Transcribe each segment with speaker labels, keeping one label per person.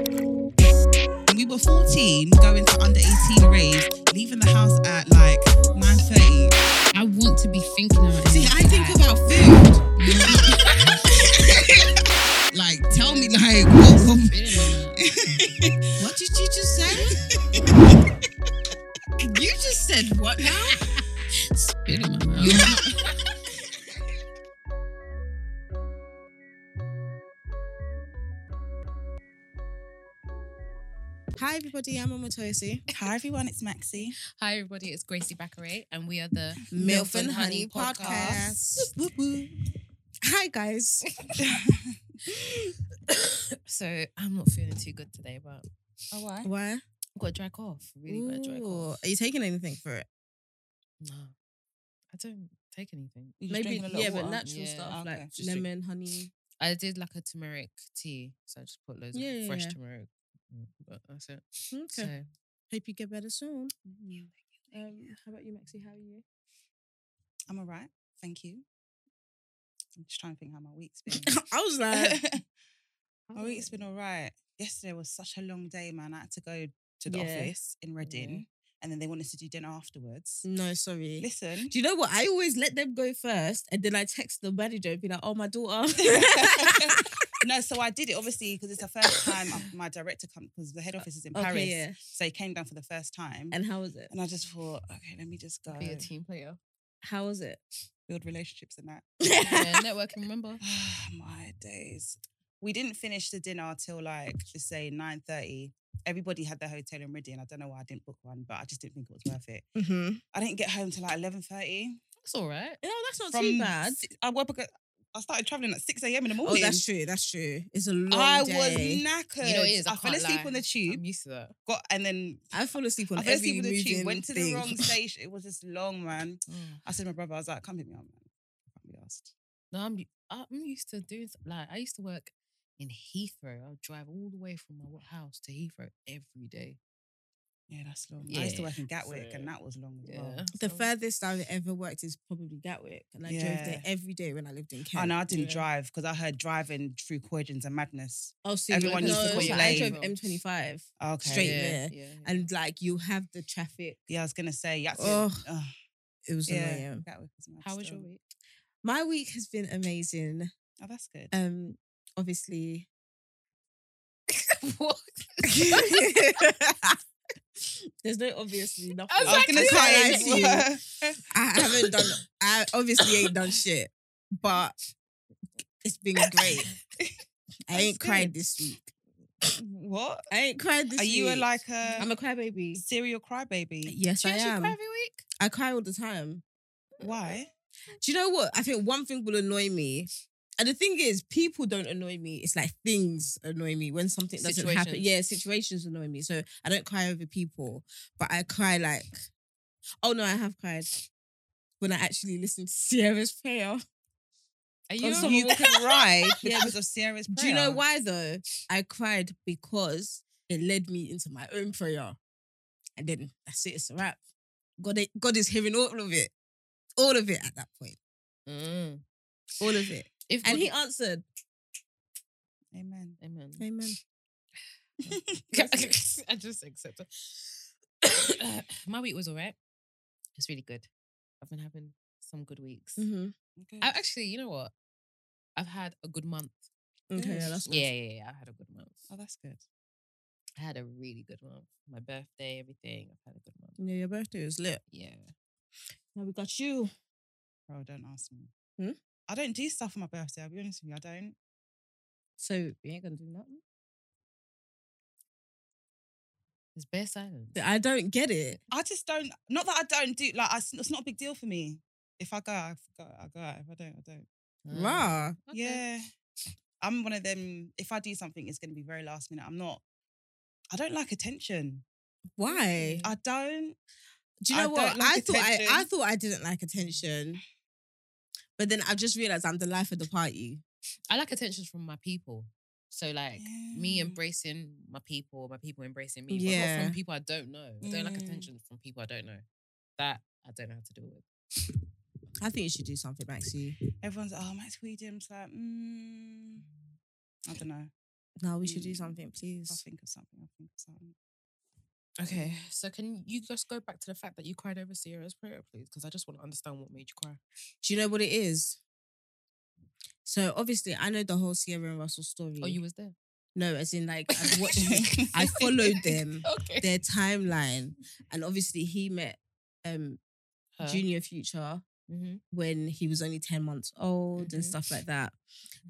Speaker 1: When we were 14, going to under 18 raves, leaving the house at like 9.30.
Speaker 2: I want to be thinking about
Speaker 1: See,
Speaker 2: it.
Speaker 1: I think about food. like, tell me, like, what, what,
Speaker 3: What did you just say? you just said what now?
Speaker 2: Spit in my mouth.
Speaker 3: Hi everybody, I'm Omotoyosi.
Speaker 4: Hi everyone, it's Maxi.
Speaker 2: Hi, everybody. It's Gracie Baccarat, and we are the
Speaker 3: Milf and Honey Podcast.
Speaker 4: Woo woo.
Speaker 3: Hi guys.
Speaker 2: So I'm not feeling too good today, but
Speaker 4: Oh why?
Speaker 3: Why?
Speaker 2: I've got to dry cough. Really got to dry
Speaker 3: Ooh,
Speaker 2: cough.
Speaker 3: Are you taking anything for it?
Speaker 2: No, I don't take anything.
Speaker 4: You just
Speaker 3: Maybe,
Speaker 4: drinking a lot of
Speaker 3: yeah, but
Speaker 4: water?
Speaker 3: natural
Speaker 2: Yeah.
Speaker 3: stuff
Speaker 4: Okay.
Speaker 3: like
Speaker 4: Just
Speaker 3: lemon, honey.
Speaker 2: I did like a turmeric tea, so I just put loads
Speaker 3: Yeah,
Speaker 2: of
Speaker 3: yeah,
Speaker 2: fresh
Speaker 3: yeah.
Speaker 2: turmeric. Mm, But that's it.
Speaker 3: Okay.
Speaker 2: So
Speaker 3: Hope you get better soon. Um, how about you, Maxie? How are you?
Speaker 4: I'm alright. Thank you. I'm just trying to think how my week's been.
Speaker 3: I was like,
Speaker 4: my week's been alright. Yesterday was such a long day, man. I had to go to the
Speaker 3: Yeah.
Speaker 4: office in Reading, and then they wanted to do dinner afterwards.
Speaker 3: no, sorry.
Speaker 4: Listen,
Speaker 1: Do you know what? I always let them go first, and then I text the manager and be like, "Oh, my daughter."
Speaker 4: no, so I did it obviously because it's the first time I've- my director come because the head office is in
Speaker 1: Okay,
Speaker 4: Paris,
Speaker 1: yeah.
Speaker 4: so he came down for the first time, and,
Speaker 1: and how was it?
Speaker 4: I just thought, okay, let me just go
Speaker 2: be a team player.
Speaker 1: How was it?
Speaker 4: build relationships and that.
Speaker 2: yeah, networking, remember?
Speaker 4: my days. We didn't finish the dinner till like just say nine thirty. Everybody had their hotel in Reading. I don't know why I didn't book one, but I just didn't think it was worth it.
Speaker 1: Mm-hmm.
Speaker 4: I didn't get home till like eleven thirty.
Speaker 2: That's all right.
Speaker 1: No, that's not too bad.
Speaker 4: I work. Because I started traveling at six a.m. in the
Speaker 1: Oh,
Speaker 4: morning.
Speaker 1: that's true. That's true. It's a long
Speaker 4: I
Speaker 1: day.
Speaker 4: was knackered.
Speaker 2: You know it is. I,
Speaker 4: I, fell
Speaker 2: can't
Speaker 4: asleep
Speaker 2: lie. Um,
Speaker 4: on the tube.
Speaker 2: I'm used to that.
Speaker 4: Got and then
Speaker 1: I fell asleep on
Speaker 4: I fell
Speaker 1: every
Speaker 4: asleep on the
Speaker 1: moving
Speaker 4: tube. Went to the
Speaker 1: thing.
Speaker 4: wrong station. It was just long, man.
Speaker 2: Mm.
Speaker 4: I said to my brother, I was like, "Come hit me up, man. I can't be asked."
Speaker 2: No, I'm u- I'm used to doing s- like I used to work in Heathrow. I would drive all the way from my wo- house to Heathrow every day.
Speaker 4: Yeah, that's long. I used to
Speaker 2: Yeah.
Speaker 4: work in Gatwick,
Speaker 2: So-
Speaker 4: and that was long as well.
Speaker 2: Yeah.
Speaker 1: The
Speaker 2: so-
Speaker 1: furthest I've ever worked is probably Gatwick, and I drove there
Speaker 4: Yeah.
Speaker 1: every day when I lived in
Speaker 4: Oh
Speaker 1: Kent.
Speaker 4: no, I didn't
Speaker 2: Yeah.
Speaker 4: drive because I heard driving through Croydon's and madness.
Speaker 1: Oh, see,
Speaker 4: Everyone
Speaker 1: no,
Speaker 2: used to
Speaker 1: so I
Speaker 2: complain.
Speaker 1: drove M25,
Speaker 4: Okay.
Speaker 1: Straight
Speaker 2: yeah,
Speaker 1: there.
Speaker 2: Yeah. yeah.
Speaker 1: and like you have the traffic.
Speaker 4: Yeah, I was gonna say. Yeah.
Speaker 1: Ugh.
Speaker 4: Oh,
Speaker 1: It was
Speaker 4: yeah.
Speaker 1: annoying.
Speaker 4: Gatwick was mad
Speaker 2: How was your
Speaker 4: still.
Speaker 2: week?
Speaker 1: My week has been amazing.
Speaker 4: Oh, that's good.
Speaker 1: Um, obviously,
Speaker 2: what?
Speaker 1: there's no obviously nothing.
Speaker 2: I
Speaker 4: I was gonna
Speaker 1: I
Speaker 4: say.
Speaker 1: can't lie to you.
Speaker 4: yeah.
Speaker 1: I haven't done. I obviously ain't done shit, but it's been great. I
Speaker 4: That's
Speaker 1: ain't cried
Speaker 4: good.
Speaker 1: this week.
Speaker 4: what?
Speaker 1: I ain't cried this
Speaker 4: Are
Speaker 1: week.
Speaker 4: you a, like a,
Speaker 1: I'm a crybaby.
Speaker 4: serial crybaby?
Speaker 1: Yes,
Speaker 2: Do
Speaker 1: I
Speaker 2: you actually
Speaker 1: am.
Speaker 2: cry every week?
Speaker 1: I cry all the time.
Speaker 4: Why?
Speaker 1: Do you know what? I think one thing will annoy me. And the thing is, people don't annoy me. It's like things annoy me when something doesn't happen.
Speaker 2: Situations.
Speaker 1: Yeah, situations annoy me. So I don't cry over people, but I cry like, oh no, I have cried when I actually listened to Sierra's prayer.
Speaker 2: Are
Speaker 1: Oh,
Speaker 2: you?
Speaker 1: so
Speaker 4: You
Speaker 1: someone
Speaker 4: cried
Speaker 1: Yeah,
Speaker 4: because of serious. Prayer.
Speaker 1: Do you know why though? I cried because it led me into my own prayer. And then that's it, it's a wrap. God, God is hearing all of it. All of it at that point.
Speaker 2: Mm.
Speaker 1: All of it.
Speaker 2: If
Speaker 1: And
Speaker 2: God-
Speaker 1: he answered.
Speaker 4: Amen.
Speaker 2: Amen.
Speaker 1: Amen.
Speaker 2: I just accept it. My week was all right. It's really good. I've been having some good weeks.
Speaker 1: Mm-hmm.
Speaker 2: I actually, you know what? I've had a good month.
Speaker 1: Okay,
Speaker 4: Yes.
Speaker 1: yeah, that's good.
Speaker 2: Yeah, yeah, yeah. I had a good month.
Speaker 4: Oh, that's good.
Speaker 2: I had a really good month. My birthday, everything. I've had a good month.
Speaker 1: Yeah, your birthday was lit.
Speaker 2: Yeah.
Speaker 1: Now we got you.
Speaker 4: Bro, don't ask me.
Speaker 1: Hmm?
Speaker 4: I don't do stuff for my birthday. I'll be honest with you. I don't.
Speaker 1: So we ain't gonna do nothing.
Speaker 2: It's bare silence.
Speaker 1: I don't get it.
Speaker 4: I just don't. Not that I don't do. Like, I, it's not a big deal for me. If I go, I go. I go. If I don't, I don't.
Speaker 2: Mm.
Speaker 1: Rah.
Speaker 2: Okay.
Speaker 4: Yeah. I'm one of them. If I do something, it's going to be very last minute. I'm not. I don't like attention.
Speaker 1: Why?
Speaker 4: I don't.
Speaker 1: Do you know
Speaker 4: I
Speaker 1: what?
Speaker 4: don't like
Speaker 1: I thought I, I
Speaker 4: attention.
Speaker 1: thought I didn't like attention. But then I've just realized I'm the life of the party.
Speaker 2: I like attention from my people. So like me
Speaker 4: Yeah.
Speaker 2: embracing my people, my people embracing me, but not
Speaker 1: Yeah.
Speaker 2: from people I don't know. I don't like
Speaker 4: Mm.
Speaker 2: attention from people I don't know. That I don't know how to deal with.
Speaker 1: I think you should do something, Maxie.
Speaker 4: Everyone's like, oh, Max, what are you doing? It's like, mm, I don't know.
Speaker 1: No, we should do
Speaker 4: Mm.
Speaker 1: something,
Speaker 4: I'll
Speaker 1: please.
Speaker 4: think of something. I'll think of something.
Speaker 2: Okay, so can you just go back to the fact that you cried over Sierra's prayer, please? Because I just want to understand what made you cry.
Speaker 1: Do you know what it is? So obviously, I know the whole Sierra and Russell story.
Speaker 2: Oh, you was there.
Speaker 1: no, as in like I've watched, I followed them,
Speaker 2: Okay.
Speaker 1: their timeline, and obviously he met um Junior Future
Speaker 2: Mm-hmm.
Speaker 1: when he was only ten months old and
Speaker 2: Mhm.
Speaker 1: stuff like that.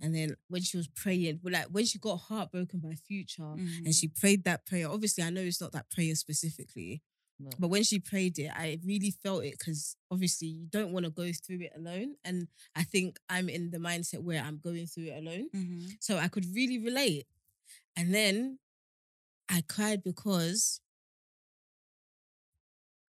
Speaker 1: And then when she was praying, well, like when she got heartbroken by Future, Oh,
Speaker 4: Mm-hmm.
Speaker 1: and she prayed that prayer. Obviously, I know it's not that prayer specifically,
Speaker 2: No.
Speaker 1: but when she prayed it, I really felt it because obviously you don't want to go through it alone. And I think I'm in the mindset where I'm going through it alone.
Speaker 2: Mm.
Speaker 4: Mm-hmm.
Speaker 1: So I could really relate. And then I cried because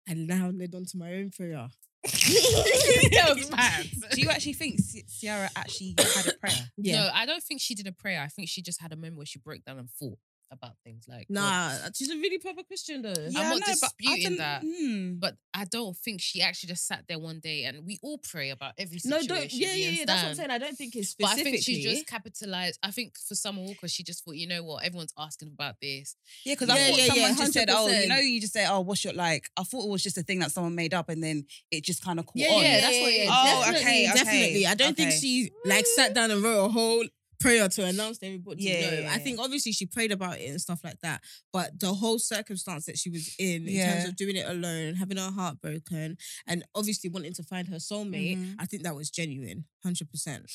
Speaker 1: I now led on to my own prayer.
Speaker 2: that was mad.
Speaker 4: Do you actually think Si- Ciara actually had a prayer?
Speaker 1: Yeah.
Speaker 2: No, I don't think she did a prayer. I think she just had a moment where she broke down and thought about things like God.
Speaker 1: Nah, she's a really proper Christian though.
Speaker 2: I'm not
Speaker 4: but I
Speaker 2: disputing
Speaker 4: don't-
Speaker 2: that.
Speaker 4: Mm.
Speaker 2: But I don't think she actually just sat there one day and we all pray about every
Speaker 1: No,
Speaker 2: situation.
Speaker 1: don't. Yeah,
Speaker 2: you
Speaker 1: yeah, yeah. That's what I'm
Speaker 2: understand?
Speaker 1: saying. I don't think it's
Speaker 2: But I
Speaker 1: specifically.
Speaker 2: think she just capitalized. I think for Summer Walker, she just thought, you know what, everyone's asking about this.
Speaker 4: Yeah, because
Speaker 1: Yeah,
Speaker 4: I thought
Speaker 1: yeah, yeah,
Speaker 4: someone just said, "Oh, you
Speaker 1: 100%.
Speaker 4: know, you just say, oh, what's your like?" I thought it was just a thing that someone made up, and then it just kind of caught
Speaker 1: yeah,
Speaker 4: on.
Speaker 1: yeah,
Speaker 2: yeah,
Speaker 1: that's
Speaker 2: yeah,
Speaker 1: what it is.
Speaker 4: yeah. Oh,
Speaker 1: definitely,
Speaker 4: okay, okay,
Speaker 1: definitely. I don't
Speaker 4: okay.
Speaker 1: think she like sat down and wrote a whole prayer to announce to everybody.
Speaker 4: Yeah,
Speaker 1: no,
Speaker 4: yeah, yeah.
Speaker 1: I think obviously she prayed about it and stuff like that. But the whole circumstance that she was in, in
Speaker 4: Yeah.
Speaker 1: terms of doing it alone, having her heart broken, and obviously wanting to find her soulmate,
Speaker 4: Mhm.
Speaker 1: I think that was genuine, hundred percent,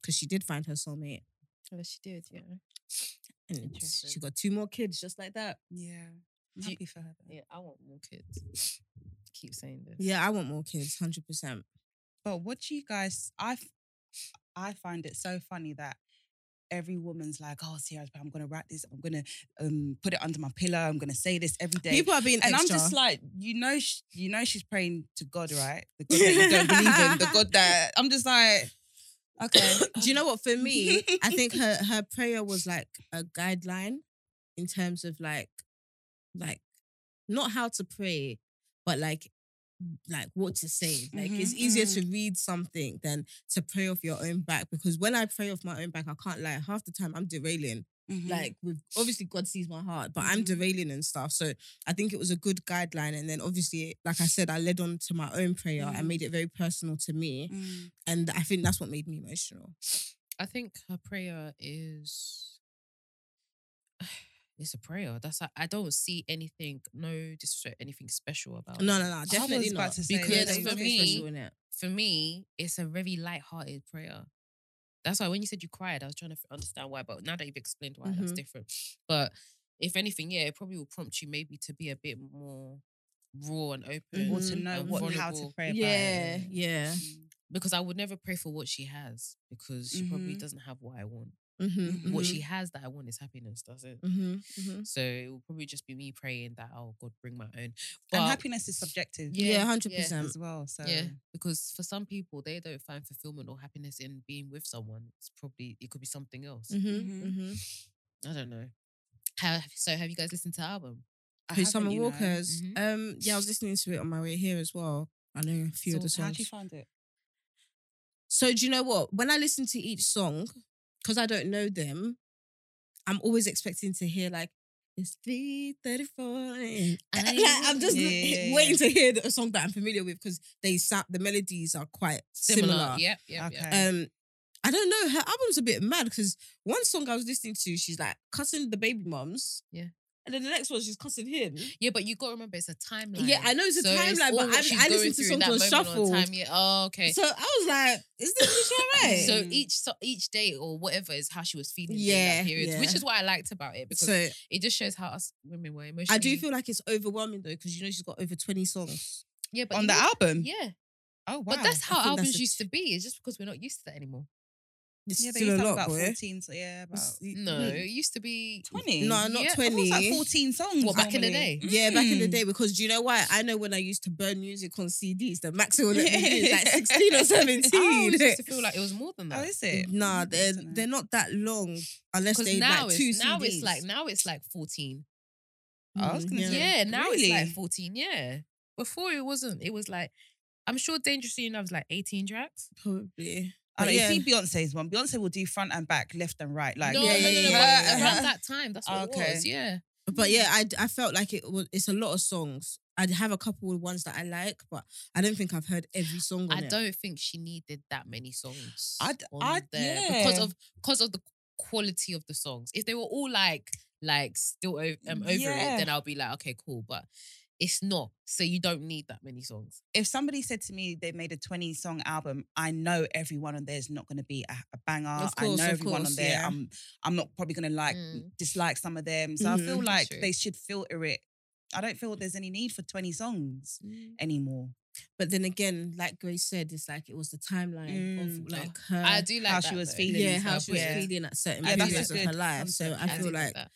Speaker 1: because she did find her soulmate.
Speaker 2: Well, she did, yeah.
Speaker 1: And
Speaker 2: Interesting.
Speaker 1: she got two more kids just like that.
Speaker 4: Yeah, I'm
Speaker 2: Do you-
Speaker 4: happy for her. though.
Speaker 2: Yeah, I want more kids. Keep saying this.
Speaker 1: Yeah, I want more kids, hundred percent.
Speaker 4: But what do you guys? I f- I find it so funny that every woman's like, "Oh, Ciara's, but I'm gonna write this. I'm gonna um put it under my pillow. I'm gonna say this every day."
Speaker 1: People are being
Speaker 4: and I'm
Speaker 1: extra.
Speaker 4: just like, you know, sh- you know, she's praying to God, right? The God that you don't believe in, the God that I'm just like, okay,
Speaker 1: Do you know what? For me, I think her her prayer was like a guideline in terms of like like not how to pray, but like like what to say. Like it's
Speaker 4: Mhm,
Speaker 1: easier to read something than to pray off your own back. Because when I pray off my own back, I can't lie. Half the time I'm derailing.
Speaker 4: Mm-hmm.
Speaker 1: Like with obviously God sees my heart, but I'm
Speaker 4: Mhm.
Speaker 1: derailing and stuff. So I think it was a good guideline. And then obviously, like I said, I led on to my own prayer. I
Speaker 4: Mhm.
Speaker 1: made it very personal to me.
Speaker 4: Mm.
Speaker 1: And I think that's what made me emotional.
Speaker 2: I think her prayer is it's a prayer. That's I don't see anything, no disrespect, anything special about
Speaker 1: No,
Speaker 2: it.
Speaker 1: no, no,
Speaker 4: I was
Speaker 1: definitely
Speaker 4: about
Speaker 1: not.
Speaker 4: to say,
Speaker 2: Because
Speaker 4: yeah,
Speaker 2: for
Speaker 4: there's nothing
Speaker 2: me-
Speaker 4: special.
Speaker 2: For me, it's a very light-hearted prayer. That's why when you said you cried, I was trying to f- understand why. But now that you've explained why, that's
Speaker 4: Mm-hmm.
Speaker 1: Mhm.
Speaker 2: different. But if anything, yeah, it probably will prompt you maybe to be a bit more raw and open, Mm.
Speaker 4: or to
Speaker 1: Mhm.
Speaker 4: know
Speaker 2: and
Speaker 4: what how to
Speaker 2: vulnerable.
Speaker 4: pray about
Speaker 1: Yeah,
Speaker 4: it.
Speaker 1: yeah.
Speaker 2: Because I would never pray for what she has because she probably
Speaker 4: Mhm.
Speaker 2: doesn't have what I want.
Speaker 1: Mm-hmm.
Speaker 2: What she has that I want is happiness. That's it.
Speaker 1: Mm-hmm.
Speaker 2: So it will probably just be me praying that oh God bring my own.
Speaker 4: and
Speaker 2: But-
Speaker 4: happiness is subjective
Speaker 1: Yeah,
Speaker 2: Yeah,
Speaker 1: hundred
Speaker 2: yeah.
Speaker 1: percent.
Speaker 4: as well. So
Speaker 2: yeah, because for some people they don't find fulfillment or happiness in being with someone. It's probably it could be something else.
Speaker 1: Mm-hmm.
Speaker 4: Mhm.
Speaker 1: Mm-hmm.
Speaker 2: I don't know. Have, so have you guys listened to the album?
Speaker 4: I haven't,
Speaker 1: Who's Summer
Speaker 4: you know. Mm-hmm.
Speaker 1: Walker's?
Speaker 2: Mhm.
Speaker 1: Um, yeah, I was listening to it on my way here as well. I know a few of the
Speaker 2: So
Speaker 4: How'd you
Speaker 1: songs.
Speaker 4: find it?
Speaker 1: So do you know what? When I listen to each song, because I don't know them, I'm always expecting to hear like it's three thirty four. Like, I'm just
Speaker 4: Yeah, yeah, yeah,
Speaker 1: waiting to hear a song that I'm familiar with because they sound the melodies are quite similar.
Speaker 2: Yep. Yep.
Speaker 4: Okay.
Speaker 2: Yep.
Speaker 1: Um, I don't know. Her album's a bit mad because one song I was listening to, she's like cussing the baby mums.
Speaker 2: Yeah.
Speaker 1: And then the next one, she's cussing him.
Speaker 2: Yeah, but you got to remember it's a timeline.
Speaker 1: Yeah, I know it's a timeline,
Speaker 2: all
Speaker 1: but
Speaker 2: what
Speaker 1: I-
Speaker 2: she's
Speaker 1: I
Speaker 2: going
Speaker 1: listened to
Speaker 2: through in
Speaker 1: songs
Speaker 2: that
Speaker 1: on
Speaker 2: moment on
Speaker 1: shuffle.
Speaker 2: Time. Yeah. Oh, okay.
Speaker 1: So I was like, is this bitch all right?
Speaker 2: So
Speaker 4: Mm.
Speaker 2: each so each day or whatever is how she was feeling
Speaker 1: Yeah,
Speaker 2: during that period,
Speaker 1: yeah.
Speaker 2: which is what I liked about it because
Speaker 1: So
Speaker 2: it just shows how us women were emotionally.
Speaker 1: I do feel like it's overwhelming though, because you know she's got over 20 songs.
Speaker 2: yeah, but
Speaker 4: On the
Speaker 2: even-
Speaker 4: album?
Speaker 2: yeah,
Speaker 4: Oh wow.
Speaker 2: but that's how
Speaker 1: think that's
Speaker 2: albums
Speaker 1: a
Speaker 2: used to be. It's just because we're not used to that anymore.
Speaker 1: It's
Speaker 4: yeah, they
Speaker 1: still
Speaker 4: used
Speaker 1: a
Speaker 4: to have
Speaker 1: lot,
Speaker 4: about
Speaker 1: boy.
Speaker 4: 14, so yeah, about
Speaker 1: It's-
Speaker 2: No, it used to be.
Speaker 4: 20.
Speaker 1: No, not
Speaker 2: Yeah, I thought
Speaker 4: I thought it was
Speaker 1: 20.
Speaker 4: like 14 songs.
Speaker 2: What, back in the
Speaker 4: normally.
Speaker 2: day?
Speaker 1: Yeah, back in the
Speaker 4: Mm.
Speaker 1: day, because do you know why? I know when I used to burn music on CDs, the max it would let me do is like 16 or 17.
Speaker 2: I always used to feel like it was more than
Speaker 4: Oh,
Speaker 2: that.
Speaker 4: is it?
Speaker 1: Nah, they're
Speaker 4: Dunno.
Speaker 1: they're not that long unless
Speaker 2: Because
Speaker 1: they
Speaker 2: now
Speaker 1: like two
Speaker 2: it's now it's
Speaker 1: CDs.
Speaker 2: like now it's like fourteen.
Speaker 4: I was gonna
Speaker 1: Mm,
Speaker 4: Yeah. say-
Speaker 2: Yeah, now it's like
Speaker 4: Really?
Speaker 2: fourteen. Yeah, before it wasn't. It was like I'm sure Dangerously Enough was like eighteen tracks.
Speaker 1: probably.
Speaker 4: I
Speaker 1: But
Speaker 4: don't know,
Speaker 1: yeah.
Speaker 4: You see Beyonce's one. Beyonce will do front and back, left and right. Like
Speaker 2: no,
Speaker 1: yeah,
Speaker 2: no, no,
Speaker 1: yeah,
Speaker 2: no,
Speaker 1: yeah,
Speaker 2: but
Speaker 1: yeah.
Speaker 2: Around that time, that's what
Speaker 4: Okay.
Speaker 2: it was. Yeah.
Speaker 1: But yeah, I, I felt like it was. It's a lot of songs. I'd have a couple of ones that I like, but I don't think I've heard every song on
Speaker 2: I
Speaker 1: it.
Speaker 2: don't think she needed that many songs
Speaker 4: I'd-
Speaker 2: on
Speaker 4: I'd-
Speaker 2: there because
Speaker 4: yeah.
Speaker 2: of because of the quality of the songs. If they were all like like still o- um, over
Speaker 4: Yeah.
Speaker 2: it, then I'll be like, okay, cool. But it's not, so you don't need that many songs.
Speaker 4: if somebody said to me they made a 20 song album, I know everyone on there is not going to be a, a banger.
Speaker 1: Of course,
Speaker 4: I know
Speaker 1: of
Speaker 4: everyone
Speaker 1: course,
Speaker 4: on there.
Speaker 1: yeah.
Speaker 4: I'm I'm not probably going to like
Speaker 2: Mm.
Speaker 4: dislike some of them. So I
Speaker 1: Mhm.
Speaker 4: feel
Speaker 2: That's
Speaker 4: like
Speaker 2: true.
Speaker 4: they should filter it. I don't feel there's any need for 20 songs
Speaker 1: Mm.
Speaker 4: anymore.
Speaker 1: But then again, like Grace said, it's like it was the timeline
Speaker 4: Mm.
Speaker 1: of like her.
Speaker 2: oh, I do like
Speaker 4: how
Speaker 2: that
Speaker 4: she was
Speaker 2: though.
Speaker 4: feeling
Speaker 1: yeah,
Speaker 4: and
Speaker 1: Uh, how
Speaker 4: stuff,
Speaker 1: she was
Speaker 4: yeah.
Speaker 1: feeling at certain
Speaker 4: I do like
Speaker 1: periods of
Speaker 4: that.
Speaker 1: her life. So I
Speaker 4: Concept,
Speaker 2: I
Speaker 1: feel
Speaker 2: do
Speaker 1: like
Speaker 2: that.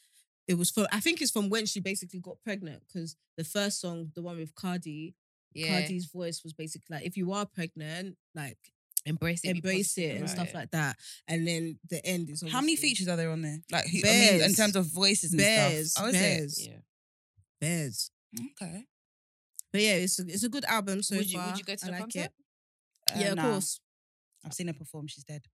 Speaker 1: it was from. I think it's from when she basically got pregnant because the first song, the one with Cardi,
Speaker 2: yeah,
Speaker 1: Cardi's voice was basically like, if you are pregnant, like
Speaker 2: embrace it, be
Speaker 1: embrace
Speaker 2: positive
Speaker 1: it and
Speaker 2: about
Speaker 1: stuff like that. And then the end is
Speaker 4: How many
Speaker 1: obviously
Speaker 4: features are there on there? Like who, I mean, in
Speaker 1: Bears.
Speaker 4: terms of voices and
Speaker 1: Bears,
Speaker 4: stuff. Oh, is
Speaker 1: bears,
Speaker 2: Yeah.
Speaker 1: bears.
Speaker 4: it? Okay.
Speaker 1: But yeah, it's a, it's a good album so
Speaker 2: would you
Speaker 1: far.
Speaker 2: would you go to
Speaker 1: I
Speaker 2: the
Speaker 1: like
Speaker 2: concert?
Speaker 1: It. yeah, of
Speaker 4: Uh, nah.
Speaker 1: course.
Speaker 4: I've seen her perform. She's dead.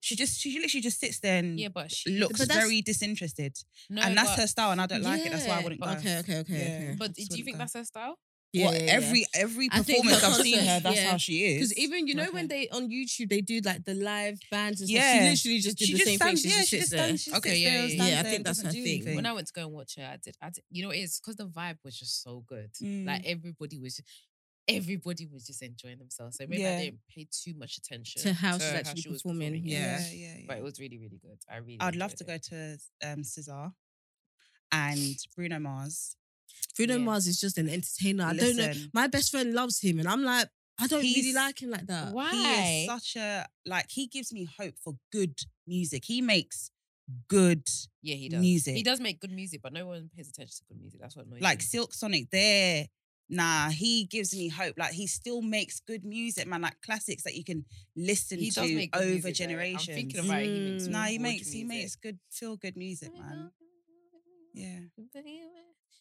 Speaker 4: She just she literally just sits there and
Speaker 2: Yeah, but she
Speaker 4: looks
Speaker 1: But that's-
Speaker 4: very disinterested,
Speaker 2: no,
Speaker 4: and that's
Speaker 2: but,
Speaker 4: her style, and I don't like it. That's why I
Speaker 2: Yeah,
Speaker 4: wouldn't go.
Speaker 2: but
Speaker 1: Okay, okay, okay.
Speaker 4: Yeah.
Speaker 1: okay.
Speaker 2: But
Speaker 4: That's
Speaker 2: do
Speaker 4: what
Speaker 2: you
Speaker 4: it does.
Speaker 2: think that's her style?
Speaker 1: Yeah,
Speaker 4: well,
Speaker 1: yeah, yeah.
Speaker 4: every every
Speaker 1: I think her
Speaker 4: performance I've seen her,
Speaker 1: concerts,
Speaker 4: that's
Speaker 1: yeah.
Speaker 4: how she is.
Speaker 1: Because even you know when they on YouTube they do like the live bands and stuff.
Speaker 4: Yeah.
Speaker 1: She literally just did
Speaker 4: she
Speaker 1: the
Speaker 4: just
Speaker 1: same
Speaker 4: stands,
Speaker 1: thing. She
Speaker 4: yeah,
Speaker 1: just
Speaker 4: she
Speaker 1: sits
Speaker 4: just
Speaker 1: there.
Speaker 4: stands, she just
Speaker 2: Okay,
Speaker 4: sits
Speaker 2: yeah,
Speaker 4: there and
Speaker 2: yeah,
Speaker 4: stands
Speaker 1: yeah. Yeah, I
Speaker 4: there
Speaker 1: think
Speaker 4: and
Speaker 1: that's
Speaker 4: doesn't
Speaker 1: her
Speaker 4: do
Speaker 1: thing.
Speaker 4: anything.
Speaker 2: When I went to go and watch her, I did. I did you know what it is because the vibe was just so good. Like everybody was, everybody was just enjoying themselves. So maybe
Speaker 4: Yeah.
Speaker 2: I didn't pay too much attention
Speaker 1: To how she's
Speaker 2: how
Speaker 1: actually
Speaker 2: she was
Speaker 1: performing, yeah.
Speaker 4: yeah, yeah,
Speaker 2: But it was really, really good. I really.
Speaker 4: I'd love to
Speaker 2: enjoyed
Speaker 4: go
Speaker 2: it.
Speaker 4: to um, Cesar and Bruno Mars.
Speaker 1: Bruno
Speaker 2: Yeah.
Speaker 1: Mars is just an entertainer. I don't know.
Speaker 4: Listen.
Speaker 1: My best friend loves him, and I'm like, I don't really
Speaker 4: He's-
Speaker 1: like him like that.
Speaker 4: He
Speaker 2: Why?
Speaker 4: is such a like. He gives me hope for good music. He makes good
Speaker 2: yeah, he does.
Speaker 4: music.
Speaker 2: He does make good music, but no one pays attention to good music. That's what annoys
Speaker 4: like
Speaker 2: me.
Speaker 4: Silk Sonic. There, nah. He gives me hope. Like he still makes good music, man. Like classics that you can listen
Speaker 2: He
Speaker 4: to
Speaker 2: does make good
Speaker 4: over
Speaker 2: music, though.
Speaker 4: generations.
Speaker 2: I'm thinking about it. He makes
Speaker 1: Mm.
Speaker 4: Nah, he
Speaker 2: good
Speaker 4: makes he
Speaker 2: music.
Speaker 4: makes good feel good music, man. Yeah.
Speaker 2: It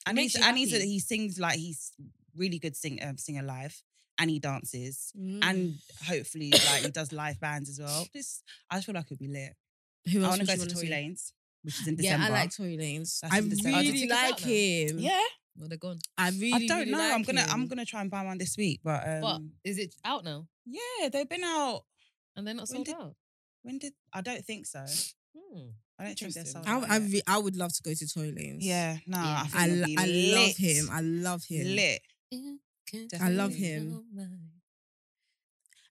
Speaker 4: And
Speaker 2: makes
Speaker 4: he's,
Speaker 2: you
Speaker 4: and he's
Speaker 2: happy.
Speaker 4: he sings like he's really good sing um, singer live, and he dances,
Speaker 1: Mm.
Speaker 4: and hopefully like he does live bands as well. This I just feel like it'd be lit.
Speaker 1: who
Speaker 4: I
Speaker 1: else
Speaker 4: want to
Speaker 1: would
Speaker 4: go to
Speaker 1: you wanna
Speaker 4: Tory
Speaker 1: see?
Speaker 4: Lanez, which is in
Speaker 1: Yeah,
Speaker 4: December.
Speaker 1: I like Tory Lanez.
Speaker 4: That's
Speaker 1: I
Speaker 4: in December. Are the
Speaker 1: really
Speaker 2: tickets out
Speaker 1: like
Speaker 2: now?
Speaker 1: him.
Speaker 4: Yeah,
Speaker 2: Well, they're gone.
Speaker 1: I really.
Speaker 4: I don't
Speaker 1: really
Speaker 4: know.
Speaker 1: like
Speaker 4: I'm gonna I'm
Speaker 1: him.
Speaker 4: gonna try and buy one this week, but um,
Speaker 2: But is it out now?
Speaker 4: yeah, they've been out.
Speaker 2: And they're not
Speaker 4: When
Speaker 2: sold
Speaker 4: did-
Speaker 2: out.
Speaker 4: When did I don't think so.
Speaker 2: Hmm.
Speaker 4: I don't think they're
Speaker 2: Interesting.
Speaker 4: sold.
Speaker 1: I,
Speaker 4: out
Speaker 1: I,
Speaker 4: yet.
Speaker 1: re- I would love to go to Tory Lanez.
Speaker 4: yeah, no,
Speaker 2: Yeah.
Speaker 4: I, think
Speaker 1: I,
Speaker 4: it'd
Speaker 1: l-
Speaker 4: be
Speaker 1: I love
Speaker 4: lit.
Speaker 1: him. I love him.
Speaker 4: Lit.
Speaker 1: I love
Speaker 2: Definitely.
Speaker 1: him.
Speaker 2: Oh my.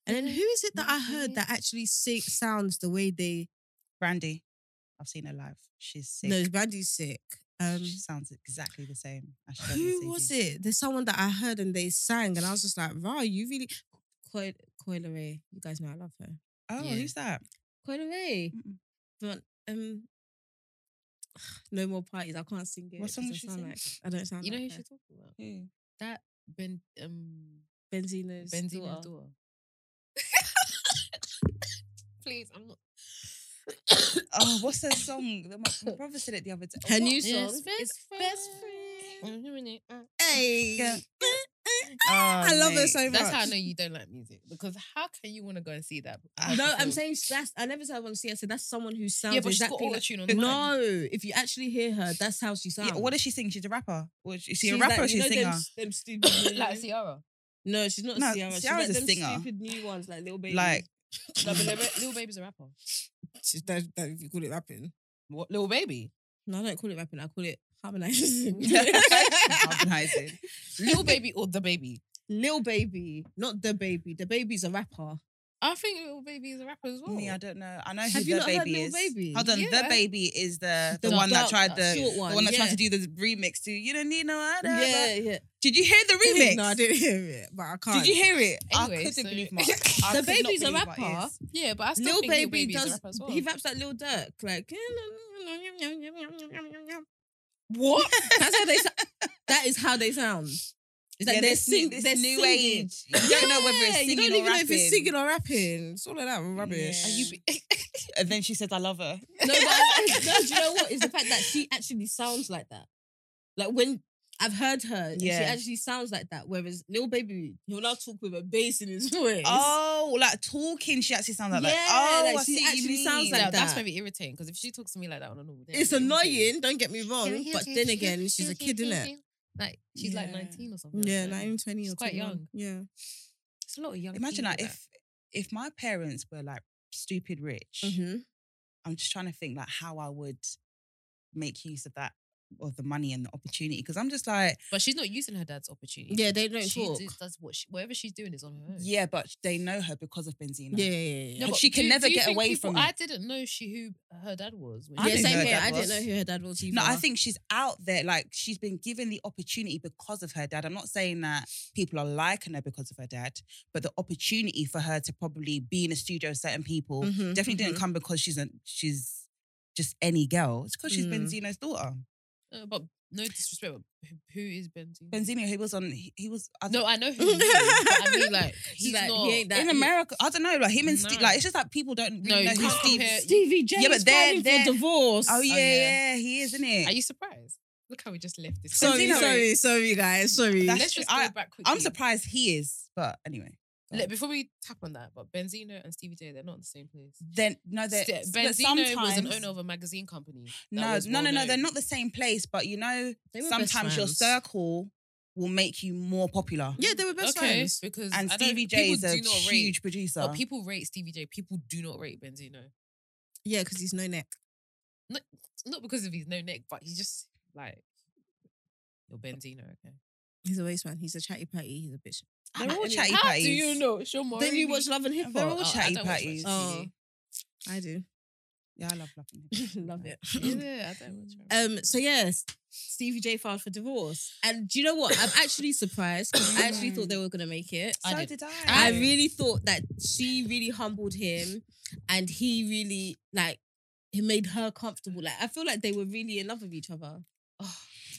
Speaker 1: And then who is it that I heard
Speaker 2: Mhm.
Speaker 4: Mm-hmm.
Speaker 1: that actually sick sounds the way they?
Speaker 4: Brandy, I've seen her live. She's sick.
Speaker 1: No, Brandy's sick. Um,
Speaker 4: she sounds exactly the same. As she does in
Speaker 1: Who was
Speaker 4: Ziggy.
Speaker 1: it? There's someone that I heard and they sang, and I was just like, "Wow, you really." Coi Coi Ray, you guys know I love her.
Speaker 4: Oh,
Speaker 2: Yeah.
Speaker 4: who's that?
Speaker 1: Coi Ray,
Speaker 4: Mm-mm.
Speaker 1: but um, no more parties. I can't sing it.
Speaker 4: What song
Speaker 1: 'cause
Speaker 4: does
Speaker 1: I
Speaker 4: she
Speaker 1: sound
Speaker 4: sing?
Speaker 1: like? I don't sound.
Speaker 2: You know who
Speaker 1: like
Speaker 2: she's talking about?
Speaker 4: Who?
Speaker 2: That Ben um
Speaker 1: her. Benzino's
Speaker 2: Benzino's
Speaker 1: daughter.
Speaker 2: daughter. Please, I'm not.
Speaker 4: Oh, what's her song? The- My, my brother said it the other day.
Speaker 1: Her
Speaker 4: What?
Speaker 1: new
Speaker 2: Yes,
Speaker 1: song
Speaker 2: best
Speaker 1: is
Speaker 2: friend.
Speaker 1: best friend.
Speaker 2: I'm doing it. Uh,
Speaker 1: Hey,
Speaker 4: Yeah.
Speaker 1: Ah, I love her so much.
Speaker 2: That's how I know you don't like music because how can you want to go and see that?
Speaker 4: I
Speaker 1: no, I'm
Speaker 2: perform?
Speaker 1: saying that's. I never said I want to see. her. I said that's someone who sounds
Speaker 2: yeah, but she's got
Speaker 1: exactly.
Speaker 2: auto
Speaker 1: like-
Speaker 2: tune on.
Speaker 1: no, if you actually hear her, that's how she sounds.
Speaker 4: Yeah, what does she sing? She's a rapper. Or is she a
Speaker 1: She's
Speaker 4: rapper or
Speaker 1: like, you
Speaker 4: she's a
Speaker 1: know
Speaker 4: singer?
Speaker 1: them- them stupid-
Speaker 2: like Ciara.
Speaker 1: No, she's not
Speaker 4: No,
Speaker 1: a Ciara. She's
Speaker 4: Ciara's
Speaker 1: like
Speaker 4: a
Speaker 1: them
Speaker 4: singer.
Speaker 1: stupid new ones, like little baby.
Speaker 4: Like,
Speaker 2: No, but Lil- Lil Baby's a rapper.
Speaker 1: she's that, that if you call it rapping.
Speaker 2: What? Lil Baby.
Speaker 1: No, I don't call it rapping. I call it harmonizing.
Speaker 4: harmonizing.
Speaker 2: Lil Baby or the Baby.
Speaker 1: Lil baby, not the baby. The baby's a rapper.
Speaker 2: I think Lil Baby is a rapper as well.
Speaker 4: Me, I don't know. I know who
Speaker 1: Oh. Have
Speaker 4: the
Speaker 1: you not heard
Speaker 4: baby
Speaker 1: Lil
Speaker 4: is.
Speaker 1: Baby?
Speaker 4: Hold on,
Speaker 2: Yeah.
Speaker 4: the baby is the the,
Speaker 2: The
Speaker 4: one that
Speaker 2: dark-
Speaker 4: tried the,
Speaker 1: short
Speaker 4: the
Speaker 1: one.
Speaker 4: one that
Speaker 1: yeah.
Speaker 4: tried to do the remix to "You Don't Need No Other."
Speaker 1: Yeah, yeah.
Speaker 4: Did you hear the remix?
Speaker 1: no, I didn't hear it, but I can't.
Speaker 4: Did you hear it? I
Speaker 2: Anyway,
Speaker 4: couldn't
Speaker 2: so-
Speaker 4: believe my. I
Speaker 1: The
Speaker 4: could not
Speaker 1: baby's a
Speaker 4: believe my
Speaker 1: rapper.
Speaker 4: ears.
Speaker 2: Yeah, but I still
Speaker 1: Lil
Speaker 2: think Lil
Speaker 1: baby,
Speaker 2: Baby is a
Speaker 1: does.
Speaker 2: rapper as well.
Speaker 1: He raps like Lil Durk, like.
Speaker 2: what?
Speaker 1: That's how they. sou- that is how they sound. It's like
Speaker 4: Yeah,
Speaker 1: they're
Speaker 4: this new,
Speaker 1: sing-
Speaker 4: this
Speaker 1: they're
Speaker 4: new
Speaker 1: singing.
Speaker 4: age. You don't know whether it's
Speaker 1: Yeah,
Speaker 4: singing
Speaker 1: you don't
Speaker 4: or
Speaker 1: even know
Speaker 4: rapping.
Speaker 1: if it's singing or rapping. It's all of that rubbish.
Speaker 4: Yeah.
Speaker 2: Are you be-
Speaker 4: And then she says, "I love her."
Speaker 1: No, but I- no, do you know what? Is the fact that she actually sounds like that. Like when I've heard her,
Speaker 4: Yeah.
Speaker 1: she actually sounds like that. Whereas Lil Baby, he'll now talk with a bass in his voice.
Speaker 4: Oh, oh, like talking, she actually sounds like, that.
Speaker 1: Yeah,
Speaker 4: oh,
Speaker 1: like,
Speaker 4: I
Speaker 1: she
Speaker 4: see what you
Speaker 1: actually sounds
Speaker 4: mean.
Speaker 1: like
Speaker 2: Now, that's
Speaker 1: that.
Speaker 2: very irritating because if she talks to me like that on a normal day,
Speaker 1: It's
Speaker 2: irritating.
Speaker 1: annoying, don't get me
Speaker 4: um,
Speaker 1: wrong. But then again, she's a kid, innit?
Speaker 2: Like she's like
Speaker 4: Yeah.
Speaker 2: 19 or something.
Speaker 1: Yeah,
Speaker 2: so
Speaker 1: 19, 20
Speaker 2: She's
Speaker 1: or
Speaker 2: quite
Speaker 1: 21.
Speaker 2: young.
Speaker 1: Yeah.
Speaker 2: It's a lot of young.
Speaker 4: Imagine like
Speaker 2: people
Speaker 4: if if my parents were like stupid rich,
Speaker 1: Mm-hmm.
Speaker 4: I'm just trying to think like how I would make use of that of the money and the opportunity. Because I'm just like,
Speaker 2: But she's not using her dad's opportunity.
Speaker 1: Yeah, they don't
Speaker 2: she
Speaker 1: talk.
Speaker 2: does- does what she, whatever she's doing is on her own.
Speaker 4: yeah, but they know her because of Benzino.
Speaker 1: Yeah, yeah, yeah. yeah.
Speaker 4: No, but she can never
Speaker 2: you
Speaker 4: get
Speaker 2: think
Speaker 4: away
Speaker 2: people-
Speaker 4: from
Speaker 2: I
Speaker 4: it.
Speaker 2: didn't know she who her dad was. when
Speaker 4: I
Speaker 2: she
Speaker 1: yeah,
Speaker 4: didn't
Speaker 2: was
Speaker 1: same
Speaker 4: know her
Speaker 1: here.
Speaker 4: dad
Speaker 1: I
Speaker 4: was.
Speaker 1: didn't know who her dad was either.
Speaker 4: No, I think she's out there. Like she's been given the opportunity because of her dad. I'm not saying that people are liking her because of her dad, but the opportunity for her to probably be in a studio with certain people definitely
Speaker 1: Mhm, mhm.
Speaker 2: Mm-hmm.
Speaker 4: didn't come because she's a, she's just any girl. It's because she's
Speaker 1: Mm.
Speaker 4: Benzino's daughter.
Speaker 2: Uh, but no disrespect, but who- who is Benzino?
Speaker 4: Benzino, he was on. He, he was I
Speaker 2: no, I know who. He is, but I mean, like he's
Speaker 1: like, he
Speaker 2: not.
Speaker 1: ain't that-
Speaker 4: in America. I don't know. Like him and Steve.
Speaker 2: No.
Speaker 4: Like it's just like people don't
Speaker 2: No,
Speaker 4: really know
Speaker 1: Mm-hmm.
Speaker 4: who
Speaker 2: you can't
Speaker 4: Steve.
Speaker 2: compare-
Speaker 1: Stevie J
Speaker 4: Yeah, but
Speaker 1: is
Speaker 4: they're-
Speaker 1: filing
Speaker 4: they're-
Speaker 1: for divorce.
Speaker 4: Oh yeah,
Speaker 2: yeah.
Speaker 4: yeah, he is, isn't it?
Speaker 2: Are you surprised? Look how we just left this.
Speaker 1: Sorry,
Speaker 4: Benzino-
Speaker 1: sorry, sorry, guys. Sorry.
Speaker 4: That's-
Speaker 2: Let's just go
Speaker 4: I-
Speaker 2: back quickly.
Speaker 4: I'm surprised he is, but anyway.
Speaker 2: Let- before we tap on that, but Benzino and Stevie J, they're not in the same place.
Speaker 4: Then no, they're,
Speaker 2: Ste-
Speaker 4: but
Speaker 2: Benzino was an
Speaker 4: sometimes-
Speaker 2: owner of a magazine company. that
Speaker 4: No,
Speaker 2: was
Speaker 4: no, no, no.
Speaker 2: well-known.
Speaker 4: They're not the same place, but you know,
Speaker 1: They were best
Speaker 4: sometimes your
Speaker 1: friends.
Speaker 4: circle will make you more popular.
Speaker 1: Yeah, they were best
Speaker 2: okay,
Speaker 1: friends.
Speaker 2: because
Speaker 4: And
Speaker 2: I don't-
Speaker 4: Stevie J
Speaker 2: people
Speaker 4: is a
Speaker 2: do not
Speaker 4: huge
Speaker 2: rate,
Speaker 4: producer.
Speaker 2: But people rate Stevie J. People do not rate Benzino.
Speaker 1: Yeah, because he's no neck.
Speaker 2: Not not because of his no neck, but he's just like you're Benzino. Okay,
Speaker 1: He's a wasteman. He's a chatty patty. He's a bitch.
Speaker 4: They're all
Speaker 1: Anyway,
Speaker 4: chatty
Speaker 2: how
Speaker 4: patties.
Speaker 2: do you know? It's your
Speaker 1: Then
Speaker 2: Moroni.
Speaker 1: you watch Love and Hip
Speaker 4: They're
Speaker 1: Hop.
Speaker 4: all
Speaker 2: Oh, I
Speaker 4: chatty
Speaker 2: don't watch much
Speaker 4: patties.
Speaker 2: TV.
Speaker 1: Oh. I do.
Speaker 4: Yeah, I love Love and Hip
Speaker 1: Love
Speaker 2: Oh.
Speaker 1: it.
Speaker 2: Yeah, I don't watch much.
Speaker 1: um. So yes, Stevie J filed for divorce, and do you know what? I'm actually surprised 'cause I actually thought they were gonna make it.
Speaker 4: Hop.
Speaker 2: I
Speaker 4: So
Speaker 2: did.
Speaker 4: did, I.
Speaker 1: I really thought that she really humbled him and he really like he made her comfortable. Like I feel like they were really in love with each other.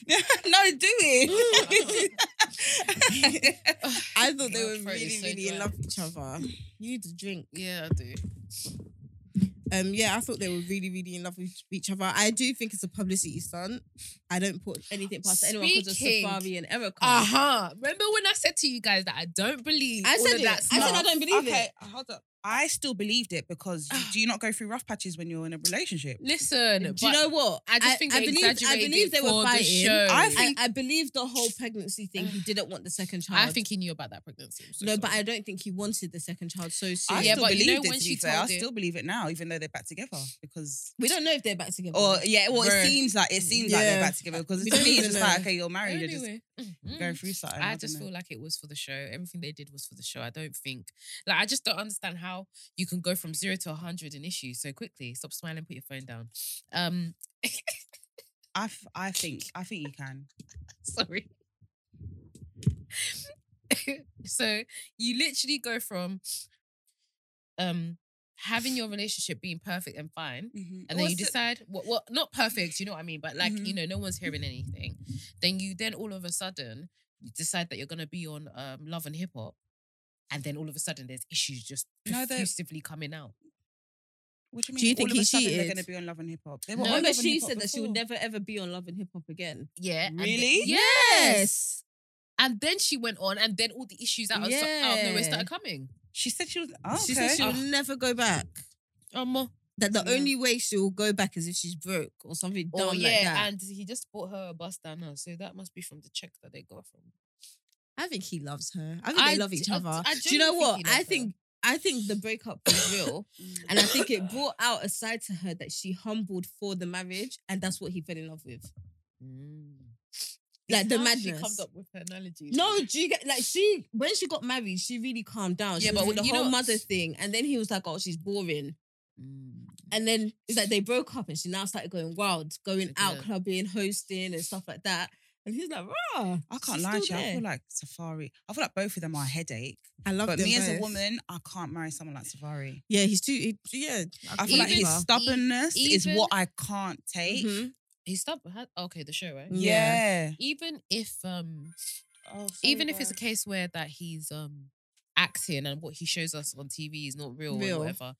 Speaker 4: no, do it.
Speaker 1: I thought they
Speaker 2: My throat
Speaker 1: were
Speaker 2: is
Speaker 1: really,
Speaker 2: so
Speaker 1: really in
Speaker 2: dry.
Speaker 1: love with each other. You need to drink.
Speaker 2: Yeah, I do.
Speaker 1: Um, yeah, I thought they were really, really in love with each other. I do think it's a publicity stunt. I don't put anything past anyone because of
Speaker 2: Speaking-
Speaker 1: Safari and Erica.
Speaker 2: Uh huh. Remember when I said to you guys that I don't believe
Speaker 1: I
Speaker 2: all
Speaker 1: said
Speaker 2: of
Speaker 1: it.
Speaker 2: that
Speaker 1: I
Speaker 2: stuff?
Speaker 1: said I don't believe
Speaker 4: okay,
Speaker 1: it.
Speaker 4: hold up. I still believed it because you, do you not go through rough patches when you're in a relationship?
Speaker 2: Listen,
Speaker 1: Do you know what?
Speaker 2: I just think they
Speaker 1: I
Speaker 2: exaggerated
Speaker 1: believe they
Speaker 2: for
Speaker 1: were
Speaker 2: the
Speaker 1: fighting.
Speaker 2: show.
Speaker 1: I,
Speaker 4: I
Speaker 1: I,
Speaker 4: think-
Speaker 1: believe the whole pregnancy thing. He didn't want the second child.
Speaker 2: I think he knew about that pregnancy. I'm so
Speaker 1: no, but
Speaker 2: sorry.
Speaker 1: I don't think he wanted the second child so soon.
Speaker 4: I
Speaker 2: Yeah,
Speaker 4: still
Speaker 2: but you
Speaker 4: believed
Speaker 2: know
Speaker 4: it.
Speaker 2: when
Speaker 4: to
Speaker 2: she
Speaker 4: be fair. I
Speaker 2: told it-
Speaker 4: still believe it now, even though they're back together because
Speaker 1: we don't know if they're back together.
Speaker 4: Or yeah, well,
Speaker 2: Bruh.
Speaker 4: it seems like it seems like
Speaker 1: Yeah.
Speaker 4: they're back together because
Speaker 1: We
Speaker 4: to
Speaker 1: don't
Speaker 4: me it's
Speaker 1: even
Speaker 4: just
Speaker 1: know.
Speaker 4: like okay, you're married, you're just
Speaker 2: Anyway. Mm.
Speaker 4: going through something.
Speaker 2: I
Speaker 4: don't
Speaker 2: just
Speaker 4: know.
Speaker 2: feel like it was for the show. Everything they did was for the show. I don't think, like, I just don't understand how you can go from zero to a hundred in issues so quickly. Stop smiling. Put your phone down. Um,
Speaker 4: I, f- I think I think you can.
Speaker 2: sorry. so you literally go from, um, having your relationship being perfect and fine and then you decide what what not perfect, you know what I mean, but like you
Speaker 4: Mhm.
Speaker 2: know, no one's hearing anything. Then you then all of a sudden you decide that you're gonna be on um Love and Hip Hop, and then all of a sudden there's issues just
Speaker 4: No, they-
Speaker 2: profusively coming out.
Speaker 4: What do you mean?
Speaker 1: Do you think
Speaker 4: All of
Speaker 1: he
Speaker 4: a sudden They're
Speaker 1: cheated?
Speaker 4: going to be on Love and Hip Hop. They
Speaker 2: No,
Speaker 4: on
Speaker 1: Remember,
Speaker 4: Love and
Speaker 1: she
Speaker 4: Hip Hop
Speaker 1: said that she would
Speaker 4: before.
Speaker 1: never ever be on Love and Hip Hop again.
Speaker 2: Yeah. and then-
Speaker 4: Really?
Speaker 2: yes. And then she went on, and then all the issues out of, so- out of nowhere
Speaker 1: Yeah.
Speaker 2: started coming.
Speaker 4: She said she was. Oh, okay.
Speaker 1: She said she
Speaker 2: Ugh.
Speaker 1: will never go back.
Speaker 2: Um, or
Speaker 1: That the
Speaker 4: Yeah.
Speaker 1: only way she will go back is if she's broke or something dumb
Speaker 2: Oh, yeah,
Speaker 1: like that.
Speaker 2: and he just bought her a bus down now, so that must be from the check that they got from.
Speaker 1: I think he loves her. I think they love
Speaker 2: d-
Speaker 1: each
Speaker 2: I-
Speaker 1: other.
Speaker 2: I
Speaker 1: Do you know
Speaker 2: genuinely
Speaker 1: what?
Speaker 2: think he
Speaker 1: I
Speaker 2: loves her.
Speaker 1: think I think the breakup was real, and I think it brought out a side to her that she humbled for the marriage, and that's what he fell in love with.
Speaker 2: Mm.
Speaker 1: Like the
Speaker 2: How
Speaker 1: madness.
Speaker 2: She comes up with her analogies.
Speaker 1: No, do you get like she when she got married, she really calmed down. She
Speaker 2: Yeah,
Speaker 1: yeah, was
Speaker 2: but
Speaker 1: with the
Speaker 2: you
Speaker 1: whole
Speaker 2: know-
Speaker 1: mother thing, and then he was like, "Oh, she's boring."
Speaker 2: Mm.
Speaker 1: And then it's like they broke up, and she now started going wild, going out
Speaker 2: Yeah.
Speaker 1: clubbing, hosting, and stuff like that. And he's like, "Rah,
Speaker 4: I can't
Speaker 1: she's
Speaker 4: lie to
Speaker 1: still
Speaker 4: you. I
Speaker 1: there."
Speaker 4: feel like Safari. I feel like both of them are a headache.
Speaker 1: I love
Speaker 4: But
Speaker 1: them
Speaker 4: me as a
Speaker 1: both.
Speaker 4: woman, I can't marry someone like Safari.
Speaker 1: Yeah, he's too. He, yeah,
Speaker 4: I feel like his
Speaker 2: Even-
Speaker 4: stubborness is
Speaker 2: even-
Speaker 4: what I can't take.
Speaker 1: Mhm.
Speaker 2: He stopped. had- Okay, the show,
Speaker 1: Mm.
Speaker 2: right?
Speaker 4: Yeah.
Speaker 2: Even if um,
Speaker 1: Oh,
Speaker 2: even if it's a case where that he's um acting and what he shows us on TV is not real,
Speaker 1: Real.
Speaker 2: or whatever.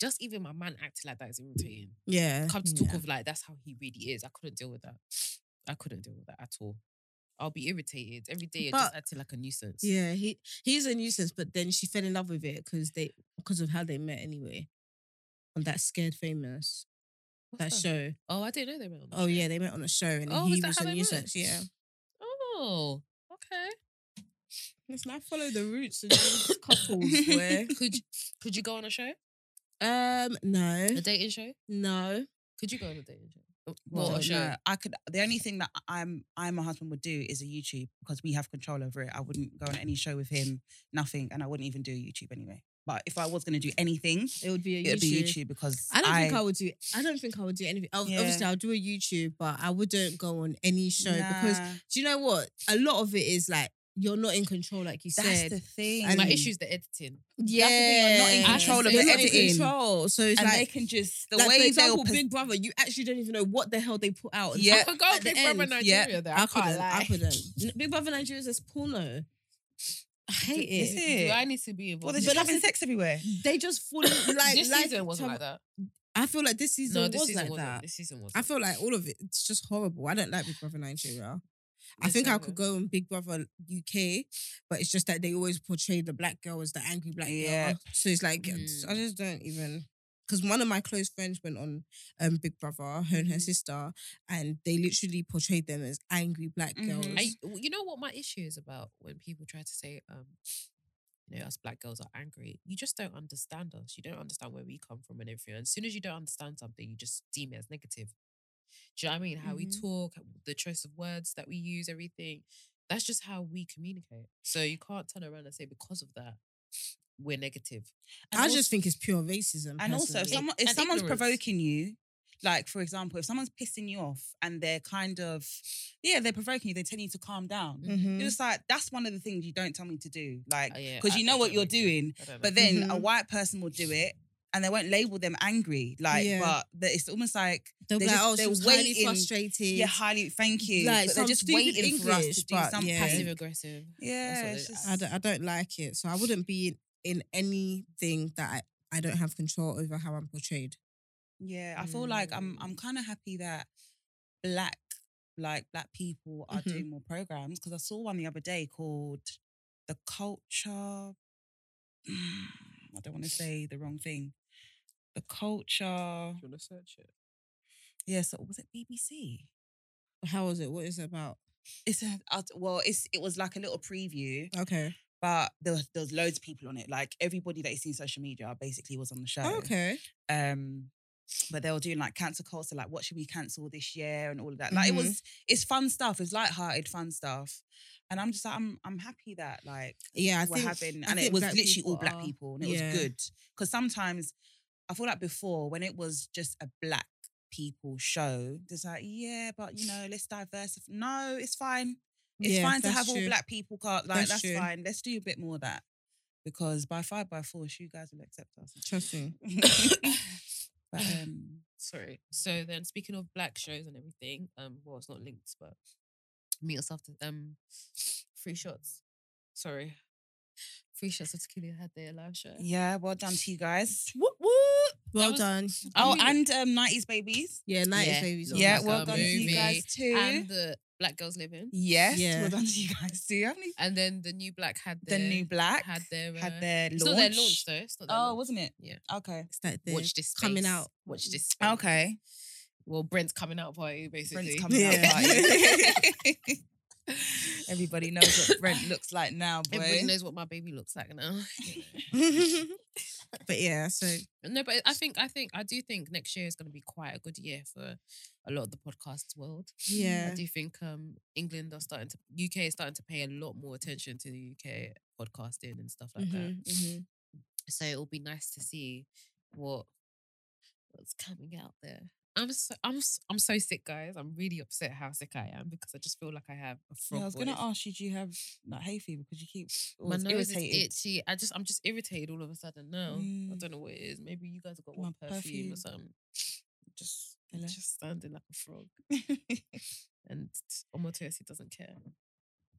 Speaker 2: Just even my man acting like that is irritating.
Speaker 1: yeah. Mm.
Speaker 2: Come to
Speaker 1: yeah.
Speaker 2: talk of like that's how he really is. I couldn't deal with that. I couldn't deal with that at all. I'll be irritated every day. I
Speaker 1: But-
Speaker 2: just acted like a nuisance.
Speaker 1: Yeah, he he's a nuisance, but then she fell in love with it because they because of how they met anyway. On that scared famous
Speaker 2: What's
Speaker 1: that show.
Speaker 2: Oh, I didn't know they were. on the
Speaker 1: Oh
Speaker 2: show.
Speaker 1: yeah, they met on a show and
Speaker 2: Oh, is
Speaker 1: he
Speaker 2: that
Speaker 1: was
Speaker 2: how
Speaker 1: a
Speaker 2: they met?
Speaker 1: nuisance. Yeah,
Speaker 2: Oh, okay.
Speaker 1: let's not follow the roots of these couples. Where
Speaker 2: could you, could you go on a show,
Speaker 1: um no
Speaker 2: a dating show?
Speaker 1: no
Speaker 2: Could you go on a dating show? Oh,
Speaker 4: Well,
Speaker 2: Well, a show.
Speaker 4: no, I could. The only thing that I'm, I, and my husband would do is a YouTube because we have control over it. I wouldn't go on any show with him, nothing, and I wouldn't even do a YouTube anyway. But if I was going to do anything,
Speaker 1: it would be a
Speaker 4: it would
Speaker 1: YouTube.
Speaker 4: be YouTube because
Speaker 1: I don't think I would do. I don't think I would do anything. Ob-
Speaker 4: Yeah.
Speaker 1: Obviously, I'll do a YouTube, but I wouldn't go on any show because
Speaker 4: Nah,
Speaker 1: do you know what? A lot of it is like you're not in control, like you
Speaker 4: that's
Speaker 1: said.
Speaker 4: the thing.
Speaker 1: And
Speaker 2: My
Speaker 1: Mm.
Speaker 2: issue is the editing.
Speaker 1: yeah,
Speaker 4: thing, you're not in
Speaker 2: control of
Speaker 1: You're
Speaker 2: the
Speaker 1: not in
Speaker 4: editing.
Speaker 1: control. So it's
Speaker 4: and they
Speaker 1: like
Speaker 4: can just the
Speaker 1: like,
Speaker 4: way
Speaker 1: for example,
Speaker 4: they'll.
Speaker 1: Big Brother, you actually don't even know what the hell they put out.
Speaker 4: Yeah.
Speaker 2: I could go
Speaker 1: At the
Speaker 2: Big Brother
Speaker 1: end,
Speaker 4: yeah.
Speaker 2: Nigeria though.
Speaker 1: I,
Speaker 2: I,
Speaker 1: couldn't.
Speaker 2: can't lie.
Speaker 1: I couldn't. N- Big Brother Nigeria is porno. I hate
Speaker 4: Is
Speaker 1: it.
Speaker 2: Do
Speaker 4: it?
Speaker 2: I need to be
Speaker 4: Well,
Speaker 2: involved?
Speaker 4: they're
Speaker 2: in
Speaker 4: just
Speaker 2: this?
Speaker 4: having sex everywhere.
Speaker 1: They just fall in, like
Speaker 2: this
Speaker 1: like
Speaker 2: season wasn't
Speaker 1: some-
Speaker 2: like that.
Speaker 1: I feel like this season
Speaker 2: No, this
Speaker 1: was
Speaker 2: season
Speaker 1: like
Speaker 2: wasn't.
Speaker 1: that.
Speaker 2: This season wasn't.
Speaker 1: I feel like all of it, it's just horrible. I don't like Big Brother Nigeria. I
Speaker 2: Yes,
Speaker 1: think
Speaker 2: I
Speaker 1: I
Speaker 2: know.
Speaker 1: could go on Big Brother UK, but it's just that they always portray the black girl as the angry black girl.
Speaker 4: Yeah.
Speaker 1: So it's like it's- I
Speaker 2: Mm.
Speaker 1: just don't even because one of my close friends went on um Big Brother, her and her
Speaker 4: Mhm.
Speaker 1: sister, and they literally portrayed them as angry black
Speaker 4: Mhm.
Speaker 1: girls.
Speaker 2: I, well, you know what my issue is about when people try to say, um, you know, us black girls are angry. You just don't understand us. You don't understand where we come from and everything. And as soon as you don't understand something, you just deem it as negative. Do you know what I mean? How we
Speaker 4: Mm-hmm.
Speaker 1: Mhm.
Speaker 2: talk, the choice of words that we use, everything. That's just how we communicate. So you can't turn around and say because of that we're negative.
Speaker 4: And
Speaker 1: I
Speaker 4: also-
Speaker 1: just think it's pure racism.
Speaker 4: And also, if,
Speaker 1: personally.
Speaker 4: someone, if
Speaker 2: and
Speaker 4: someone's
Speaker 2: ignorance.
Speaker 4: provoking you, like for example, if someone's pissing you off and they're kind of, yeah, they're provoking you, they're telling you to calm down.
Speaker 1: Mhm.
Speaker 4: You're just like, that's one of the things you don't tell me to do. Like,
Speaker 2: Uh, yeah,
Speaker 4: because
Speaker 2: I-
Speaker 4: you
Speaker 2: I
Speaker 4: know what
Speaker 2: don't
Speaker 4: you're
Speaker 2: like it.
Speaker 4: doing.
Speaker 2: I don't
Speaker 4: But
Speaker 2: like it.
Speaker 4: then a
Speaker 1: Mm-hmm.
Speaker 4: white person will do it and they won't label them angry. Like,
Speaker 1: Yeah.
Speaker 4: but the, it's almost like,
Speaker 1: they'll be
Speaker 4: they're
Speaker 1: like,
Speaker 4: just-
Speaker 1: oh, she
Speaker 4: they're
Speaker 1: was highly
Speaker 4: waiting-
Speaker 1: frustrated.
Speaker 4: yeah, highly, thank you.
Speaker 1: Like
Speaker 4: but they're
Speaker 1: some
Speaker 4: just
Speaker 1: stupid
Speaker 4: waiting for us
Speaker 1: English,
Speaker 4: to do
Speaker 1: but
Speaker 4: something.
Speaker 1: yeah.
Speaker 2: passive aggressive.
Speaker 4: Yeah,
Speaker 2: Also,
Speaker 4: it's
Speaker 2: they-
Speaker 4: just-
Speaker 1: I don't, I don't like it. So I wouldn't be in, in anything that I, I don't have control over how I'm portrayed.
Speaker 4: Yeah, I feel like I'm
Speaker 2: Mm.
Speaker 4: I'm kind of happy that black like black people are
Speaker 1: Mhm.
Speaker 2: Mm-hmm.
Speaker 4: doing more programs because I saw one the other day called the culture. I don't want to say the wrong thing. The culture.
Speaker 2: you want to search it?
Speaker 4: Yeah, so was it BBC?
Speaker 1: How was it? What is it about?
Speaker 4: It's a, I- well, it's it was like a little preview,
Speaker 1: Okay.
Speaker 4: but there was, there was loads of people on it. Like everybody that you see in social media basically was on the show.
Speaker 1: okay.
Speaker 4: um but they were doing like cancel culture like what should we cancel this year and all of that like it
Speaker 1: Mhm.
Speaker 4: was it's fun stuff it's light-hearted fun stuff and i'm just like i'm, I'm happy that like
Speaker 1: Yeah, I
Speaker 4: we're
Speaker 1: think
Speaker 4: having
Speaker 1: I
Speaker 4: and it
Speaker 1: think
Speaker 4: was
Speaker 1: black
Speaker 4: literally all
Speaker 1: people
Speaker 4: black
Speaker 1: are-
Speaker 4: people and it
Speaker 1: yeah.
Speaker 4: was good because sometimes i feel like before when it was just a black people show it's like yeah but you know let's diversify no it's fine it's
Speaker 1: Yeah,
Speaker 4: fine to
Speaker 1: that's
Speaker 4: have all
Speaker 1: true.
Speaker 4: black people card like
Speaker 1: That's
Speaker 4: that's,
Speaker 1: true.
Speaker 4: fine let's do a bit more of that because by five by force you guys will accept us
Speaker 1: Trust me.
Speaker 4: but um
Speaker 2: Sorry. So then, speaking of black shows and everything, um, well, it's not linked, but meet us after um, free shots. Sorry, free shots of tequila had their live show.
Speaker 4: yeah, well done to you guys.
Speaker 2: What? What?
Speaker 1: Well
Speaker 2: was-
Speaker 1: done.
Speaker 4: Oh,
Speaker 2: mean-
Speaker 4: and um, 90s babies.
Speaker 1: Yeah, nineties
Speaker 2: Yeah.
Speaker 1: babies.
Speaker 2: Look,
Speaker 4: yeah,
Speaker 2: that's
Speaker 4: well
Speaker 2: our
Speaker 4: done to you
Speaker 2: movie.
Speaker 4: guys too.
Speaker 2: And the Black Girls Living,
Speaker 4: yes,
Speaker 1: Yeah.
Speaker 4: well done to you guys too. How many?
Speaker 2: and then the new Black had
Speaker 4: The
Speaker 2: their,
Speaker 4: new black
Speaker 2: had their uh,
Speaker 4: had their
Speaker 2: it's
Speaker 4: launch.
Speaker 2: not their launch though. It's not their
Speaker 4: Oh,
Speaker 2: launch.
Speaker 4: wasn't it?
Speaker 2: Yeah.
Speaker 4: Okay.
Speaker 1: It's like they're
Speaker 2: Watch this
Speaker 1: coming
Speaker 2: space.
Speaker 1: out.
Speaker 2: Watch this. space.
Speaker 4: Okay.
Speaker 2: Well, Brent's coming out party
Speaker 4: Brent's
Speaker 2: basically.
Speaker 4: coming
Speaker 1: Yeah.
Speaker 4: out party. Everybody knows what Brent looks like now, boy.
Speaker 2: Everybody knows what my baby looks like now.
Speaker 1: but yeah, so
Speaker 2: No, but I think I think I do think next year is going to be quite a good year for a lot of the podcast world.
Speaker 1: yeah.
Speaker 2: I do think um England are starting to UK is starting to pay a lot more attention to the UK podcasting and stuff like that.
Speaker 4: Mm-hmm.
Speaker 1: Mhm, mhm.
Speaker 2: So it'll be nice to see what what's coming out there. I'm so I'm s- I'm so sick, guys. I'm really upset how sick I am because I just feel like I have a frog.
Speaker 4: Yeah, I was gonna
Speaker 2: voice.
Speaker 4: ask you, do you have like hay fever? Because you keep
Speaker 2: My
Speaker 4: always
Speaker 2: nose
Speaker 4: irritated.
Speaker 2: is itchy. I just I'm just irritated all of a sudden now. I
Speaker 4: Mm.
Speaker 2: don't know what it is. Maybe you guys have got
Speaker 4: My
Speaker 2: one perfume,
Speaker 4: perfume.
Speaker 2: or something. Just I'm
Speaker 4: Hello?
Speaker 2: just standing like a frog. and Omotosi doesn't care.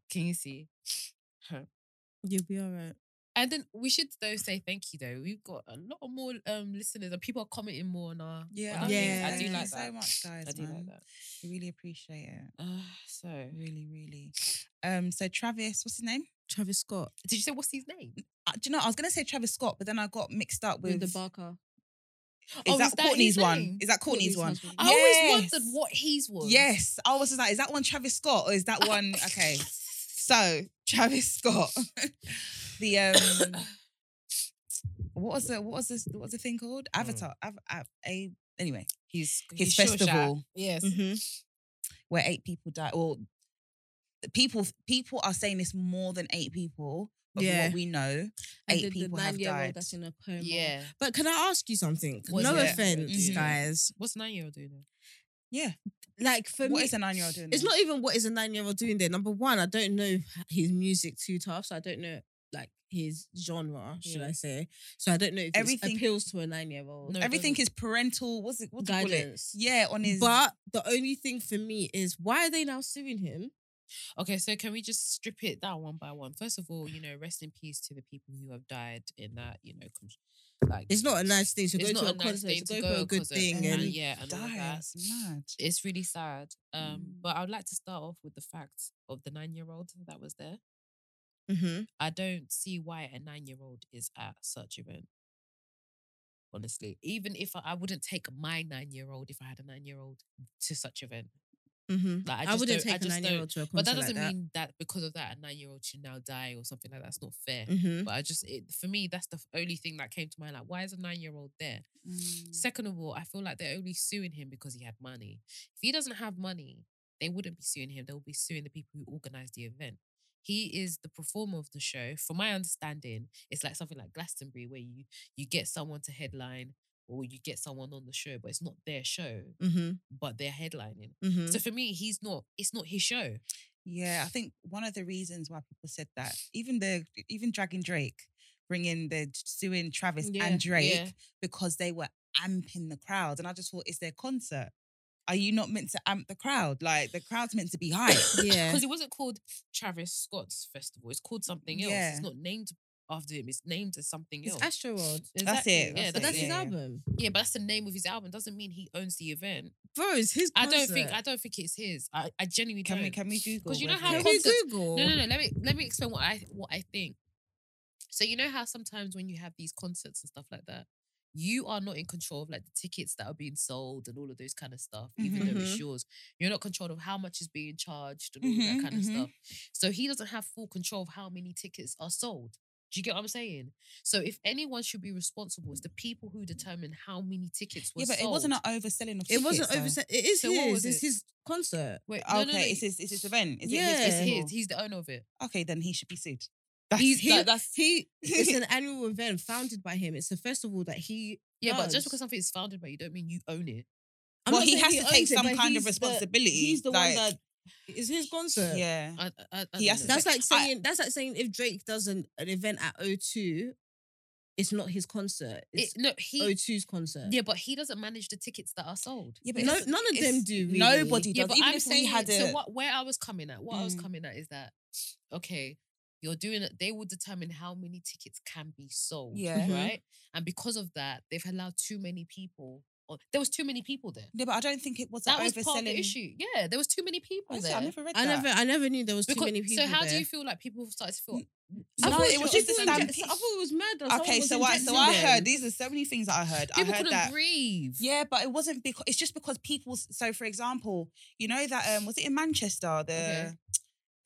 Speaker 2: Can you see? Huh.
Speaker 1: You'll be all right.
Speaker 2: And then we should though say thank you though. We've got a lot more um listeners and people are commenting more on our
Speaker 4: Yeah,
Speaker 2: on our things.
Speaker 1: Yeah.
Speaker 2: I do
Speaker 4: Thank you
Speaker 2: like
Speaker 4: so
Speaker 2: that.
Speaker 4: much, guys,
Speaker 2: I do
Speaker 4: man.
Speaker 2: like that.
Speaker 4: We really appreciate it.
Speaker 2: Uh, so
Speaker 4: Really, really. Um, so Travis, what's his name?
Speaker 1: Travis Scott
Speaker 2: did you say what's his name?
Speaker 4: Uh, do you know? I was gonna say Travis Scott, but then I got mixed up with. Oh,
Speaker 1: with, the Barker.
Speaker 4: is, that Courtney's
Speaker 2: his
Speaker 4: one?
Speaker 2: name?
Speaker 4: Is that Courtney's, one?
Speaker 1: husband.
Speaker 2: I always
Speaker 4: Yes.
Speaker 2: wondered what his was.
Speaker 4: Yes. I was just like, is that one Travis Scott or is that one? Okay. So Travis Scott, the um, what was the what was this what was the thing called? Avatar. Av- av- a anyway,
Speaker 2: His
Speaker 4: his
Speaker 2: short shout.
Speaker 4: festival Mm-hmm.
Speaker 2: Yes.
Speaker 1: Mm-hmm.
Speaker 4: where eight people died. Well, the people people are saying this more than eight people. But yeah.
Speaker 1: Yeah.
Speaker 4: what we know,
Speaker 1: And
Speaker 4: Eight
Speaker 1: the, the
Speaker 4: people have
Speaker 1: nine-year-old
Speaker 4: died.
Speaker 1: that's in a coma.
Speaker 2: Yeah.
Speaker 1: But can I ask you something?
Speaker 2: What
Speaker 1: no
Speaker 2: is it?
Speaker 1: offense,
Speaker 4: Mhm.
Speaker 1: guys.
Speaker 2: What's nine year old doing? now?
Speaker 4: yeah.
Speaker 1: Like for
Speaker 4: What
Speaker 1: me,
Speaker 4: is a nine year old doing?
Speaker 1: it's
Speaker 4: there?
Speaker 1: not even what is a nine-year-old doing there. Number one, I don't know his music too tough, so I don't know like his genre, should
Speaker 2: Yeah.
Speaker 1: I say? So I don't know if everything
Speaker 4: Everything-
Speaker 1: appeals to a nine-year-old.
Speaker 2: No, it
Speaker 4: Everything
Speaker 2: doesn't.
Speaker 4: is parental. What's it? What do you call it?
Speaker 1: guidance.
Speaker 4: Yeah, on his.
Speaker 1: But the only thing for me is why are they now suing him?
Speaker 2: Okay, so can we just strip it down one by one? First of all, you know, rest in peace to the people who have died in that, you know, con- like
Speaker 1: It's not a nice thing to
Speaker 2: it's
Speaker 1: go to a,
Speaker 2: nice
Speaker 1: concert,
Speaker 2: thing
Speaker 1: to go, for a good
Speaker 2: concert
Speaker 1: thing,
Speaker 4: and
Speaker 1: and
Speaker 4: he
Speaker 2: yeah, and all of that.
Speaker 4: dies mad.
Speaker 2: It's really sad. Um,
Speaker 4: Mm.
Speaker 2: but I'd like to start off with the fact of the nine-year-old that was there.
Speaker 1: Mhm.
Speaker 2: I don't see why a nine-year-old is at such event. Honestly, even if I, I wouldn't take my nine-year-old if I had a nine-year-old to such event,
Speaker 4: Mm-hmm,
Speaker 1: Mhm.
Speaker 2: like I,
Speaker 1: I,
Speaker 2: just
Speaker 1: wouldn't
Speaker 2: don't- I
Speaker 1: take a
Speaker 2: just don't-
Speaker 1: nine-year-old to a concert.
Speaker 2: But that doesn't
Speaker 1: like
Speaker 2: mean that because of that a nine-year-old should now die or something like that. That's not fair.
Speaker 4: mm-hmm.
Speaker 1: that. Mhm.
Speaker 2: But I just, it, for me, that's the f- only thing that came to mind. Like, why is a nine year old there?
Speaker 4: Mm.
Speaker 2: Second of all, I feel like they're only suing him because he had money. If he doesn't have money, they wouldn't be suing him. They would be suing the people who organized the event. He is the performer of the show. From my understanding, it's like something like Glastonbury, where you you get someone to headline or you get someone on the show, but it's not their show,
Speaker 1: Mhm.
Speaker 2: but they're headlining.
Speaker 1: Mhm.
Speaker 2: So for me, he's not. It's not his show.
Speaker 4: Yeah, I think one of the reasons why people said that, even the even Dragon Drake bringing the suing Travis
Speaker 1: Yeah,
Speaker 4: and Drake
Speaker 2: yeah.
Speaker 4: because they were amping the crowd, and I just thought it's their concert. Are you not meant to amp the crowd? Like the crowd's meant to be hyped.
Speaker 1: Yeah.
Speaker 2: Because it wasn't called Travis Scott's festival. It's called something else.
Speaker 4: Yeah.
Speaker 2: It's not named after him. It's named as something
Speaker 1: It's
Speaker 2: else.
Speaker 1: Astro World.
Speaker 4: That's
Speaker 2: Exactly.
Speaker 4: it.
Speaker 2: Yeah,
Speaker 1: but that's
Speaker 2: that's
Speaker 1: his
Speaker 2: it.
Speaker 4: yeah.
Speaker 1: album.
Speaker 2: Yeah, but that's the name of his album. Doesn't mean he owns the event.
Speaker 1: Bro, it's his
Speaker 2: I don't think. I
Speaker 1: concert.
Speaker 2: don't think it's his. I, I genuinely
Speaker 4: Can
Speaker 2: don't.
Speaker 4: we can we Google?
Speaker 2: 'Cause you know
Speaker 4: whether
Speaker 2: how
Speaker 4: it-
Speaker 1: Can you
Speaker 2: concerts-
Speaker 1: Google?
Speaker 2: No, no, no. Let me let me explain what I what I think. So you know how sometimes when you have these concerts and stuff like that, you are not in control of like the tickets that are being sold and all of those kind of stuff, even though
Speaker 4: Mm-hmm.
Speaker 2: it's yours. You're not controlled of how much is being charged and all of
Speaker 4: Mhm,
Speaker 2: that kind of
Speaker 4: mhm.
Speaker 2: stuff. So he doesn't have full control of how many tickets are sold. Do you get what I'm saying? So if anyone should be responsible, it's the people who determine how many tickets were
Speaker 4: yeah, but
Speaker 2: sold.
Speaker 4: it wasn't an overselling of
Speaker 1: It wasn't
Speaker 4: tickets,
Speaker 1: over. It is
Speaker 2: So what
Speaker 1: his.
Speaker 2: was
Speaker 1: It's
Speaker 2: it?
Speaker 1: his concert.
Speaker 2: Wait,
Speaker 4: though.
Speaker 2: no,
Speaker 4: okay,
Speaker 2: no, no,
Speaker 4: it's his it's his event. Is
Speaker 1: Yeah.
Speaker 4: it his
Speaker 2: it's
Speaker 4: festival?
Speaker 2: his. He's the owner of it.
Speaker 4: Okay, then he should be sued. That's,
Speaker 1: He's he,
Speaker 4: that-
Speaker 1: that's he. It's an annual event founded by him. It's a festival that he.
Speaker 2: Yeah, but
Speaker 1: does.
Speaker 2: just because something is founded by you don't mean you own it.
Speaker 1: I'm
Speaker 4: well,
Speaker 1: not
Speaker 4: he
Speaker 1: saying
Speaker 4: has to take
Speaker 1: owns it,
Speaker 4: some
Speaker 1: but
Speaker 4: kind of
Speaker 1: he's the-
Speaker 4: responsibility.
Speaker 1: he's the
Speaker 4: like-
Speaker 1: one that is his concert.
Speaker 4: yeah.
Speaker 2: I, I, I
Speaker 4: He
Speaker 2: don't
Speaker 4: has to
Speaker 2: know.
Speaker 1: That's like
Speaker 4: I-
Speaker 1: saying that's like saying if Drake does an, an event at O2, it's not his concert.
Speaker 2: It-
Speaker 1: It's
Speaker 2: no he
Speaker 1: O2's concert.
Speaker 2: yeah, but he doesn't manage the tickets that are sold.
Speaker 4: Yeah,
Speaker 1: No-
Speaker 4: it's-
Speaker 1: none of
Speaker 4: it's-
Speaker 1: them do, really.
Speaker 4: Nobody
Speaker 2: Yeah,
Speaker 4: does.
Speaker 2: but
Speaker 4: Even
Speaker 2: I'm
Speaker 4: if we
Speaker 2: saying
Speaker 4: had
Speaker 2: so.
Speaker 4: a-
Speaker 2: What where I was coming at, what I was
Speaker 4: Mm.
Speaker 2: coming at is that okay, you're doing it. They will determine how many tickets can be sold.
Speaker 4: Yeah.
Speaker 1: Mhm.
Speaker 2: right. And because of that, they've allowed too many people. Or, there was too many people there.
Speaker 4: No, but I don't think it was
Speaker 2: That
Speaker 4: an
Speaker 2: was
Speaker 4: overselling.
Speaker 2: part of the issue. Yeah, there was too many people
Speaker 4: Honestly,
Speaker 2: there.
Speaker 4: I never read
Speaker 1: I
Speaker 4: that.
Speaker 1: never I never knew there was too
Speaker 2: Because-
Speaker 1: many people.
Speaker 2: so how
Speaker 1: there.
Speaker 2: do you feel like people started to feel?
Speaker 1: I
Speaker 4: No,
Speaker 1: thought
Speaker 4: it was just a
Speaker 1: people inject-
Speaker 4: stampede.
Speaker 1: I thought it was mad. that someone
Speaker 4: okay,
Speaker 1: was
Speaker 4: so I so
Speaker 1: injecting
Speaker 4: I
Speaker 1: them.
Speaker 4: heard these are so many things that I heard.
Speaker 2: People
Speaker 4: I heard
Speaker 2: couldn't
Speaker 4: that.
Speaker 2: breathe.
Speaker 4: Yeah, but it wasn't because it's just because people. s- So, for example, you know that um was it in Manchester the
Speaker 2: Okay.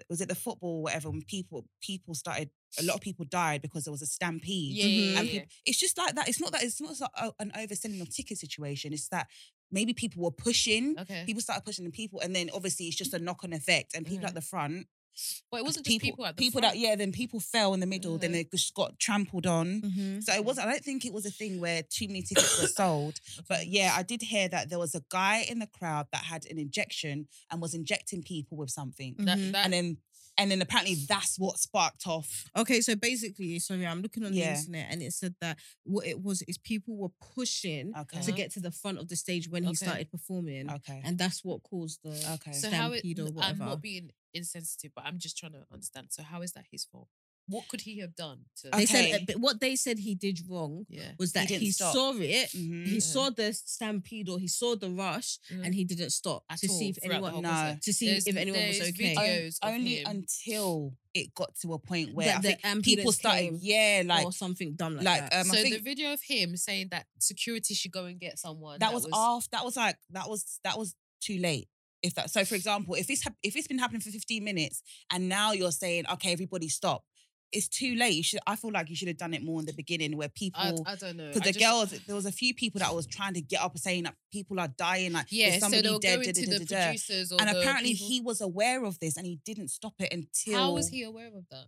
Speaker 4: was it the football whatever when people people started a lot of people died because there was a stampede.
Speaker 2: Yeah, yeah, yeah,
Speaker 4: And
Speaker 2: yeah.
Speaker 4: peop- it's just like that. It's not that it's not so- uh, an overselling of ticket situation. It's that maybe people were pushing.
Speaker 2: Okay.
Speaker 4: People started pushing the people, and then obviously it's just a knock on effect. And people
Speaker 2: Okay.
Speaker 4: at the front
Speaker 2: But it wasn't just people, at the
Speaker 4: people
Speaker 2: front. Mm-hmm.
Speaker 4: that yeah, then people fell in the middle, then
Speaker 2: Yeah.
Speaker 4: they just got trampled on.
Speaker 1: Mhm.
Speaker 4: So it was.
Speaker 2: Mm-hmm.
Speaker 4: I don't think it was a thing where too many tickets were sold, but yeah, I did hear that there was a guy in the crowd that had an injection and was injecting people with something,
Speaker 2: That, that,
Speaker 1: Mhm.
Speaker 4: mm-hmm. and then and then apparently that's what sparked off.
Speaker 1: Okay, so basically, sorry, I'm looking on
Speaker 4: Yeah.
Speaker 1: the internet and it said that what it was is people were pushing
Speaker 4: Okay,
Speaker 1: to
Speaker 2: Uh-huh.
Speaker 1: get to the front of the stage when he
Speaker 2: Okay.
Speaker 1: started performing,
Speaker 4: okay,
Speaker 1: and that's what caused the
Speaker 4: okay.
Speaker 2: Mm-hmm. so how it,
Speaker 1: stampede or
Speaker 2: I'm
Speaker 1: whatever.
Speaker 2: not being insensitive, but I'm just trying to understand. So how is that his fault? What could he have done to?
Speaker 1: They said
Speaker 4: Okay.
Speaker 1: uh, but what they said he did wrong
Speaker 2: yeah.
Speaker 1: was that he,
Speaker 4: didn't stop.
Speaker 1: saw it. He
Speaker 4: Mhm.
Speaker 1: saw the stampede or he saw the rush
Speaker 2: Yeah.
Speaker 4: Mm.
Speaker 1: and he didn't stop
Speaker 2: At
Speaker 1: to
Speaker 2: all
Speaker 1: see if
Speaker 2: throughout the
Speaker 1: anyone
Speaker 2: whole
Speaker 4: No.
Speaker 2: concert.
Speaker 1: to see
Speaker 2: There's-
Speaker 1: if anyone was
Speaker 2: there's
Speaker 1: okay.
Speaker 2: video
Speaker 1: Or
Speaker 2: videos of
Speaker 4: only
Speaker 2: him.
Speaker 4: until it got to a point where
Speaker 1: That
Speaker 4: I
Speaker 1: the
Speaker 4: think people
Speaker 1: ambulance
Speaker 4: started,
Speaker 1: came
Speaker 4: yeah, like
Speaker 1: something dumb like,
Speaker 4: like
Speaker 1: that.
Speaker 4: um,
Speaker 2: so
Speaker 4: I
Speaker 2: the
Speaker 4: think
Speaker 2: video of him saying that security should go and get someone.
Speaker 4: that was off. That was like that was that was too late. If that so, for example, if it's hap- if it's been happening for fifteen minutes and now you're saying okay, everybody stop, it's too late. You should. I feel like you should have done it more in the beginning where
Speaker 2: I,
Speaker 4: people.
Speaker 2: I don't know.
Speaker 4: Because
Speaker 2: I
Speaker 4: the
Speaker 2: just-
Speaker 4: girls, there was a few people that was trying to get up and saying that people are dying, like
Speaker 2: yeah.
Speaker 4: is somebody
Speaker 2: so they'll
Speaker 4: dead,
Speaker 2: go
Speaker 4: da, da,
Speaker 2: into
Speaker 4: da,
Speaker 2: the
Speaker 4: da, da.
Speaker 2: producers or
Speaker 4: and
Speaker 2: the
Speaker 4: apparently
Speaker 2: people-
Speaker 4: he was aware of this and he didn't stop it until.
Speaker 2: How was he aware of that?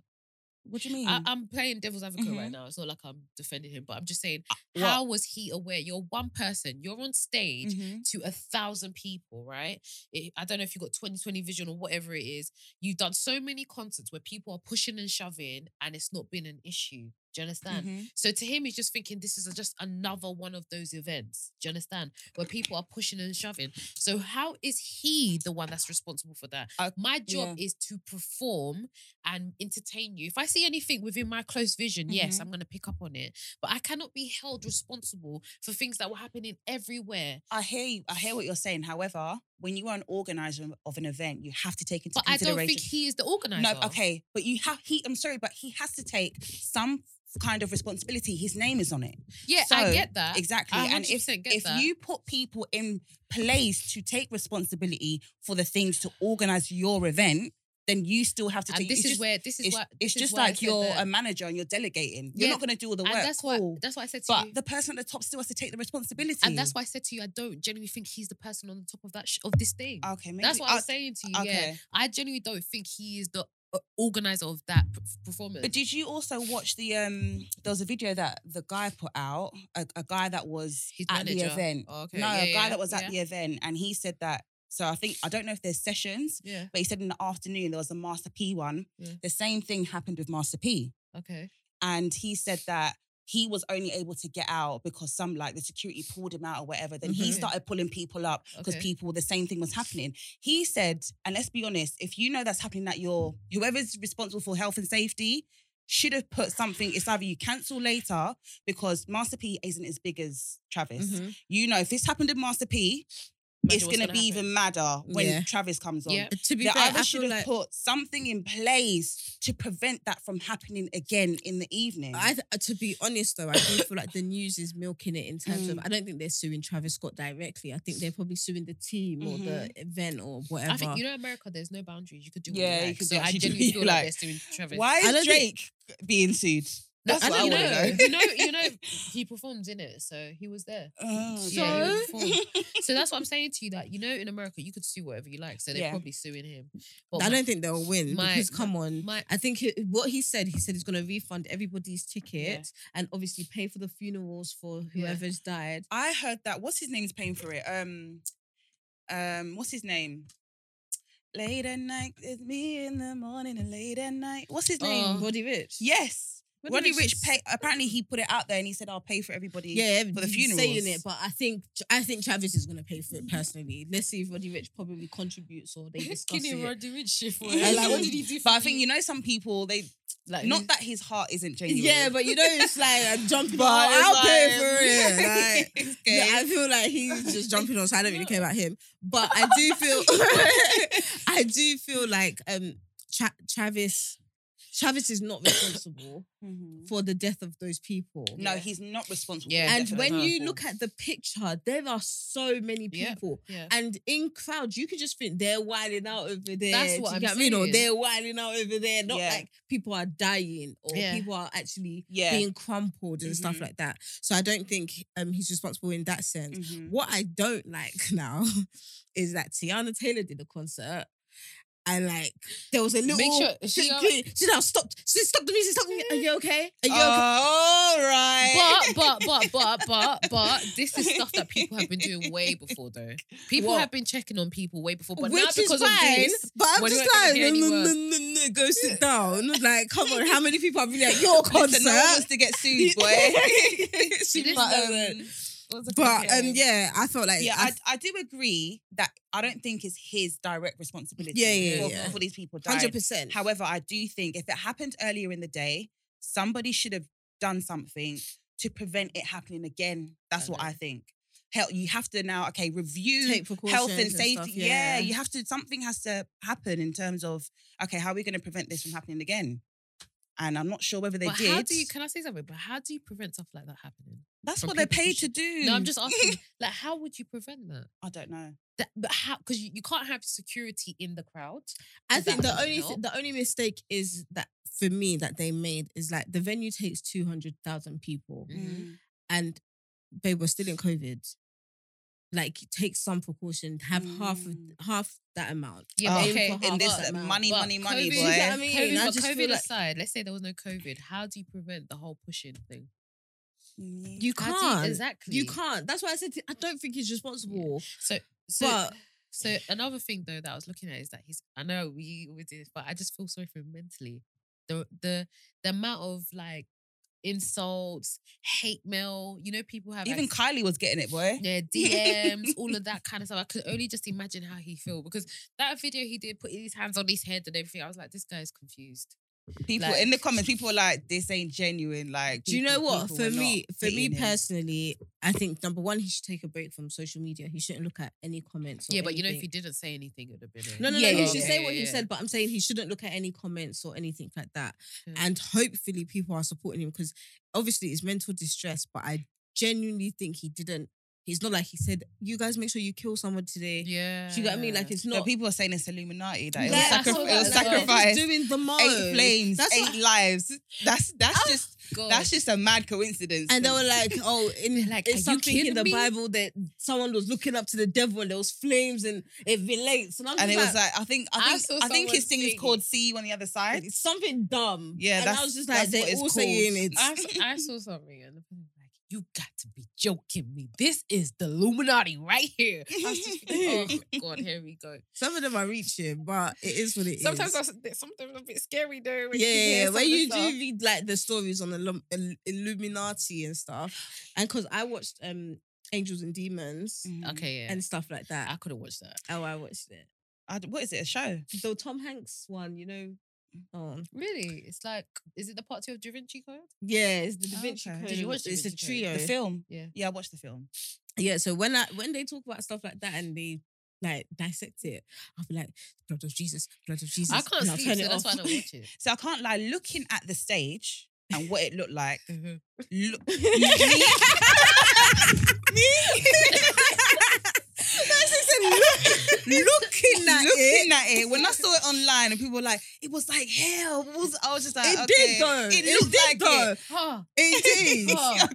Speaker 4: What do you mean?
Speaker 2: I, I'm playing devil's advocate right
Speaker 4: Mhm.
Speaker 2: now. It's not like I'm defending him, but I'm just saying,
Speaker 4: Uh, what?
Speaker 2: how was he aware? You're one person. You're on stage.
Speaker 4: Mhm.
Speaker 2: to a thousand people, right? It, I don't know if you got 2020 vision or whatever it is. You've done so many concerts where people are pushing and shoving and it's not been an issue. Do you understand?
Speaker 4: Mhm.
Speaker 2: So to him, he's just thinking this is just another one of those events. Do you understand? Where people are pushing and shoving. So how is he the one that's responsible for that?
Speaker 4: Uh,
Speaker 2: my job is to perform and entertain you. If I see anything within my close vision, yes,
Speaker 4: Mhm.
Speaker 2: I'm going to pick up on it. But I cannot be held responsible for things that were happening everywhere.
Speaker 4: I hear you. I hear what you're saying. However, when you are an organizer of an event, you have to take into
Speaker 2: But I
Speaker 4: consideration.
Speaker 2: don't think he is the organizer.
Speaker 4: no, okay, but you have he. I'm sorry, but he has to take some kind of responsibility. His name is on it.
Speaker 2: Yeah,
Speaker 4: So,
Speaker 2: I get that.
Speaker 4: Exactly.
Speaker 2: I
Speaker 4: and if
Speaker 2: 100% get
Speaker 4: if
Speaker 2: that.
Speaker 4: you put people in place to take responsibility for the things to organize your event, then you still have to
Speaker 2: And
Speaker 4: take.
Speaker 2: this
Speaker 4: it's
Speaker 2: is
Speaker 4: just,
Speaker 2: where this is
Speaker 4: it's,
Speaker 2: where
Speaker 4: it's
Speaker 2: this is
Speaker 4: just
Speaker 2: where I
Speaker 4: like
Speaker 2: said
Speaker 4: you're
Speaker 2: that-
Speaker 4: a manager and you're delegating. You're
Speaker 2: Yeah,
Speaker 4: not going to do all the
Speaker 2: and
Speaker 4: work.
Speaker 2: that's why
Speaker 4: cool.
Speaker 2: that's why I said to
Speaker 4: but
Speaker 2: you.
Speaker 4: the person at the top still has to take the responsibility.
Speaker 2: and that's why I said to you, I don't genuinely think he's the person on the top of that sh- of this thing.
Speaker 4: Okay, maybe
Speaker 2: that's what I
Speaker 4: I'll-
Speaker 2: was saying to you. Yeah,
Speaker 4: Oh, Okay.
Speaker 2: I genuinely don't think he is the uh, organizer of that p- performance.
Speaker 4: But did you also watch the um there was a video that the guy put out, a, a guy that was
Speaker 2: His
Speaker 4: at the
Speaker 2: manager.
Speaker 4: event.
Speaker 2: Oh, okay.
Speaker 4: No,
Speaker 2: Yeah,
Speaker 4: a guy
Speaker 2: yeah,
Speaker 4: that was at
Speaker 2: yeah.
Speaker 4: the event and he said that so I think I don't know if there's sessions,
Speaker 2: yeah,
Speaker 4: but he said in the afternoon there was a Master P one.
Speaker 2: Yeah.
Speaker 4: The same thing happened with Master P.
Speaker 2: okay,
Speaker 4: And he said that he was only able to get out because some like the security pulled him out or whatever. Then he
Speaker 2: Okay.
Speaker 4: started pulling people up because
Speaker 2: Mm-hmm. Okay.
Speaker 4: people the same thing was happening. He said, and let's be honest, if you know that's happening that you're whoever's responsible for health and safety should have put something. It's either you cancel later because Master P isn't as big as Travis.
Speaker 1: Mhm.
Speaker 4: You know, if this happened in Master P,
Speaker 2: Mm-hmm. Imagine
Speaker 4: it's
Speaker 2: what's
Speaker 4: gonna,
Speaker 2: gonna
Speaker 4: be even madder when
Speaker 1: Yeah.
Speaker 4: Travis comes on.
Speaker 2: Yeah.
Speaker 1: To be
Speaker 4: They
Speaker 1: fair, I
Speaker 4: either should
Speaker 1: feel
Speaker 4: have
Speaker 1: like
Speaker 4: put something in place to prevent that from happening again in the evening.
Speaker 1: I th- uh, to be honest though, I do feel like the news is milking it in terms
Speaker 2: Mm.
Speaker 1: of. I don't think they're suing Travis Scott directly. I think they're probably suing the team or the event or whatever.
Speaker 2: Mm-hmm. I think you know America. There's no boundaries. You could do what
Speaker 4: Yeah,
Speaker 2: you
Speaker 4: you
Speaker 2: like.
Speaker 4: could
Speaker 2: so I
Speaker 4: actually do
Speaker 2: genuinely
Speaker 4: what
Speaker 2: feel
Speaker 4: you
Speaker 2: like
Speaker 4: like.
Speaker 2: they're suing Travis.
Speaker 4: Why
Speaker 1: I
Speaker 4: is
Speaker 1: don't
Speaker 4: Drake being sued? That's
Speaker 1: I
Speaker 4: what I want
Speaker 1: don't
Speaker 4: to
Speaker 1: know.
Speaker 4: know.
Speaker 2: you know, you know, he performed in it, so he was there.
Speaker 4: Oh,
Speaker 2: Yeah,
Speaker 4: okay.
Speaker 2: he performed. so that's what I'm saying to you that you know in America you could sue whatever you like. So they're
Speaker 4: Yeah.
Speaker 2: probably suing him.
Speaker 1: I don't think they'll win
Speaker 2: my-
Speaker 1: because come on.
Speaker 2: my-
Speaker 1: I think he, what he said, he said he's going to refund everybody's tickets and obviously pay for the funerals for
Speaker 2: Yeah.
Speaker 1: whoever's died.
Speaker 4: I heard that. What's his name's paying for it? Um, um, what's his name? Late at night, it's me in the morning and late at night. What's his name?
Speaker 2: Oh.
Speaker 1: Roddy Rich.
Speaker 4: Yes,
Speaker 2: Roddy
Speaker 4: Roddy
Speaker 2: Rich
Speaker 4: Rich.
Speaker 2: is-
Speaker 4: Pay, apparently, he put it out there and he said, "I'll pay for everybody."
Speaker 1: Yeah,
Speaker 4: for the
Speaker 1: he's saying
Speaker 4: funerals.
Speaker 1: it, but I think I think Travis is going to pay for it personally. Let's see if Roddy Rich probably contributes or they discuss
Speaker 2: Skinny
Speaker 1: it.
Speaker 2: Roddy Rich shift.
Speaker 4: I
Speaker 2: Like,
Speaker 4: like
Speaker 2: what
Speaker 4: what
Speaker 2: did he do?
Speaker 4: But I think you know some people. They
Speaker 2: like,
Speaker 4: not that his heart isn't genuine.
Speaker 1: Yeah, but you know it's like a jumping.
Speaker 4: But
Speaker 1: on,
Speaker 4: it's
Speaker 1: I'll pay
Speaker 4: like-
Speaker 1: for it. Like,
Speaker 4: It's
Speaker 1: yeah, I
Speaker 4: gay.
Speaker 1: feel like he's just jumping on, so I don't really care about him. But I do feel, I do feel like um, Tra- Travis, Travis is not responsible
Speaker 4: Mhm.
Speaker 1: for the death of those people.
Speaker 4: No,
Speaker 2: Yeah.
Speaker 4: he's not responsible.
Speaker 2: Yeah,
Speaker 4: for
Speaker 1: and
Speaker 4: death of
Speaker 1: when
Speaker 4: those
Speaker 1: you
Speaker 4: people.
Speaker 1: look at the picture, there are so many
Speaker 2: Yeah.
Speaker 1: people.
Speaker 2: Yeah.
Speaker 1: And in crowds, you could just think they're wilding out over there.
Speaker 2: That's
Speaker 1: Do
Speaker 2: what
Speaker 1: you
Speaker 2: I'm
Speaker 1: get mean? Or
Speaker 2: saying.
Speaker 1: they're wilding out over there. Not
Speaker 4: Yeah.
Speaker 1: like people are dying or
Speaker 2: Yeah.
Speaker 1: people are actually
Speaker 4: Yeah.
Speaker 1: being crumpled and stuff
Speaker 4: Mhm.
Speaker 1: like that. So I don't think um, he's responsible in that sense.
Speaker 4: Mhm.
Speaker 1: What I don't like now is that Tiana Taylor did a concert. And like there was a little
Speaker 2: Make sure
Speaker 1: she,
Speaker 2: she all
Speaker 1: she, now stopped. She stopped the music. Stop. the mu- Are you okay? Are you okay?
Speaker 4: Oh, all right.
Speaker 2: but but but but but but this is stuff that people have been doing way before though. People
Speaker 1: What?
Speaker 2: have been checking on people way before, but
Speaker 1: Which
Speaker 2: now because
Speaker 1: is fine,
Speaker 2: of this,
Speaker 1: but I'm
Speaker 2: we're
Speaker 1: just
Speaker 2: not gonna
Speaker 1: like,
Speaker 2: hear
Speaker 1: no,
Speaker 2: any
Speaker 1: no, no,
Speaker 2: words.
Speaker 1: no, no, go sit down. Like, come on, how many people have been at your
Speaker 4: Listen, no one
Speaker 1: concert?
Speaker 4: wants to get sued, boy.
Speaker 1: She
Speaker 2: It is
Speaker 1: but,
Speaker 4: But,
Speaker 1: um,
Speaker 4: um,
Speaker 2: was a
Speaker 1: But
Speaker 2: okay.
Speaker 1: um, yeah, I felt like
Speaker 4: yeah,
Speaker 1: I,
Speaker 4: I, I do agree that I don't think it's his direct responsibility.
Speaker 1: Yeah, yeah,
Speaker 4: for,
Speaker 1: yeah.
Speaker 4: for these people died.
Speaker 1: hundred percent.
Speaker 4: However, I do think if it happened earlier in the day, somebody should have done something to prevent it happening again. That's what I think. Hell, you have to now okay review
Speaker 1: Take precautions
Speaker 4: health and
Speaker 1: and
Speaker 4: safety.
Speaker 1: stuff,
Speaker 4: yeah.
Speaker 1: yeah.
Speaker 4: you have to. Something has to happen in terms of okay, how are we going to prevent this from happening again? And I'm not sure whether they
Speaker 2: But
Speaker 4: did.
Speaker 2: how do you? Can I say something? But how do you prevent stuff like that happening?
Speaker 4: That's
Speaker 2: from
Speaker 4: what they're
Speaker 2: people
Speaker 4: paid to do.
Speaker 2: No, I'm
Speaker 1: Hmm.
Speaker 2: just asking. like, how would you prevent that?
Speaker 4: I don't know.
Speaker 2: That, but how? Because you, you can't have security in the crowd.
Speaker 1: I
Speaker 2: Is
Speaker 1: think
Speaker 2: that
Speaker 1: the
Speaker 2: gonna
Speaker 1: only
Speaker 2: help?
Speaker 1: th- the only mistake is that for me that they made is like the venue takes two hundred thousand people,
Speaker 4: Mm.
Speaker 1: and babe, we're still in COVID. Like, take some precaution. Have half of,
Speaker 4: Mm.
Speaker 1: half that amount.
Speaker 2: Yeah,
Speaker 1: but
Speaker 4: Oh,
Speaker 1: okay,
Speaker 2: aim for
Speaker 4: in
Speaker 2: half
Speaker 4: this
Speaker 2: that
Speaker 4: uh,
Speaker 1: amount.
Speaker 4: money,
Speaker 2: But
Speaker 4: money, money,
Speaker 2: COVID-
Speaker 4: boy.
Speaker 2: You get
Speaker 1: what I mean?
Speaker 2: COVID,
Speaker 1: I
Speaker 2: but
Speaker 1: just feel
Speaker 2: COVID
Speaker 1: like-
Speaker 2: aside, let's say there was no COVID. How do you prevent the whole pushing thing?
Speaker 4: Mm.
Speaker 1: You
Speaker 2: How do you-
Speaker 1: can't.
Speaker 2: exactly.
Speaker 1: You can't. That's why I said I don't think he's responsible.
Speaker 2: So, so,
Speaker 1: but
Speaker 2: so another thing though that I was looking at is that he's. I know we always do this, but I just feel sorry for him mentally. The the the amount of like insults, hate mail. You know, people have
Speaker 4: Even
Speaker 2: like,
Speaker 4: Kylie was getting it, boy.
Speaker 2: Yeah, DMs, all of that kind of stuff. I could only just imagine how he feel because that video he did, putting his hands on his head and everything. I was like, this guy is confused.
Speaker 4: People
Speaker 2: Like-
Speaker 4: in the comments, people were like, "This ain't genuine." Like,
Speaker 1: do you know
Speaker 4: people-
Speaker 1: what?
Speaker 4: people
Speaker 1: For
Speaker 4: were
Speaker 1: me,
Speaker 4: not
Speaker 1: for me
Speaker 4: hating him.
Speaker 1: personally, I think number one, he should take a break from social media. He shouldn't look at any comments. Or
Speaker 2: yeah, but you know, if
Speaker 1: anything.
Speaker 2: he didn't say anything, it would have been. a-
Speaker 1: No, no,
Speaker 4: Yeah,
Speaker 1: no.
Speaker 4: yeah,
Speaker 1: he should
Speaker 4: yeah.
Speaker 1: say what he
Speaker 2: yeah,
Speaker 1: said, but I'm saying he shouldn't look at any comments or anything like that.
Speaker 2: Yeah.
Speaker 4: Mm.
Speaker 1: And hopefully, people are supporting him because obviously it's mental distress. But I genuinely think he didn't. It's not like he said, "You guys make sure you kill someone today."
Speaker 2: Yeah.
Speaker 1: Do you get what I mean? Like it's
Speaker 4: No,
Speaker 1: not.
Speaker 4: people are saying it's Illuminati. That it
Speaker 1: Yeah,
Speaker 4: was,
Speaker 1: that's
Speaker 4: sacri-
Speaker 1: all
Speaker 4: it was
Speaker 1: that- like, they're just
Speaker 4: sacrificed.
Speaker 1: Doing the most.
Speaker 4: Eight flames,
Speaker 1: That's
Speaker 4: eight
Speaker 1: what-
Speaker 4: lives. That's that's
Speaker 1: Oh,
Speaker 4: just
Speaker 2: God.
Speaker 4: that's just a mad coincidence.
Speaker 1: And they were like, "Oh, in
Speaker 2: Like,
Speaker 1: like
Speaker 2: are you
Speaker 1: it's something
Speaker 2: kidding
Speaker 1: in the
Speaker 2: me?
Speaker 1: Bible that someone was looking up to the devil and there was flames and it relates." And, I was
Speaker 4: and it
Speaker 1: just
Speaker 4: was
Speaker 1: like,
Speaker 4: like, I think
Speaker 2: I
Speaker 4: I think
Speaker 2: saw
Speaker 4: I, think his
Speaker 2: someone
Speaker 4: thing is
Speaker 2: sing.
Speaker 4: called "See You on the Other Side."
Speaker 1: it's something dumb.
Speaker 4: Yeah,
Speaker 1: and
Speaker 4: that's-
Speaker 1: I was just
Speaker 4: that's
Speaker 1: like,
Speaker 4: what
Speaker 1: they're
Speaker 4: it's
Speaker 1: all saying
Speaker 4: called.
Speaker 1: it.
Speaker 2: I, s- I saw something and the person was like, "You got to be joking me! This is the Illuminati right here." I was just thinking, "Oh God, here we go."
Speaker 1: Some of them are reaching, but it is what it is.
Speaker 2: Sometimes that's sometimes a bit scary though. When
Speaker 1: yeah,
Speaker 2: you hear
Speaker 1: yeah,
Speaker 2: some
Speaker 1: when
Speaker 2: of the
Speaker 1: you
Speaker 2: stuff.
Speaker 1: do read like the stories on Illum- Ill- Illuminati and stuff, and because I watched um Angels and Demons
Speaker 2: Okay, Mm, yeah. Ah.
Speaker 1: and stuff like
Speaker 2: I
Speaker 1: that.
Speaker 2: couldn't watch that.
Speaker 1: Oh, I watched it.
Speaker 4: I d- what is it? A show?
Speaker 1: The Tom Hanks one, you know.
Speaker 2: Mm.
Speaker 1: Oh,
Speaker 2: Really, it's like, is it the part two of Da Vinci Code?
Speaker 1: yeah, it's the Da Vinci
Speaker 4: Okay.
Speaker 1: Code.
Speaker 2: Oh, Did you watch Da
Speaker 1: It's a
Speaker 2: Vinci Code?
Speaker 1: trio.
Speaker 4: The film?
Speaker 2: Yeah.
Speaker 4: yeah. I watched the film.
Speaker 1: Yeah, so when I when they talk about stuff like that and they like dissect it, I'll be like, blood of Jesus, blood of Jesus.
Speaker 2: I can't
Speaker 1: and I'll
Speaker 2: sleep,
Speaker 1: turn
Speaker 2: so
Speaker 1: it
Speaker 2: that's why I
Speaker 1: off.
Speaker 2: don't watch it.
Speaker 4: So I can't lie. Looking at the stage and what it looked like, look,
Speaker 1: looking at
Speaker 4: looking
Speaker 1: it.
Speaker 4: at it, when I saw it online and people were like, it was like hell. It was- I was just like,
Speaker 1: It
Speaker 4: okay.
Speaker 1: did though.
Speaker 4: It looked
Speaker 1: did
Speaker 4: like
Speaker 1: though.
Speaker 4: it.
Speaker 2: Huh.
Speaker 1: It did.
Speaker 2: Huh.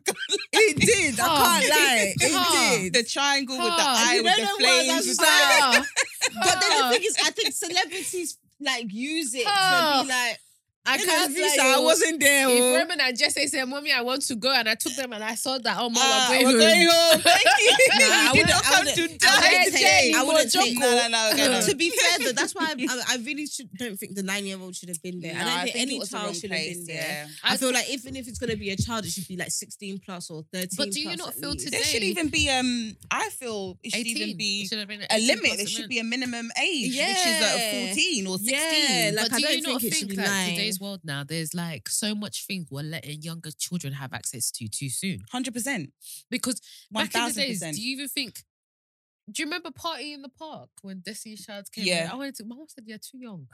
Speaker 1: It did. I can't
Speaker 2: Huh.
Speaker 1: lie. It
Speaker 2: Huh.
Speaker 1: did.
Speaker 4: The triangle with the
Speaker 2: Huh.
Speaker 4: eye,
Speaker 1: You
Speaker 4: with the
Speaker 1: know the ones I
Speaker 4: flames.
Speaker 1: was
Speaker 4: with the-
Speaker 1: like-
Speaker 2: Huh.
Speaker 1: But then
Speaker 2: Huh.
Speaker 1: the thing is, I think celebrities like use it
Speaker 2: Huh.
Speaker 1: to be like,
Speaker 2: I
Speaker 1: "You know,
Speaker 2: can't
Speaker 1: Lisa,
Speaker 2: like,
Speaker 1: I wasn't there.
Speaker 2: If
Speaker 1: oh."
Speaker 2: Roman and Jesse said, "Mommy, I want to go," and I took them and I saw that, oh my,
Speaker 4: Ah,
Speaker 2: we're
Speaker 4: we're
Speaker 2: going
Speaker 4: going
Speaker 2: home.
Speaker 4: home. Thank you.
Speaker 1: Nah, I
Speaker 4: You
Speaker 1: wouldn't-
Speaker 4: don't
Speaker 1: I
Speaker 4: have
Speaker 1: wouldn't-
Speaker 4: to
Speaker 1: I
Speaker 4: die
Speaker 1: wouldn't
Speaker 4: today.
Speaker 1: take- I wouldn't
Speaker 4: Mojoko.
Speaker 1: take-
Speaker 4: No, no, no. okay, no.
Speaker 1: to be fair though, that's why I, I, I really should, don't think the nine-year-old should have been there.
Speaker 4: No,
Speaker 1: I don't
Speaker 4: I
Speaker 1: think,
Speaker 4: think it
Speaker 1: any
Speaker 4: was the
Speaker 1: child
Speaker 4: wrong
Speaker 1: should
Speaker 4: place,
Speaker 1: have been there.
Speaker 4: yeah.
Speaker 1: I feel like even if it's gonna be a child, it should be like sixteen plus or thirteen.
Speaker 2: But do you
Speaker 1: plus
Speaker 2: not
Speaker 1: at
Speaker 2: feel
Speaker 1: least.
Speaker 2: today-
Speaker 4: There should even be um. I feel it should
Speaker 2: 18.
Speaker 4: even
Speaker 2: It
Speaker 4: be
Speaker 2: should have been
Speaker 4: a
Speaker 2: 18
Speaker 4: limit.
Speaker 2: plus
Speaker 4: There
Speaker 2: a
Speaker 4: should
Speaker 2: minute.
Speaker 4: be a minimum age, which is
Speaker 1: Yeah.
Speaker 4: like fourteen or sixteen.
Speaker 1: Yeah, like
Speaker 2: but
Speaker 1: I
Speaker 2: do
Speaker 1: don't
Speaker 2: you not
Speaker 1: think it should
Speaker 2: think
Speaker 1: be
Speaker 2: that
Speaker 1: nine.
Speaker 2: today's world now there's like so much things we're letting younger children have access to too soon?
Speaker 4: Hundred percent.
Speaker 2: Because
Speaker 4: One
Speaker 2: back in the
Speaker 4: thousand
Speaker 2: days,
Speaker 4: percent.
Speaker 2: do you even think? Do you remember Party in the Park when Desi Shards came?
Speaker 4: Yeah.
Speaker 2: out? I wanted to. My mom said you're too young.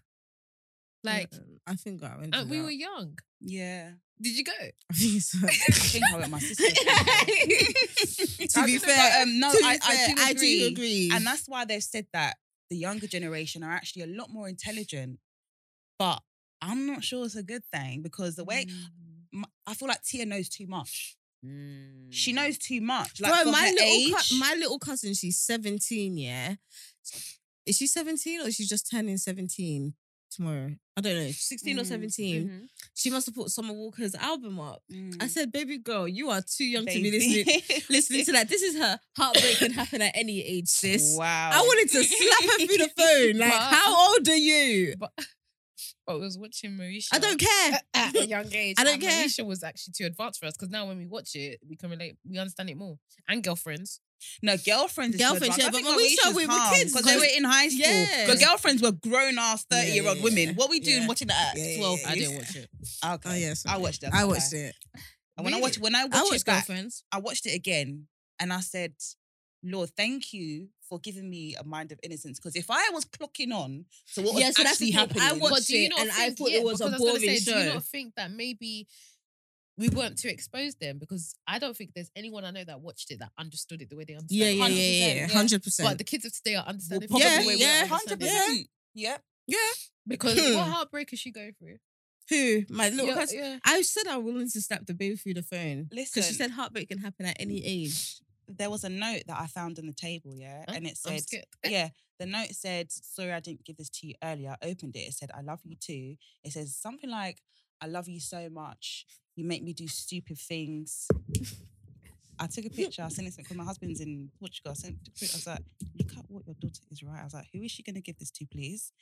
Speaker 2: Like,
Speaker 1: Mm, I think I went. to
Speaker 2: and we
Speaker 1: that.
Speaker 2: were young.
Speaker 4: Yeah.
Speaker 2: Did you go?
Speaker 1: I think so.
Speaker 4: I think I went with my sister.
Speaker 2: to
Speaker 1: to be
Speaker 4: But,
Speaker 1: fair,
Speaker 4: um, no,
Speaker 1: to be
Speaker 4: I, I,
Speaker 1: fair,
Speaker 4: do agree.
Speaker 1: agree.
Speaker 4: and that's why they've said that the younger generation are actually a lot more intelligent. But I'm not sure it's a good thing because the way
Speaker 2: Mm.
Speaker 4: m- I feel like Tia knows too much.
Speaker 2: Mm.
Speaker 4: She knows too much. Like for
Speaker 1: Bro, my
Speaker 4: her
Speaker 1: little,
Speaker 4: age,
Speaker 1: cou- my little cousin, she's 17, yeah. Is she 17 or is she just turning 17 tomorrow? I don't know, 16 or
Speaker 4: Mm,
Speaker 1: 17. She must have put Summer Walker's album up.
Speaker 4: Mm.
Speaker 1: I said, baby girl, you are too young to be
Speaker 4: Baby.
Speaker 1: listening, listening to that. This is her heartbreak can happen at any age, sis.
Speaker 4: Wow.
Speaker 1: I wanted to slap her through the phone. Like,
Speaker 2: But-
Speaker 1: how old are you?
Speaker 2: But- But I was watching Marisha.
Speaker 1: I don't
Speaker 4: Uh,
Speaker 1: care.
Speaker 2: At a young age,
Speaker 1: I don't
Speaker 2: and
Speaker 1: care.
Speaker 2: Marisha was actually too advanced for us because now when we watch it, we can relate, we understand it more. And girlfriends,
Speaker 4: No, girlfriends.
Speaker 1: Girlfriends, yeah, but when we saw we were kids,
Speaker 4: because we
Speaker 1: they-
Speaker 4: were in high school.
Speaker 1: Yeah.
Speaker 4: But girlfriends were grown ass
Speaker 5: Yeah,
Speaker 4: thirty year old
Speaker 5: yeah,
Speaker 4: women.
Speaker 5: yeah.
Speaker 4: What we doing
Speaker 1: Yeah.
Speaker 4: watching that at
Speaker 5: Yeah, yeah,
Speaker 4: twelve?
Speaker 5: yeah,
Speaker 2: I
Speaker 5: Yes.
Speaker 2: didn't watch it.
Speaker 4: Okay,
Speaker 5: Oh, yes.
Speaker 4: I watched that.
Speaker 5: I
Speaker 4: okay.
Speaker 5: watched it.
Speaker 4: And when I watch when I watch
Speaker 1: I
Speaker 4: it
Speaker 1: watch
Speaker 4: back,
Speaker 1: girlfriends.
Speaker 4: I watched it again, and I said, "Lord, thank you." For giving me a mind of innocence, because if I was clocking on to what was
Speaker 1: Yeah, so that's
Speaker 4: actually
Speaker 1: the thing.
Speaker 4: happening,
Speaker 1: I watched
Speaker 2: But do you
Speaker 1: it
Speaker 2: not
Speaker 1: and I
Speaker 2: think-
Speaker 1: thought it was a
Speaker 2: because I gonna
Speaker 1: boring
Speaker 2: Do you
Speaker 1: show.
Speaker 2: not think that maybe we weren't too exposed then? Because I don't think there's anyone I know that watched it that understood it the way they understand.
Speaker 1: Yeah,
Speaker 2: it.
Speaker 1: yeah,
Speaker 4: 100%, yeah.
Speaker 1: yeah, yeah, yeah, hundred
Speaker 2: But
Speaker 1: percent.
Speaker 2: the kids of today are understanding it
Speaker 1: Well, probably
Speaker 2: the way we
Speaker 1: yeah,
Speaker 4: hundred
Speaker 2: understand it.
Speaker 4: percent, yeah.
Speaker 1: Yeah.
Speaker 2: Because
Speaker 1: Hmm.
Speaker 2: what heartbreak is she going through?
Speaker 1: Who? My little
Speaker 2: Yeah,
Speaker 1: cousin.
Speaker 2: yeah.
Speaker 1: I said I'm willing to slap the baby through the phone
Speaker 4: Listen,
Speaker 1: because she said heartbreak can happen at any age.
Speaker 4: there was a note that I found on the table, yeah,
Speaker 2: Huh?
Speaker 4: and it
Speaker 2: I'm
Speaker 4: said,
Speaker 2: scared.
Speaker 4: yeah, the note said, sorry, I didn't give this to you earlier. I opened it. It said, I love you too. It says something like, I love you so much. You make me do stupid things. I took a picture. I sent it because my husband's in Portugal. I sent the picture. I was like, look at what your daughter is right. I was like, who is she going to give this to, please?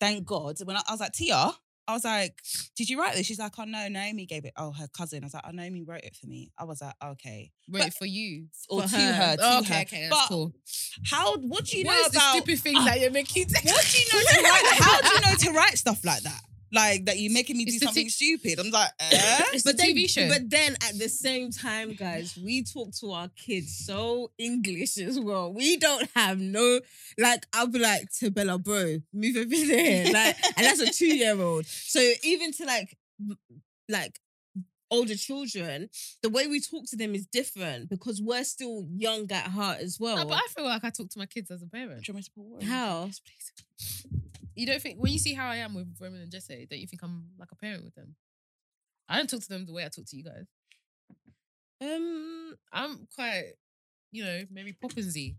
Speaker 4: Thank God. When I, I was like, Tia, I was like, did you write this? She's like, oh no, Naomi gave it. Oh, her cousin. I was like, oh, Naomi wrote it for me. I was like, okay.
Speaker 2: Wrote
Speaker 4: But-
Speaker 2: it for you.
Speaker 4: Or
Speaker 1: For
Speaker 4: to
Speaker 1: her.
Speaker 4: her. to
Speaker 2: Oh,
Speaker 4: her.
Speaker 2: okay, okay, that's
Speaker 4: But
Speaker 2: cool.
Speaker 4: how? What do you
Speaker 2: What
Speaker 4: know
Speaker 2: is
Speaker 4: about?
Speaker 2: the stupid
Speaker 1: uh
Speaker 2: things that you're making?
Speaker 4: What do you know to write? How do you know to write stuff like that? Like that you're making me do
Speaker 2: It's the
Speaker 4: something
Speaker 2: thing-
Speaker 4: stupid. I'm like, eh?
Speaker 2: It's
Speaker 1: but
Speaker 2: a
Speaker 1: then,
Speaker 2: TV show.
Speaker 1: But then at the same time, guys, we talk to our kids so English as well. We don't have no like. I'll be like to Bella, bro, move over there, like, and that's a two year old. So even to like, m- like older children, the way we talk to them is different because we're still young at heart as well.
Speaker 2: No, but I feel like I talk to my kids as a parent.
Speaker 1: How?
Speaker 2: You don't think when you see how I am with Roman and Jesse, don't you think I'm like a parent with them? I don't talk to them the way I talk to you guys.
Speaker 1: Um,
Speaker 2: I'm quite, you know, Mary Poppinsy.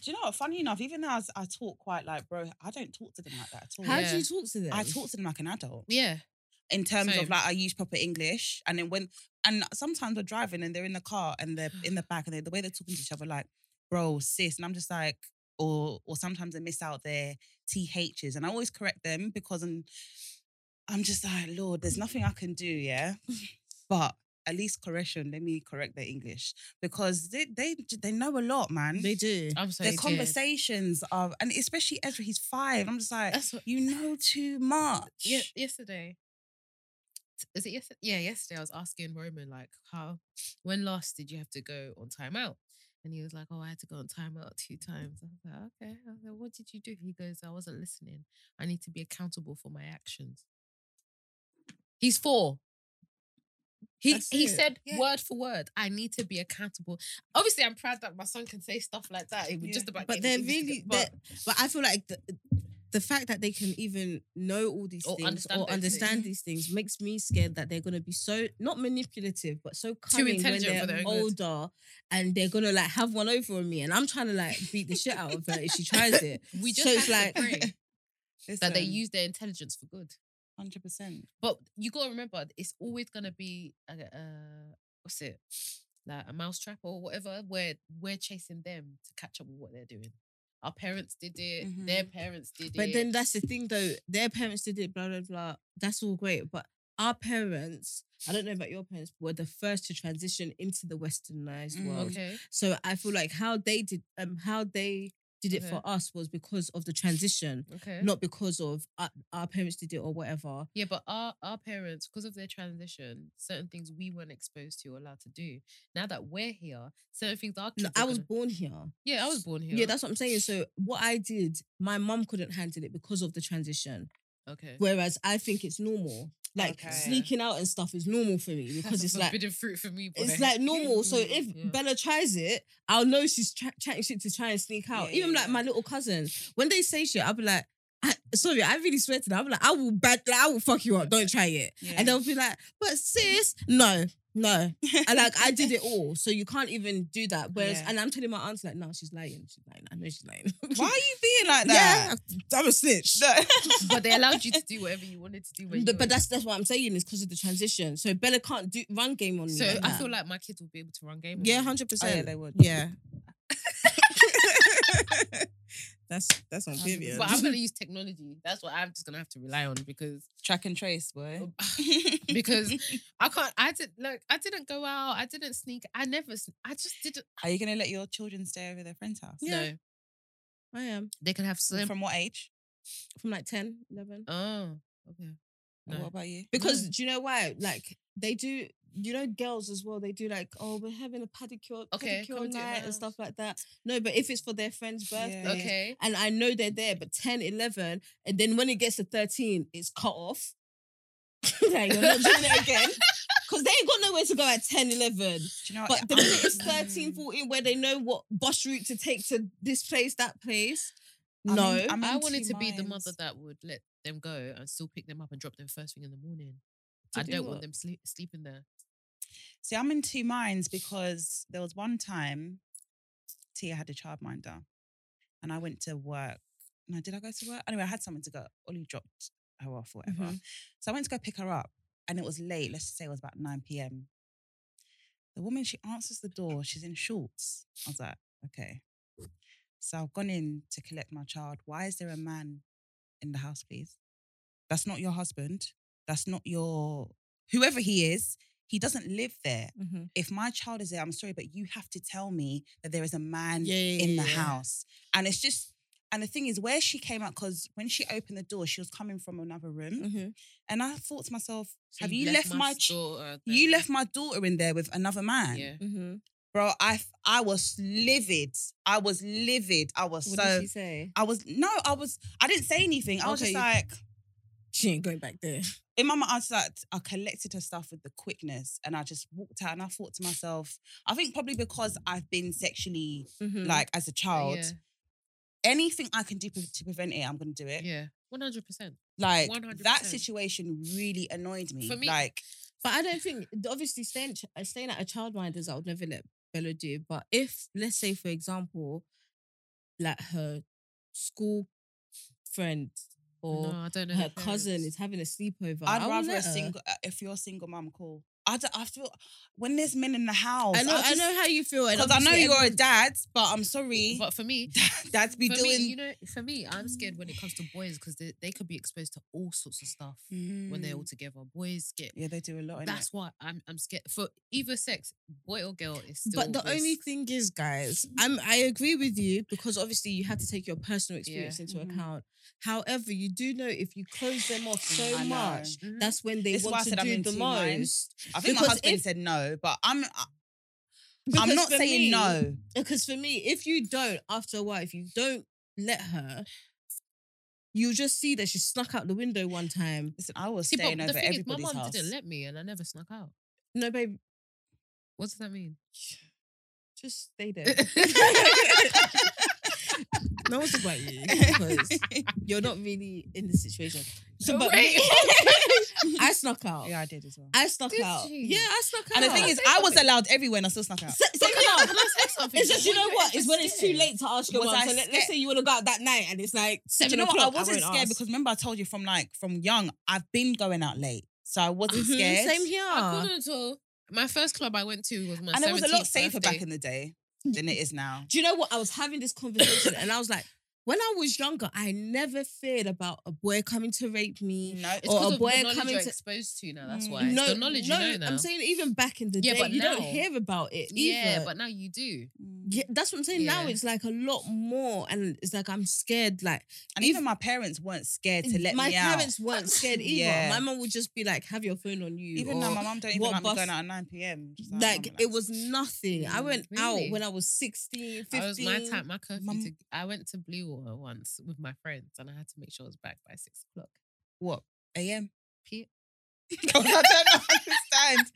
Speaker 4: Do you know what? Funny enough, even as I talk quite like, bro, I don't talk to them like that at all.
Speaker 1: how
Speaker 2: Yeah.
Speaker 1: do you talk to them?
Speaker 4: I talk to them like an adult
Speaker 2: Yeah.
Speaker 4: in terms
Speaker 2: Same.
Speaker 4: of like I use proper English, and then when and sometimes we're driving and they're in the car and they're in the back and they, the way they're talking to each other, like, bro, sis, and I'm just like, or or sometimes I miss out their ths, and I always correct them because I'm I'm just like, Lord, there's nothing I can do, yeah, but. At least correction. Let me correct their English because they they they know a lot, man.
Speaker 1: They do.
Speaker 2: I'm so
Speaker 4: their
Speaker 2: scared.
Speaker 4: conversations are, and especially Ezra, he's five. I'm just like,
Speaker 2: That's what,
Speaker 4: you know too much.
Speaker 2: Uh, yeah, yesterday. Is it yesterday? Yeah, yesterday I was asking Roman like how when last did you have to go on timeout? And he was like, Oh, I had to go on timeout two times. I was like, Okay. I was like, what did you do? He goes, I wasn't listening. I need to be accountable for my actions. He's four. He
Speaker 1: That's
Speaker 2: he
Speaker 1: it.
Speaker 2: said
Speaker 4: Yeah.
Speaker 2: word for word, I need to be accountable. Obviously, I'm proud that my son can say stuff like that. It was
Speaker 4: Yeah.
Speaker 2: just about
Speaker 1: But
Speaker 2: getting
Speaker 1: they're
Speaker 2: his English
Speaker 1: really-
Speaker 2: to go-
Speaker 1: they're- But I feel like the, the fact that they can even know all these
Speaker 2: Or
Speaker 1: things
Speaker 2: understand
Speaker 1: or
Speaker 2: those
Speaker 1: understand
Speaker 2: things.
Speaker 1: these things makes me scared that they're going to be so not manipulative but so cunning when
Speaker 2: intelligent for
Speaker 1: they're
Speaker 2: their own good.
Speaker 1: older and they're going to like have one over on me and I'm trying to like beat the shit out of her if she tries it.
Speaker 2: we just
Speaker 1: so it's
Speaker 2: have to
Speaker 1: like-
Speaker 2: pray that they
Speaker 4: Listen.
Speaker 2: use their intelligence for good.
Speaker 4: Hundred percent.
Speaker 2: But you gotta remember, it's always gonna be a, a what's it like a mousetrap or whatever, where we're chasing them to catch up with what they're doing. Our parents did it. Their parents did
Speaker 1: Mm-hmm. But
Speaker 2: it.
Speaker 1: then that's the thing though. Their parents did it, blah blah blah. That's all great, but our parents, I don't know about your parents, were the first to transition into the westernized
Speaker 4: Mm.
Speaker 1: world.
Speaker 2: okay,
Speaker 1: So I feel like how they did um how they did it
Speaker 2: Okay.
Speaker 1: for us was because of the transition,
Speaker 2: okay.
Speaker 1: not because of our, our parents did it or whatever.
Speaker 2: Yeah, but our our parents, because of their transition, certain things we weren't exposed to or allowed to do. Now that we're here, certain things our kids.
Speaker 1: No,
Speaker 2: are
Speaker 1: I was
Speaker 2: gonna-
Speaker 1: born here.
Speaker 2: yeah, I was born here.
Speaker 1: Yeah, that's what I'm saying. So what I did, my mum couldn't handle it because of the transition.
Speaker 2: okay.
Speaker 1: Whereas I think it's normal. Like
Speaker 4: Okay.
Speaker 1: sneaking out and stuff is normal for me because
Speaker 2: That's a
Speaker 1: it's like
Speaker 2: forbidden fruit for me.
Speaker 1: it's
Speaker 2: boy.
Speaker 1: like normal. So
Speaker 4: Mm,
Speaker 1: if
Speaker 2: Yeah.
Speaker 1: Bella tries it, I'll know she's tra- chatting shit to try and sneak out.
Speaker 4: Yeah,
Speaker 1: Even
Speaker 4: yeah,
Speaker 1: like
Speaker 4: yeah.
Speaker 1: my little cousins, when they say shit, I'll be like, I, sorry, I really swear to that. I'm like, I will bad, like, I will fuck you up. Don't try it.
Speaker 4: Yeah.
Speaker 1: And they'll be like, but sis, no, no. And like I did it all. So you can't even do that. Whereas
Speaker 4: Yeah.
Speaker 1: and I'm telling my auntie, like, no, she's lying. She's lying. I know she's lying.
Speaker 4: Why are you being like
Speaker 1: yeah.
Speaker 4: that?
Speaker 1: I'm a snitch.
Speaker 2: but they allowed you to do whatever you wanted to do. When you
Speaker 1: But,
Speaker 2: were-
Speaker 1: but that's that's what I'm saying is because of the transition. So Bella can't do run game on me.
Speaker 2: So I
Speaker 1: that.
Speaker 2: feel like my kids will be
Speaker 4: Oh,
Speaker 2: able to run game. on
Speaker 1: yeah,
Speaker 2: me.
Speaker 1: hundred percent.
Speaker 4: would.
Speaker 1: Yeah.
Speaker 3: That's that's on period.
Speaker 2: But I'm gonna use technology. That's what I'm just gonna have to rely on because
Speaker 4: Track and trace, boy.
Speaker 1: Oh.
Speaker 2: because I can't. I did look. I didn't go out. I didn't sneak. I never. sn- I just didn't.
Speaker 4: Are you gonna let your children stay over their friend's house?
Speaker 2: No,
Speaker 1: I am
Speaker 2: they can have slim.
Speaker 4: From what age?
Speaker 1: from like 10, 11.
Speaker 2: oh, okay.
Speaker 4: And What
Speaker 2: No.
Speaker 4: about you?
Speaker 1: Because do you know why? Like they do, you know, girls as well. They do like, oh, we're having a pedicure,
Speaker 2: Okay, come and
Speaker 1: pedicure
Speaker 2: do it in
Speaker 1: night
Speaker 2: the
Speaker 1: and stuff like that. No, but if it's for their friend's
Speaker 4: Yeah.
Speaker 1: birthday,
Speaker 2: Okay.
Speaker 1: and I know they're there, but 10, 11, and then when it gets to 13, it's cut off. like, you're not doing it again. Because they ain't got nowhere to go at 10, 11.
Speaker 4: Do you know
Speaker 1: But the minute it's 13, 14, where they know what bus route to take to this place, that place,
Speaker 4: I'm
Speaker 1: no.
Speaker 4: in- I'm
Speaker 2: I
Speaker 4: in
Speaker 2: wanted
Speaker 4: two
Speaker 2: to be the
Speaker 4: minds.
Speaker 2: mother that would let them go and still pick them up and drop them first thing in the morning.
Speaker 1: To
Speaker 2: I
Speaker 1: do
Speaker 2: do not
Speaker 1: what?
Speaker 2: want them sleep sleeping there.
Speaker 4: See, I'm in two minds because there was one time Tia had a childminder and I went to work. No, did I go to work? Anyway, I had someone to go. Ollie dropped her off or whatever. So I went to go pick her up and it was late. Let's just say it was about 9 p.m. The woman, she answers the door. She's in shorts. I was like, okay. So I've gone in to collect my child. Why is there a man in the house, please? That's not your husband. That's not your whoever he is. He doesn't live there.
Speaker 1: Mhm.
Speaker 4: If my child is there, I'm sorry, but you have to tell me that there is a man
Speaker 1: Yeah, yeah,
Speaker 4: in the
Speaker 1: yeah, yeah.
Speaker 4: house. And it's just, and the thing is, where she came out, because when she opened the door, she was coming from another room.
Speaker 1: Mhm.
Speaker 4: And I thought to myself,
Speaker 2: So
Speaker 4: have you left, my ch-
Speaker 2: daughter there
Speaker 4: you
Speaker 1: Mm.
Speaker 2: with-
Speaker 4: left my daughter in there with another man,
Speaker 2: Yeah.
Speaker 1: Mhm.
Speaker 4: bro? I f- I was livid. I was livid. I was
Speaker 1: What
Speaker 4: so
Speaker 1: did she say?
Speaker 4: I was no. I was I didn't say anything. I was just
Speaker 1: Okay, you-
Speaker 4: like
Speaker 1: She ain't going back there.
Speaker 4: in my mind. I was like I collected her stuff with the quickness, and I just walked out. And I thought to myself, I think probably because I've been sexually
Speaker 1: Mhm.
Speaker 4: like as a child,
Speaker 2: Mm. Yeah.
Speaker 4: anything I can do pre- to prevent it, I'm gonna do it.
Speaker 2: Yeah. One hundred percent.
Speaker 4: Like that
Speaker 2: 100%.
Speaker 4: situation really annoyed me.
Speaker 2: For me-
Speaker 4: like
Speaker 1: But I don't think, obviously, staying ch- uh, staying at a childminder's, I would never let Bella do. But if, let's say, for example, like her school friend or
Speaker 2: No, I don't know.
Speaker 1: her cousin
Speaker 2: parents.
Speaker 1: is having a sleepover,
Speaker 4: I'd
Speaker 1: I would
Speaker 4: rather
Speaker 1: let
Speaker 4: a
Speaker 1: her.
Speaker 4: single. uh, If you're a single mom, cool. I, d- I feel when there's men in the house.
Speaker 1: I know, I
Speaker 4: just-
Speaker 1: know how you feel, and
Speaker 4: Because I know
Speaker 1: obviously
Speaker 4: you're a dad, but I'm sorry,
Speaker 2: But for me,
Speaker 4: dads be
Speaker 2: for
Speaker 4: doing.
Speaker 2: me, you know, for me, I'm scared when it comes to boys because they, they could be exposed to all sorts of stuff when they're all
Speaker 1: Mm.
Speaker 2: together. Boys get
Speaker 4: Mm-hmm. yeah, they do a lot.
Speaker 2: that's why I'm I'm scared for either sex, boy or girl. Is still
Speaker 1: But the only
Speaker 2: risk.
Speaker 1: thing is, guys, I'm I agree with you because obviously you have to take your personal experience into
Speaker 4: Mhm.
Speaker 1: account. However, you do know if you close them off
Speaker 4: Mm,
Speaker 1: so
Speaker 4: I know. Mm-hmm.
Speaker 1: much,
Speaker 2: Mhm.
Speaker 1: that's when they
Speaker 4: This is why I
Speaker 1: want to
Speaker 4: said I'm
Speaker 1: do
Speaker 4: in
Speaker 1: the
Speaker 4: two minds.
Speaker 1: most.
Speaker 4: I think my
Speaker 1: because
Speaker 4: husband
Speaker 1: if-
Speaker 4: said no, but I'm. I- I'm
Speaker 1: Because
Speaker 4: not
Speaker 1: for
Speaker 4: saying
Speaker 1: me-
Speaker 4: no.
Speaker 1: Because for me, if you don't, after a while, if you don't let her, you'll just see that she snuck out the window one time.
Speaker 4: Listen, I was
Speaker 2: See, but
Speaker 4: staying
Speaker 2: the
Speaker 4: over
Speaker 2: thing is, my
Speaker 4: everybody's
Speaker 2: mom
Speaker 4: house.
Speaker 2: didn't let me, and I never snuck out.
Speaker 1: No, babe,
Speaker 2: What does that mean?
Speaker 1: just stay there.
Speaker 2: Wait,
Speaker 1: no one's about you because you're not really in the situation. So, but I snuck out.
Speaker 4: yeah, I did as well.
Speaker 1: I snuck
Speaker 2: Did
Speaker 1: out.
Speaker 2: she?
Speaker 1: Yeah, I snuck out.
Speaker 4: and the thing is, I was allowed everywhere, and I still snuck out.
Speaker 1: S- same
Speaker 2: Can I-
Speaker 1: here.
Speaker 2: can I say something?
Speaker 1: It's just you
Speaker 2: When
Speaker 1: know
Speaker 2: you're
Speaker 1: what? It's
Speaker 2: extra
Speaker 1: when it's too
Speaker 2: scared-
Speaker 1: late to ask your
Speaker 4: Was
Speaker 1: mom.
Speaker 4: I
Speaker 1: So let,
Speaker 4: scared?
Speaker 1: us say you want to go out that night, and it's like
Speaker 4: Do
Speaker 1: seven
Speaker 4: you know what? I
Speaker 1: o'clock.
Speaker 4: wasn't
Speaker 1: won't
Speaker 4: scared
Speaker 1: ask.
Speaker 4: because remember I told you from like from young, I've been going out late, so I
Speaker 2: Mm-hmm,
Speaker 4: wasn't
Speaker 1: Mhm,
Speaker 4: scared.
Speaker 1: Same here.
Speaker 2: I couldn't at all. My first club I went to was my
Speaker 4: and it was a lot
Speaker 2: 17th
Speaker 4: safer
Speaker 2: birthday.
Speaker 4: back in the day than it is now.
Speaker 1: Do you know what? I was having this conversation, and I was like, when I was younger, I never feared about a boy coming to rape me.
Speaker 4: No,
Speaker 2: It's
Speaker 1: or a
Speaker 2: because of
Speaker 1: boy
Speaker 2: the knowledge
Speaker 1: coming
Speaker 2: you're
Speaker 1: to-
Speaker 2: exposed to now. That's
Speaker 4: Mm.
Speaker 2: why. It's the knowledge
Speaker 1: no,
Speaker 2: you know now.
Speaker 1: I'm saying even back in the
Speaker 2: Yeah,
Speaker 1: day,
Speaker 2: but
Speaker 1: you don't
Speaker 2: now-
Speaker 1: hear about it either.
Speaker 2: yeah, but now you do.
Speaker 4: Mm.
Speaker 1: Yeah, that's what I'm saying. Now
Speaker 2: Yeah.
Speaker 1: it's like a lot more, and it's like I'm scared. Like
Speaker 4: and even my parents weren't scared to let
Speaker 1: Mm, my
Speaker 4: me out.
Speaker 1: parents weren't scared either.
Speaker 4: Yeah.
Speaker 1: My mom would just be like, "Have your phone on you."
Speaker 4: Even now,
Speaker 1: or-
Speaker 4: my mum don't even
Speaker 1: what
Speaker 4: like
Speaker 1: bus-
Speaker 4: me going out at 9 p.m. Just
Speaker 1: like
Speaker 4: "Oh, mum,
Speaker 1: it was nothing. I
Speaker 2: Mm,
Speaker 1: went
Speaker 2: really?
Speaker 1: out when I was 16, 15.
Speaker 2: I was my time, my curfew.
Speaker 4: Mum-
Speaker 2: To, I went to Blue Water once with my friends, and I had to make sure I was back by six o'clock.
Speaker 4: what? A.M.
Speaker 2: P-
Speaker 4: Because I don't understand.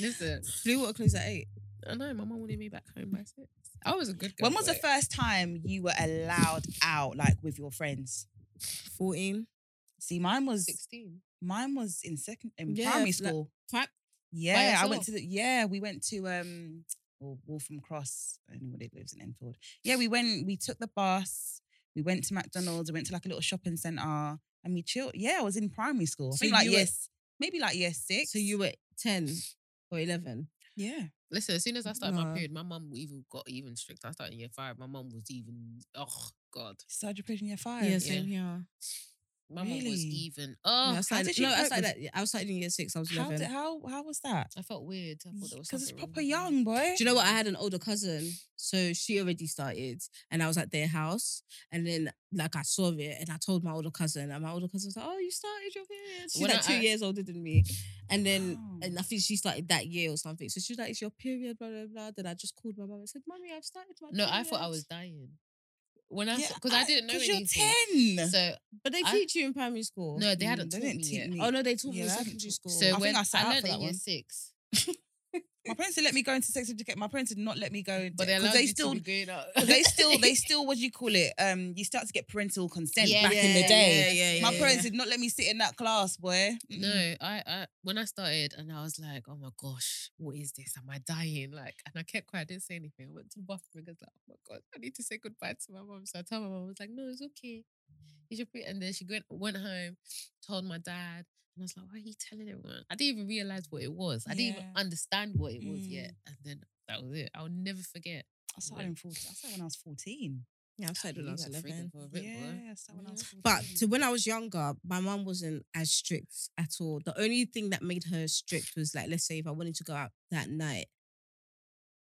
Speaker 2: Listen,
Speaker 1: Blue water closed at eight.
Speaker 2: I know my mom wanted me back home by six. I was a good girl.
Speaker 4: when was the
Speaker 2: boy.
Speaker 4: first time you were allowed out, like with your friends?
Speaker 1: 14.
Speaker 4: See, mine was
Speaker 2: sixteen?
Speaker 4: mine was in second in
Speaker 1: Yeah,
Speaker 4: primary
Speaker 1: like,
Speaker 4: school.
Speaker 1: pri-
Speaker 4: yeah, I
Speaker 2: yourself?
Speaker 4: went to the yeah, we went to um well, Waltham Cross, anybody that lives in Enfield. Yeah, we went, we took the bus, we went to McDonald's, we went to like a little shopping centre and we chilled. Yeah, I was in primary school. I
Speaker 1: So
Speaker 4: think like
Speaker 1: you were-
Speaker 4: yes, maybe like year six.
Speaker 1: So you were 10 or 11.
Speaker 4: Yeah.
Speaker 2: Listen, as soon as I started my
Speaker 1: No.
Speaker 2: period, my mum even got even stricter. I started in year five. My mum was even oh god.
Speaker 4: Started your period in year five.
Speaker 1: Yeah, same here.
Speaker 2: My mum was
Speaker 4: Really?
Speaker 2: even
Speaker 1: Yeah,
Speaker 2: oh.
Speaker 1: I started,
Speaker 4: did you
Speaker 1: no, I
Speaker 4: cope
Speaker 1: started
Speaker 4: with-
Speaker 1: at, I started in year six. I was
Speaker 4: How,
Speaker 1: eleven.
Speaker 4: did, how how was that?
Speaker 2: I felt weird. I thought there was
Speaker 4: Because it's
Speaker 2: something wrong
Speaker 4: proper
Speaker 2: with me.
Speaker 4: young, boy.
Speaker 1: Do you know what? I had an older cousin, so she already started, and I was at their house, and then like I saw it, and I told my older cousin, and my older cousin was like, "Oh, you started your period." She's
Speaker 2: When
Speaker 1: like
Speaker 2: I-
Speaker 1: two
Speaker 2: I-
Speaker 1: years older than me, and then
Speaker 4: Wow.
Speaker 1: and
Speaker 2: Mm.
Speaker 1: I think she started that year or something. So she was like, "It's your period, blah blah blah." Then I just called my mum and said, "Mummy, I've started my."
Speaker 2: No, I thought I
Speaker 1: period."
Speaker 2: was dying when I
Speaker 4: Yeah,
Speaker 2: because I, didn't know
Speaker 4: Because you're
Speaker 2: anything.
Speaker 4: ten.
Speaker 2: So
Speaker 1: But they
Speaker 2: I-
Speaker 1: teach you in primary school.
Speaker 2: no, they
Speaker 4: Mm,
Speaker 2: hadn't
Speaker 4: they
Speaker 2: taught
Speaker 4: didn't
Speaker 2: me
Speaker 4: teach
Speaker 2: yet.
Speaker 4: me.
Speaker 1: Oh no, they taught
Speaker 4: Yeah,
Speaker 1: me in
Speaker 4: they haven't
Speaker 1: secondary
Speaker 4: taught-
Speaker 1: school.
Speaker 2: So
Speaker 4: I think
Speaker 2: when
Speaker 4: I
Speaker 2: I,
Speaker 4: sat out
Speaker 2: learned
Speaker 4: for
Speaker 2: in
Speaker 4: that
Speaker 2: year
Speaker 4: one.
Speaker 2: six,
Speaker 4: My parents didn't let me go into sex education. My parents did not let me go.
Speaker 2: but they
Speaker 4: because
Speaker 2: allowed
Speaker 4: they
Speaker 2: you
Speaker 4: still
Speaker 2: to be growing up.
Speaker 4: they still they still what do you call it? Um, you start to get parental consent
Speaker 2: Yeah,
Speaker 4: back in
Speaker 2: yeah,
Speaker 4: the day.
Speaker 1: yeah, yeah,
Speaker 4: My
Speaker 1: yeah,
Speaker 4: parents
Speaker 1: yeah.
Speaker 4: did not let me sit in that class, boy. Mm-mm.
Speaker 2: No, I, I when I started and I was like, oh my gosh, what is this? Am I dying? Like, and I kept quiet, I didn't say anything. I went to the bathroom and I was like, oh my god, I need to say goodbye to my mom. So I told my mom, I was like, no, it's okay. You should be. And then she went went home, told my dad, and I was like, why are you telling everyone? I didn't even realize what it was. I didn't even
Speaker 4: Yeah.
Speaker 2: understand what it was yet.
Speaker 4: Mm.
Speaker 2: And then that was it. I'll never forget.
Speaker 4: I started in 14. I started when I was 14.
Speaker 1: yeah, I've started when I
Speaker 2: You
Speaker 1: was
Speaker 2: were freaking
Speaker 1: eleven.
Speaker 2: for a bit, boy.
Speaker 4: Yeah, I started when I was 14.
Speaker 1: But to when I was younger, my mum wasn't as strict at all. The only thing that made her strict was like, let's say if I wanted to go out that night,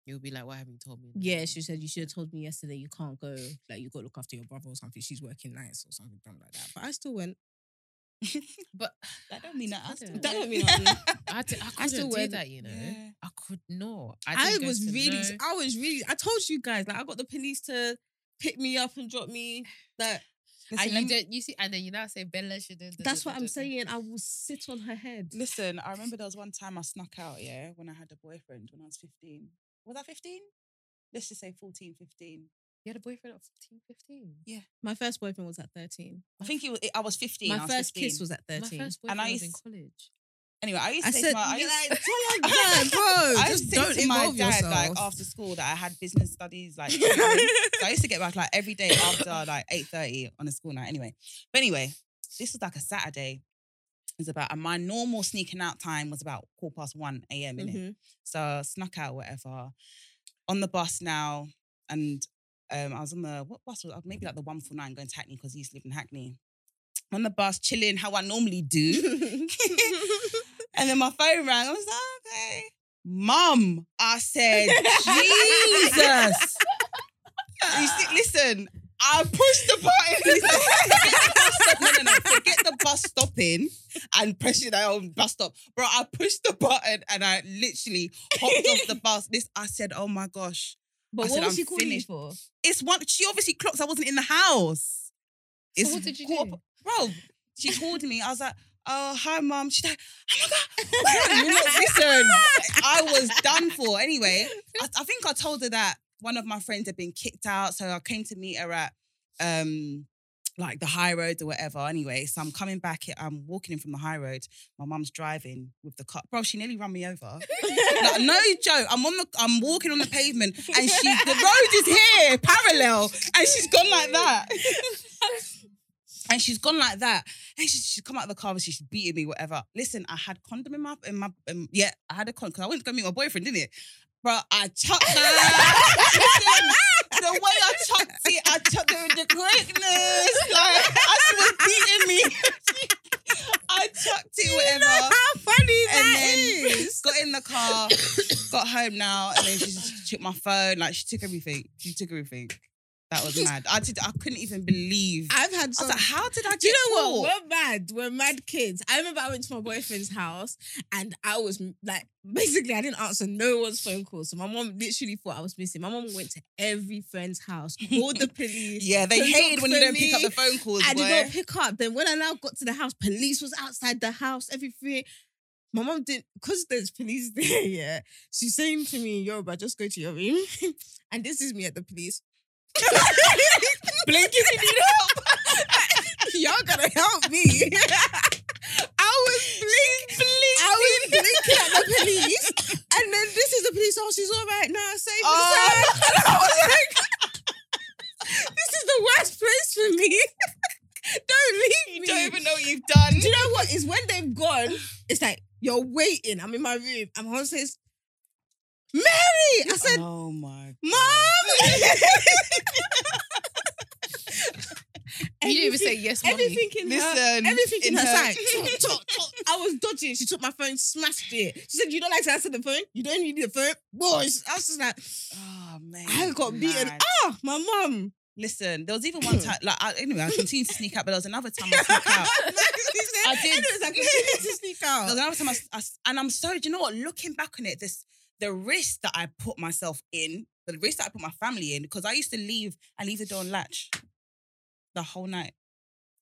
Speaker 2: You'll be like, why haven't you told me?
Speaker 1: yeah, she said you should have told me yesterday you can't go, like you got to look after your brother or something. She's working nights or something dumb like that. But I still went.
Speaker 2: But
Speaker 4: that don't mean that. I
Speaker 2: I
Speaker 4: still
Speaker 2: don't-
Speaker 1: That don't mean
Speaker 4: went.
Speaker 1: nothing.
Speaker 2: I, did, I couldn't
Speaker 1: still
Speaker 2: do
Speaker 1: wear-
Speaker 2: that, you know.
Speaker 4: Yeah.
Speaker 2: I could not.
Speaker 1: I
Speaker 2: didn't go
Speaker 1: was
Speaker 2: to
Speaker 1: really,
Speaker 2: no-
Speaker 1: I was really. I told you guys, like I got the police to pick me up and drop me. That
Speaker 4: Listen, let
Speaker 2: and
Speaker 4: me-
Speaker 2: you, don't, you see, and then you now say Bella should. do- do-
Speaker 1: that's
Speaker 2: do-
Speaker 1: what
Speaker 2: do-
Speaker 1: I'm
Speaker 2: do."
Speaker 1: saying. I will sit on her head.
Speaker 4: Listen, I remember there was one time I snuck out, yeah, when I had a boyfriend when I was 15. Was I 15? Let's just say 14, 15.
Speaker 2: You had a boyfriend at 14, 15.
Speaker 1: My first boyfriend was at 13.
Speaker 4: I think it was, I was 15. I
Speaker 1: my
Speaker 4: was
Speaker 1: first
Speaker 4: 15.
Speaker 1: kiss was at 13.
Speaker 2: My first
Speaker 4: And
Speaker 2: boyfriend
Speaker 4: I
Speaker 2: was in
Speaker 4: used-
Speaker 2: college.
Speaker 4: Anyway, I used to
Speaker 1: I
Speaker 4: say
Speaker 1: said,
Speaker 4: to my, I
Speaker 1: "You're
Speaker 4: used,
Speaker 1: like, tell her, "Dad, bro,
Speaker 4: I
Speaker 1: just
Speaker 4: used to
Speaker 1: don't
Speaker 4: say to my
Speaker 1: involve
Speaker 4: dad
Speaker 1: yourself.
Speaker 4: like after school that I had business studies like so I used to get back like every day after like 8.30 on a school night anyway. But anyway, this was like a Saturday. It was about and my normal sneaking out time was about quarter past one AM in it.
Speaker 1: Mhm.
Speaker 4: So I snuck out, whatever. On the bus now, and um, I was on the what bus was I? maybe like the one four nine going to Hackney because I used to live in Hackney. On the bus, chilling how I normally do, and then my phone rang. I was like, "Oh, okay, mum. I said, Jesus. you see, listen, I pushed the button. I said, no, no, no, forget the bus stopping and pressing that on bus stop. Bro, I pushed the button and I literally hopped off the bus. This I said, oh my gosh.
Speaker 1: But
Speaker 4: I
Speaker 1: what
Speaker 4: said,
Speaker 1: was
Speaker 4: "I'm
Speaker 1: she calling
Speaker 4: finished."
Speaker 1: you for?
Speaker 4: It's one she obviously clocks I wasn't in the house. It's
Speaker 2: So what did you
Speaker 4: quarter
Speaker 2: do?
Speaker 4: bro, she called me. I was like, oh, hi, mom. She's like, oh my God. Wait a minute, Listen, I was done for. Anyway, I, I think I told her that one of my friends had been kicked out. So I came to meet her at um, like the high road or whatever. Anyway, so I'm coming back. I'm walking in from the high road. My mum's driving with the car. Bro, she nearly run me over. Like, no joke. I'm on the. I'm walking on the pavement, and she. The road is here, parallel, and she's gone like that. and she's gone like that. And she, she's come out of the car and she's beating me, whatever. Listen, I had condom in my. In my um, yeah, I had a condom because I went to go meet my boyfriend, didn't it? Bro, I chucked her. Listen, the way I chucked it, I chucked it with the quickness. Like, as she was beating me, I chucked it, whatever.
Speaker 1: How funny
Speaker 4: And
Speaker 1: that
Speaker 4: then
Speaker 1: is!
Speaker 4: got in the car, got home now, and then she just took my phone. Like she took everything. She took everything. That was mad. I did. I couldn't even believe. I
Speaker 1: I've had
Speaker 4: was
Speaker 1: some.
Speaker 4: like, how did I get
Speaker 1: do you know
Speaker 4: caught?
Speaker 1: what? We're mad. We're mad kids. I remember I went to my boyfriend's house and I was m- like, basically, I didn't answer no one's phone call. So my mom literally thought I was missing. My mom went to every friend's house, called the police.
Speaker 4: Yeah, they
Speaker 1: To
Speaker 4: hated
Speaker 1: look
Speaker 4: when you
Speaker 1: for
Speaker 4: don't pick up
Speaker 1: me.
Speaker 4: the phone calls.
Speaker 1: I did
Speaker 4: boy.
Speaker 1: not pick up. Then when I now got to the house, police was outside the house, everything. My mom didn't, because there's police there, yeah. She's saying to me, Yoruba, just go to your room. and this is me at the police. Blinking if you Y'all gotta help me. I was blink, I was blinking at the police. And then this is the police. Oh, she's all right now. Safe
Speaker 4: Oh.
Speaker 1: inside. And I was like, this is the worst place for me. Don't leave
Speaker 4: You
Speaker 1: me.
Speaker 4: don't even know what you've done.
Speaker 1: Do you know what? It's when they've gone, it's like, you're waiting. I'm in my room. I'm on says,
Speaker 4: Mary! I said,
Speaker 5: oh my.
Speaker 2: You didn't even say yes, mommy.
Speaker 1: Everything in her,
Speaker 4: Listen.
Speaker 1: everything in,
Speaker 4: in
Speaker 1: her,
Speaker 4: her-
Speaker 1: sight. Talk, talk, talk. I was dodging. She took my phone, smashed it. She said, "You don't like to answer the phone. You don't need the phone." Boy, I was just like,
Speaker 4: Oh man.
Speaker 1: I got beaten.
Speaker 4: Mad.
Speaker 1: Ah, my mum.
Speaker 4: Listen, there was even one time, like I, anyway, I continued to sneak out, but there was another time I sneak out. I did.
Speaker 1: And it was like, "Continue to sneak out.
Speaker 4: There was another time I, s- I s- and I'm sorry, do you know what? Looking back on it, this the risk that I put myself in, the risk that I put my family in, because I used to leave and leave the door on latch the whole night.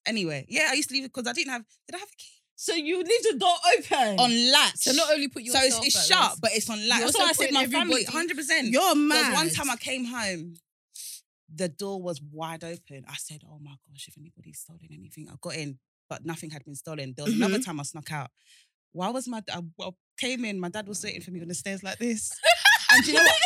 Speaker 4: Anyway, yeah, I used to leave it because I didn't have. Did I have a key
Speaker 1: So you leave the door open.
Speaker 4: on latch?
Speaker 2: So not only put
Speaker 4: so
Speaker 2: yourself
Speaker 4: it's, it's
Speaker 2: at
Speaker 4: sharp,
Speaker 2: risk,
Speaker 4: but it's on latch.
Speaker 2: You're
Speaker 4: That's why I
Speaker 2: also
Speaker 4: said my
Speaker 2: putting
Speaker 4: family,
Speaker 2: everybody-
Speaker 4: hundred percent.
Speaker 1: You're
Speaker 4: There
Speaker 1: mad.
Speaker 4: was one time I came home, the door was wide open. I said, Oh my gosh, if anybody's stolen anything, I got in, but nothing had been stolen. There was
Speaker 1: Mm-hmm.
Speaker 4: another time I snuck out. Why was my I, I came in, my dad was waiting for me on the stairs like this. And do you know what?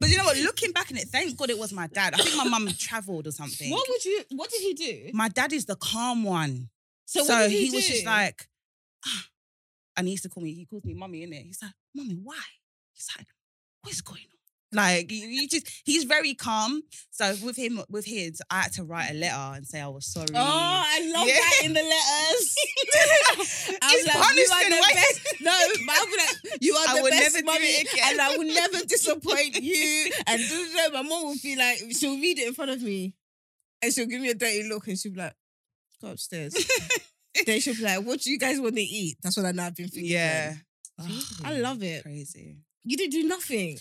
Speaker 4: but you know what? Looking back on it, thank God it was my dad. I think my mum traveled or something.
Speaker 1: What would you? What did he do?
Speaker 4: My dad is the calm one.
Speaker 1: So,
Speaker 4: So
Speaker 1: what did
Speaker 4: he,
Speaker 1: he,
Speaker 4: was
Speaker 1: do?
Speaker 4: just like, "Ah." and he used to call me, he calls me mummy, innit? He's like, mummy, why? He's like, what is going on? Like you, you just he's very calm. So with him, with his, I had to write a letter and say I was sorry.
Speaker 1: "Oh, I love
Speaker 4: Yeah.
Speaker 1: that in the letters." I was
Speaker 4: He's
Speaker 1: like, "You
Speaker 4: punished
Speaker 1: are
Speaker 4: in
Speaker 1: the
Speaker 4: a way."
Speaker 1: best." No, but I was like, "You are
Speaker 4: I
Speaker 1: the
Speaker 4: will
Speaker 1: best
Speaker 4: never do
Speaker 1: mummy,
Speaker 4: it again.
Speaker 1: and I will never disappoint you." And do do- do. my mom would be like, she'll read it in front of me, and she'll give me a dirty look, and she'll be like, "Go upstairs." then she'll be like, "What do you guys want to eat?" That's what I know I've been thinking.
Speaker 4: Yeah,
Speaker 1: I love it.
Speaker 4: crazy.
Speaker 1: You didn't do nothing.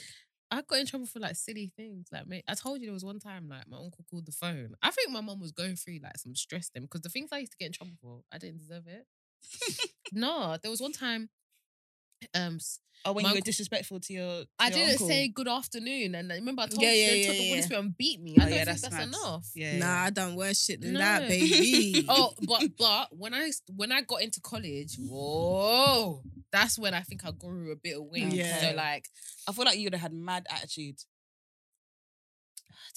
Speaker 2: I got in trouble for like silly things. Like, mate, I told you there was one time like my uncle called the phone. I think my mum was going through like some stress then because the things I used to get in trouble for, I didn't deserve it. no, there was one time. Um, s-
Speaker 4: Oh, when
Speaker 2: My
Speaker 4: you were
Speaker 2: uncle-
Speaker 4: disrespectful to your, to
Speaker 2: I
Speaker 4: your
Speaker 2: didn't
Speaker 4: uncle.
Speaker 2: say good afternoon, and I remember I told
Speaker 1: Yeah,
Speaker 2: you
Speaker 1: yeah,
Speaker 2: they
Speaker 1: yeah,
Speaker 2: took the
Speaker 1: yeah.
Speaker 2: Wallace Way and beat me. I
Speaker 4: Oh
Speaker 2: don't
Speaker 4: yeah,
Speaker 2: think
Speaker 4: that's,
Speaker 2: that's,
Speaker 4: mad.
Speaker 2: enough.
Speaker 4: Yeah,
Speaker 1: Nah,
Speaker 4: yeah.
Speaker 1: I done worse shit than
Speaker 2: No.
Speaker 1: that, baby.
Speaker 2: Oh, but but when I when I got into college, whoa, that's when I think I grew a bit of wing.
Speaker 1: Yeah.
Speaker 2: So like,
Speaker 4: I feel like you would have had mad attitude.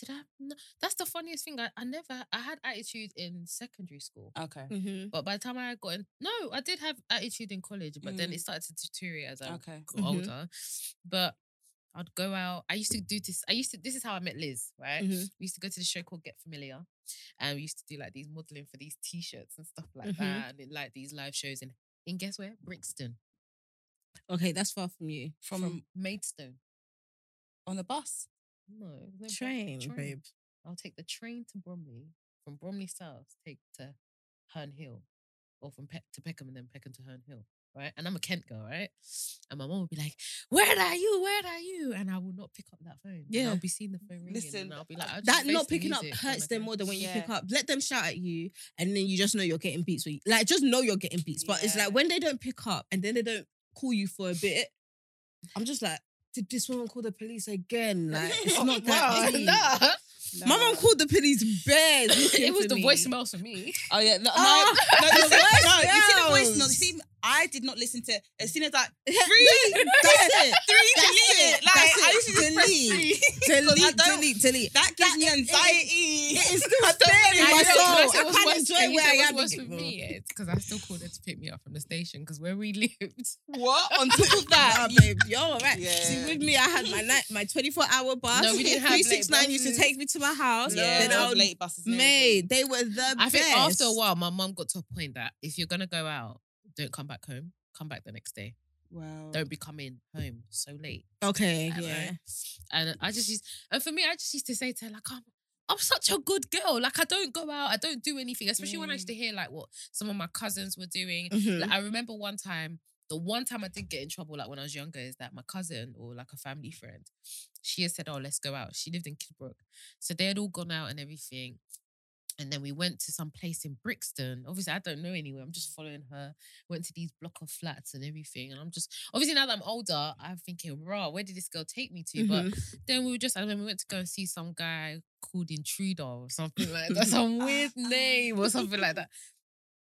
Speaker 2: did I? No, that's the funniest thing. I, I never I had attitude in secondary school.
Speaker 4: Okay.
Speaker 1: Mhm.
Speaker 2: But by the time I got in, no, I did have attitude in college, but then
Speaker 4: Mm.
Speaker 2: it started to deteriorate as I
Speaker 4: Okay.
Speaker 2: got
Speaker 1: Mhm.
Speaker 2: older. But I'd go out. I used to do this. I used to. This is how I met Liz. Right.
Speaker 1: Mhm.
Speaker 2: We used to go to the show called Get Familiar, and we used to do like these modeling for these T-shirts and stuff like
Speaker 1: Mhm.
Speaker 2: that, and it, like these live shows in in guess where Brixton
Speaker 1: Okay, that's far from you.
Speaker 4: From,
Speaker 2: Maidstone.
Speaker 4: on the bus.
Speaker 2: No, there's no bus,
Speaker 1: Train, babe.
Speaker 2: I'll take the train to Bromley from Bromley South, take to Herne Hill, or from Pe- to Peckham and then Peckham to Herne Hill, right? And I'm a Kent girl, right? And my mom would be like, "Where are you? Where are you?" And I will not pick up that phone. and
Speaker 1: Yeah. uh,
Speaker 2: I'll be seeing the phone ringing,
Speaker 4: Listen,
Speaker 2: and I'll be like, I'll just
Speaker 1: That
Speaker 2: face
Speaker 1: not
Speaker 2: the
Speaker 1: picking up
Speaker 2: music when
Speaker 1: hurts
Speaker 2: I
Speaker 1: them
Speaker 2: can."
Speaker 1: more than when you pick
Speaker 4: Yeah.
Speaker 1: up. Let them shout at you, and then you just know you're getting beats. When you, like, just know you're getting beats. But it's
Speaker 4: Yeah.
Speaker 1: like when they don't pick up and then they don't call you for a bit, I'm just like, did this woman call the police again? Like,
Speaker 2: Oh
Speaker 1: it's not
Speaker 4: Wow.
Speaker 1: that. deep.
Speaker 2: Nah,
Speaker 1: My mum called the police bears.
Speaker 2: it
Speaker 1: looking
Speaker 2: was
Speaker 1: for
Speaker 2: the
Speaker 1: me.
Speaker 2: voicemails for me.
Speaker 4: Oh yeah, no,
Speaker 1: Oh,
Speaker 4: no, no, you, see, no you see the voice
Speaker 1: voicemails.
Speaker 4: note. You see, I did not listen to as soon as I three,
Speaker 1: Delete. That's it.
Speaker 4: three,
Speaker 1: That's
Speaker 4: delete
Speaker 1: it.
Speaker 4: it. Like
Speaker 1: That's
Speaker 4: I
Speaker 1: it.
Speaker 4: used to just press
Speaker 1: Delete.
Speaker 4: three.
Speaker 1: Delete,
Speaker 4: I don't-
Speaker 1: delete, delete.
Speaker 4: That gives me anxiety.
Speaker 1: It is still
Speaker 4: I don't
Speaker 1: sparing
Speaker 4: really know. Can
Speaker 1: my soul.
Speaker 4: I
Speaker 2: say
Speaker 1: I
Speaker 2: what's
Speaker 1: can't
Speaker 2: worse- can
Speaker 1: enjoy
Speaker 2: you
Speaker 1: where
Speaker 2: say
Speaker 1: I
Speaker 2: what's
Speaker 1: am.
Speaker 2: worse with
Speaker 1: anymore.
Speaker 2: me. It's because I still called her to pick me up from the station because where we lived.
Speaker 4: What on top of that?
Speaker 1: Nah, babe, you're all right.
Speaker 4: Yeah.
Speaker 1: See, with me, I had my night, my 24 hour bus.
Speaker 2: No, we didn't have late
Speaker 1: 369 used to
Speaker 2: buses.
Speaker 1: take me to my house.
Speaker 4: yeah,
Speaker 1: then I
Speaker 4: those
Speaker 1: was
Speaker 4: late buses. and
Speaker 1: made. They were the
Speaker 2: I
Speaker 1: best.
Speaker 2: think after a while, my mum got to a point that if you're gonna go out, don't come back home. Come back the next day.
Speaker 4: everything. Wow.
Speaker 2: Don't be coming home so late.
Speaker 1: Okay,
Speaker 2: I know.
Speaker 1: yeah.
Speaker 2: And I just used, and for me, I just used to say to her like, I'm, I'm such a good girl. Like I don't go out, I don't do anything. Especially when I
Speaker 1: Mm.
Speaker 2: used to hear like what some of my cousins were doing.
Speaker 1: Mhm.
Speaker 2: Like, I remember one time, the one time I did get in trouble, like when I was younger, is that my cousin or like a family friend, she had said, "Oh, let's go out." She lived in Kidbrook, so they had all gone out and everything. And then we went to some place in Brixton. Obviously, I don't know anywhere. I'm just following her. Went to these block of flats and everything. And I'm just obviously now that I'm older, I'm thinking, "Raw, where did this girl take me to?" But
Speaker 1: Mhm.
Speaker 2: then we were just, and then we went to go and see some guy called Intruder or something like that, some weird name or something like that.